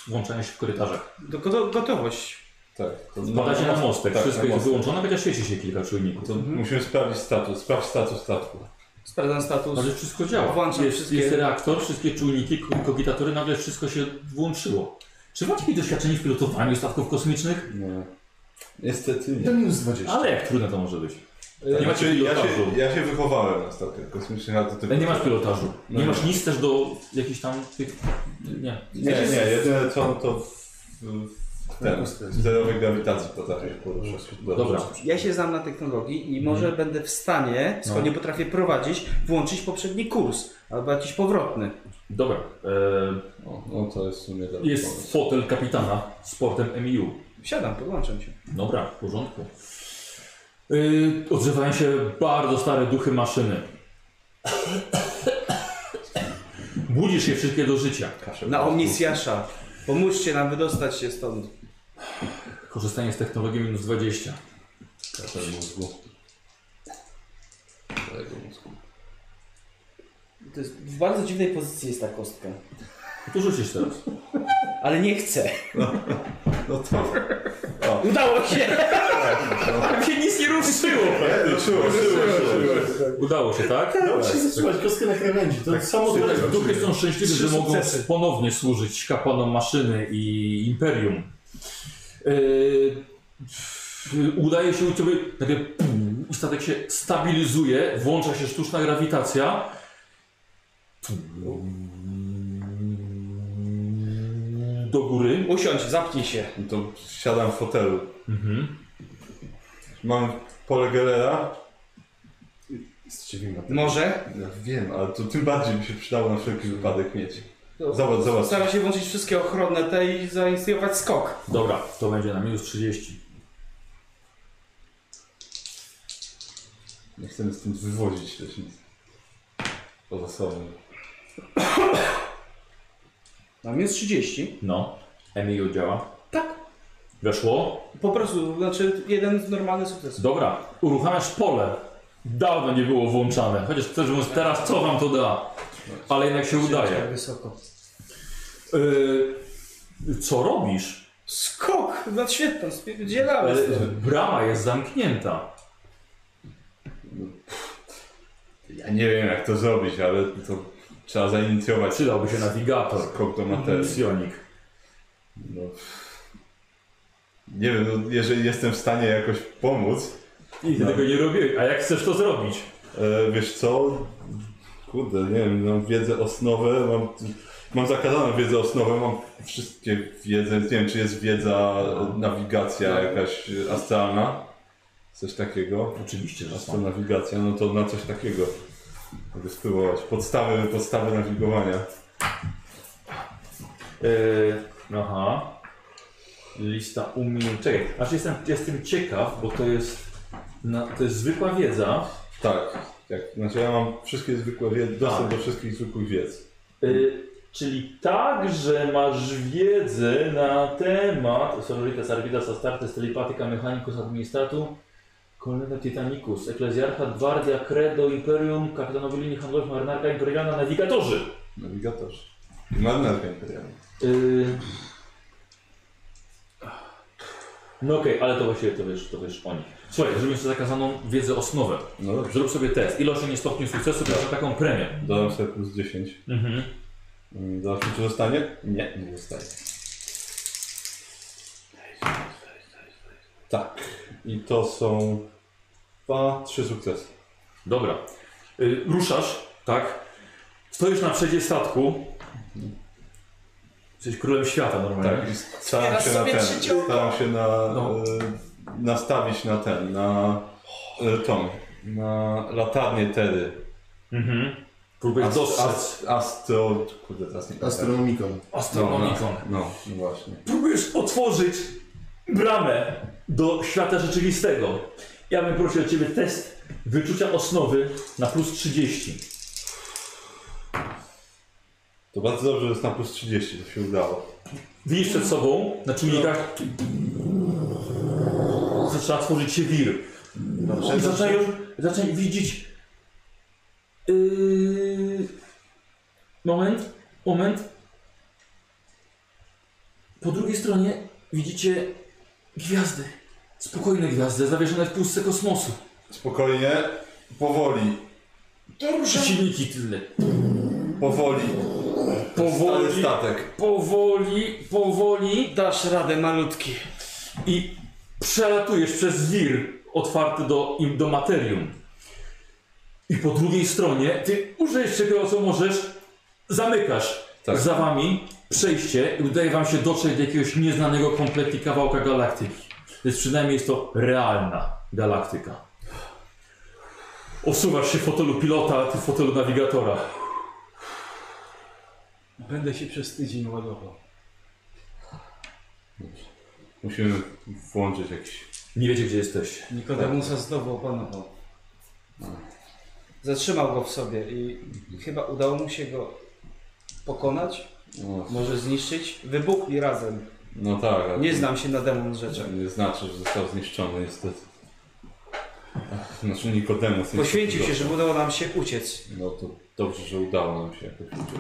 Włączają się w korytarzach. Do, do, gotowość. Tak. To Wpadacie na mostek. Tak, Wszystko na jest mostek. wyłączone, chociaż świeci się kilka czujników. To musimy sprawdzić status. Sprawdź status statku. Sprawdzam No, status. Ale wszystko działa. Włączam jest, wszystkie- jest reaktor, wszystkie czujniki, ko- kogitatory, nagle wszystko się włączyło. Czy macie jakieś doświadczenie w pilotowaniu statków kosmicznych? Nie. Niestety nie. To minus 20. Ale jak trudne to może być. Nie macie Znaczy, ja, pilotażu. się, ja się wychowałem na statkach kosmicznych, ale to tylko... Nie masz pilotażu. Nie No. masz nic też do jakichś tam tych... Nie. Nie, nie, jedyne co to w, w, w, ten, w zerowej grawitacji potrafię poruszać. Dobra. Ja się znam na technologii i może Mhm. będę w stanie, No. skoro nie potrafię prowadzić, włączyć poprzedni kurs albo jakiś powrotny. Dobra. E, O, no to jest w sumie dobry pomysł. jest fotel kapitana z portem MIU. Siadam, podłączam się. Dobra, w porządku. Yy, odzywają się bardzo stare duchy maszyny. Budzisz je wszystkie do życia. Na omnisjasza. Pomóżcie nam wydostać się stąd. Korzystanie z technologii minus 20. Kaszel mózgu. Całego mózgu. To jest, w bardzo dziwnej pozycji jest ta kostka. Tu rzucisz teraz. Ale nie chcę. No to... Udało się! Tam się nic nie ruszyło. Czuło, czuło, czuło. Udało się, tak? No, muszę zatrzymać kostkę na krawędzi. Tak, To samo Duchy- Duchy są szczęśliwe, że Trzy mogą sukcesy. ponownie służyć kapłanom maszyny i imperium. Yy, udaje się u ciebie, nagle pum, statek się stabilizuje, włącza się sztuczna grawitacja. Do góry. Usiądź, zapnij się. No to siadam w fotelu. Mhm. Mam pole Gellera. Jesteście winna. Może? Ja wiem, ale to tym bardziej mi się przydało na wszelki wypadek mieć. No, Zobacz, zobacz. Staram się włączyć wszystkie ochronne te i zainicjować skok. Dobra, to będzie na minus 30. Nie chcemy stąd wywozić też nic. Poza sobą. Mam jest 30. No, MIU działa. Tak. Weszło. Po prostu, znaczy jeden normalny sukces. Dobra, uruchamiasz pole. Dawno nie było włączane. Chociaż szczerze mówiąc, teraz co wam to da? Ale jednak się udaje. Tak wysoko. Yy, co robisz? Skok! Nad świetną, spierdzielamy stąd. Brama jest zamknięta. Ja nie wiem jak to zrobić, ale to trzeba zainicjować Przydałby się nawigator. skok do materii. Psionik. No. Nie wiem, no, jeżeli jestem w stanie jakoś pomóc, I ty tego nie robiłeś. A jak chcesz to zrobić? e, wiesz co? Kurde, nie wiem, mam wiedzę osnowę, mam, mam zakazaną wiedzę osnowę, mam wszystkie wiedzę, nie wiem czy jest wiedza, e, nawigacja jakaś e, astralna, coś takiego. Oczywiście, że są. Astronawigacja, no to na coś takiego mogę spróbować. Podstawy, podstawy nawigowania. Yy, aha. Lista umiejętności. Czekaj, aż jestem, jestem ciekaw, bo to jest, na, to jest zwykła wiedza. Tak, tak. Znaczy ja mam wszystkie zwykłe wiedzy, dostęp Tak. do wszystkich zwykłych wiedz. Y, czyli tak, że masz wiedzę na temat Sororitas Arbitas Astartes Telepatica Mechanicus Administratu Kolonel Titanicus, Eklezjarcha, Gwardia, Credo, Imperium, Kapitanowie Linii Handlowych, Marynarka Imperialna, Nawigatorzy. Nawigatorzy. I marynarka imperialna. Y... No okej, ale to właściwie to wiesz, to wiesz o nich. Słuchaj, zrobimy sobie zakazaną wiedzę osnowę. No dobrze. Zrób sobie test. Ilość nie stopni sukcesu, bierze taką premię. Dodam sobie plus 10. Mhm. Mm, Zobaczmy, czy zostanie? Nie, nie zostanie. Tak. I to są dwa, trzy sukcesy. Dobra. Y, ruszasz, tak? Stoisz na przedzie statku. Jesteś królem świata normalnie. Tak, i staram się na ten. Staram się na, No. e, nastawić na ten, na e, tą, na latarnię tedy. Mhm. Próbujesz Ast, dostrzec. ast, astro... Kurde, teraz nie pamiętam. Astronomikon. Astronomikon. No, no, no właśnie. Próbujesz otworzyć bramę do świata rzeczywistego. Ja bym prosił o ciebie test wyczucia osnowy na plus 30. To bardzo dobrze, że jest na plus 30, to się udało. Widzisz przed sobą na czujnikach. Zaczyna tworzyć się wir. Dobrze. Zaczynają, zaczynają widzieć y, yy, Moment, moment. Po drugiej stronie widzicie gwiazdy. Spokojne gwiazdy, zawieszone w pustce kosmosu. Spokojnie, powoli, Silniki tyle. powoli. Stały Powoli, statek. powoli, powoli Dasz radę, malutki. i przelatujesz przez wir otwarty do, im- do materium. I po drugiej stronie ty użyjesz tego, co możesz, zamykasz Tak. za wami przejście i udaje wam się dotrzeć do jakiegoś nieznanego kompletnie kawałka galaktyki. Więc przynajmniej jest to realna galaktyka. Osuwasz się w fotelu pilota, ty w fotelu nawigatora. Będę się przez tydzień ładował. Musimy włączyć jakiś Nie wiecie, gdzie jesteście. Nikodemusa znowu opanował. Zatrzymał go w sobie i chyba udało mu się go pokonać, No, może zniszczyć. Wybuchli razem. no tak, ale Nie znam się na demon rzeczach. nie znaczy, że został zniszczony niestety. Ach, Znaczy Nikodemus. nie- Poświęcił się, żeby udało nam się uciec. No to dobrze, że udało nam się jakoś uciec.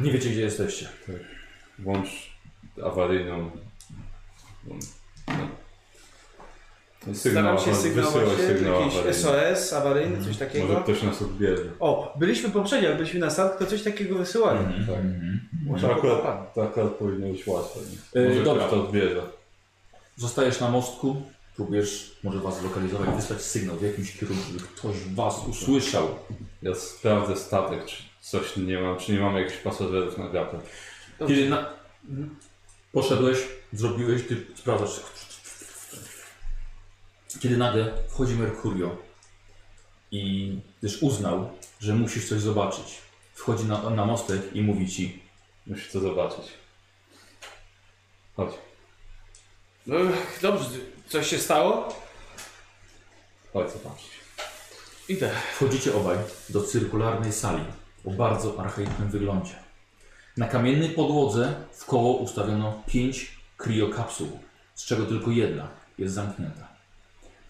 Nie wiecie, gdzie jesteście. Włącz awaryjną. No. Staram się awaryjny. sygnałować, Wysyłaj sygnał jakiś awaryjny. SOS, awaryjny, coś Mhm. Może takiego. ktoś nas odbierze. O, byliśmy poprzednio, jak byliśmy na statku, to coś takiego wysyłali. Tak. Może To pokochamy. akurat, to akurat powinno być łatwe. nie? E, Yy, Może dobra. ktoś to odbierze. Zostajesz na mostku, próbujesz może was zlokalizować, wysłać sygnał w jakimś kierunku, żeby ktoś was usłyszał. Ja sprawdzę statek, czy coś nie mam, czy nie mamy jakichś pasażerów na gapę. Kiedy na... poszedłeś, zrobiłeś, ty sprawdzasz. Kiedy nagle wchodzi Merkurio i też uznał, że musisz coś zobaczyć. Wchodzi na, na mostek i mówi ci, Musisz to zobaczyć. Chodź. No, dobrze, coś tak się stało? Chodź zobaczyć. Idę. Wchodzicie obaj do cyrkularnej sali o bardzo archaicznym wyglądzie. Na kamiennej podłodze w koło ustawiono pięć kriokapsuł, z czego tylko jedna jest zamknięta.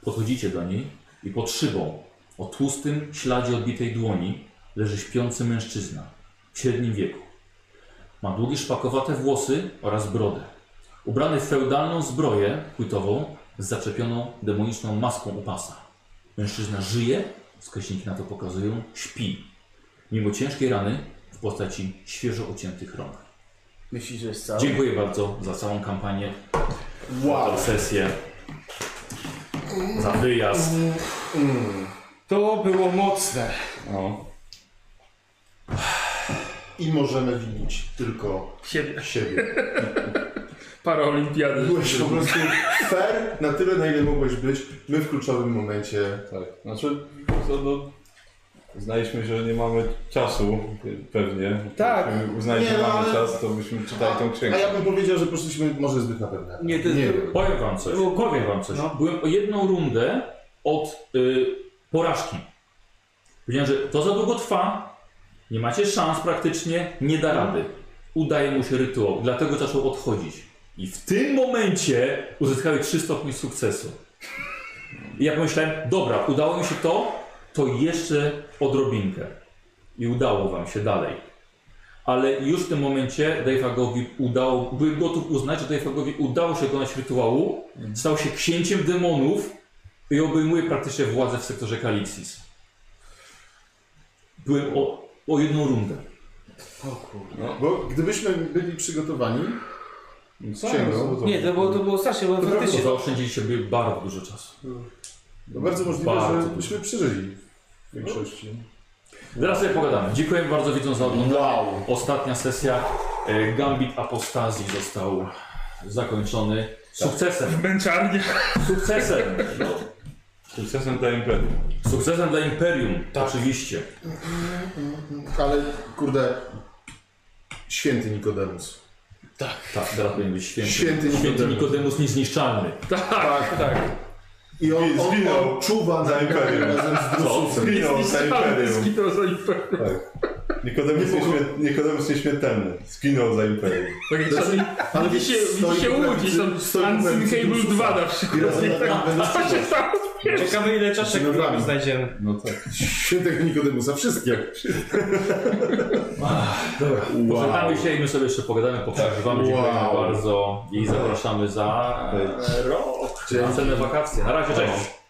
Podchodzicie do niej i pod szybą o tłustym śladzie odbitej dłoni leży śpiący mężczyzna w średnim wieku. Ma długie szpakowate włosy oraz brodę. Ubrany w feudalną zbroję płytową z zaczepioną demoniczną maską u pasa. Mężczyzna żyje, wskaźniki na to pokazują, śpi. Mimo ciężkiej rany w postaci świeżo uciętych rąk. Myślisz, że jest cały? Dziękuję bardzo za całą kampanię, Wow. za sesję, za wyjazd. To było mocne. No. I możemy winić tylko Siebie. siebie. Paraolimpiady. Byłeś po prostu fair na tyle, na ile mogłeś być. My w kluczowym momencie Tak. Znaczy, co no... Uznaliśmy, że nie mamy czasu, pewnie. Tak. Gdybyśmy Uznali, Nie, że no, mamy ale- czas, to byśmy czytali tą A księgę. ja bym powiedział, że poszliśmy może zbyt na pewno. Nie, to- nie. to- wiem. Powiem wam coś, powiem wam coś. No. Byłem o jedną rundę od y, porażki. Powiedziałem, że to za długo trwa, nie macie szans praktycznie, nie da rady. Udaje mu się rytuał, dlatego zaczął odchodzić. I w tym momencie uzyskały 3 stopnie sukcesu. I ja pomyślałem, dobra, udało mi się to, to jeszcze odrobinkę. I udało wam się dalej. Ale już w tym momencie Dave'agowi udało, byłem gotów uznać, że Dave'agowi udało się dokonać rytuału, stał się księciem demonów i obejmuje praktycznie władzę w sektorze Kalipsis. Byłem o, o jedną rundę. Bo gdybyśmy byli przygotowani, Co? Księgą. Nie, to było, to było strasznie, bo faktycznie... Zaoszczędziliście sobie bardzo dużo czasu. to bardzo możliwe, Bardzo że dużo. byśmy przeżyli w większości. Zaraz sobie pogadamy. Dziękuję bardzo widzom za oglądanie. Ostatnia sesja e, Gambit Apostazji został zakończony sukcesem. Męczarnie. Sukcesem! No. Sukcesem dla imperium. Sukcesem dla Imperium, oczywiście. No. Ale kurde, święty Nikodemus. Tak, teraz powinien być święty. Święty Nikodemus. Nikodemus niezniszczalny. Tak, tak. I on, Zginął. on, on czuwa Za za imperium. razem z Drususem. No, Zginął za imperium. Zginął za imperium. Nikodemus, nieśmie- Nikodemus nieśmiertelny. Zginął za imperium. Tak jak Znaczy, czasem ale widzi się, stoi widzi się po prawicy- stoi łudzi, są po Uncin prawicy Cable Drususa. 2 na I przykład. razem nie? na- Tak, będą Co się stało? Ciekawe ile czaszek Z nogami. znajdziemy. No tak. Świętego Nikodemusa, wszystkie. Dobra. Pożegnamy się i my sobie jeszcze pogadamy, poprzeżywamy. Dziękujemy Wow. bardzo i zapraszamy za e, rok. Dzięki. Następne wakacje. Na razie, cześć.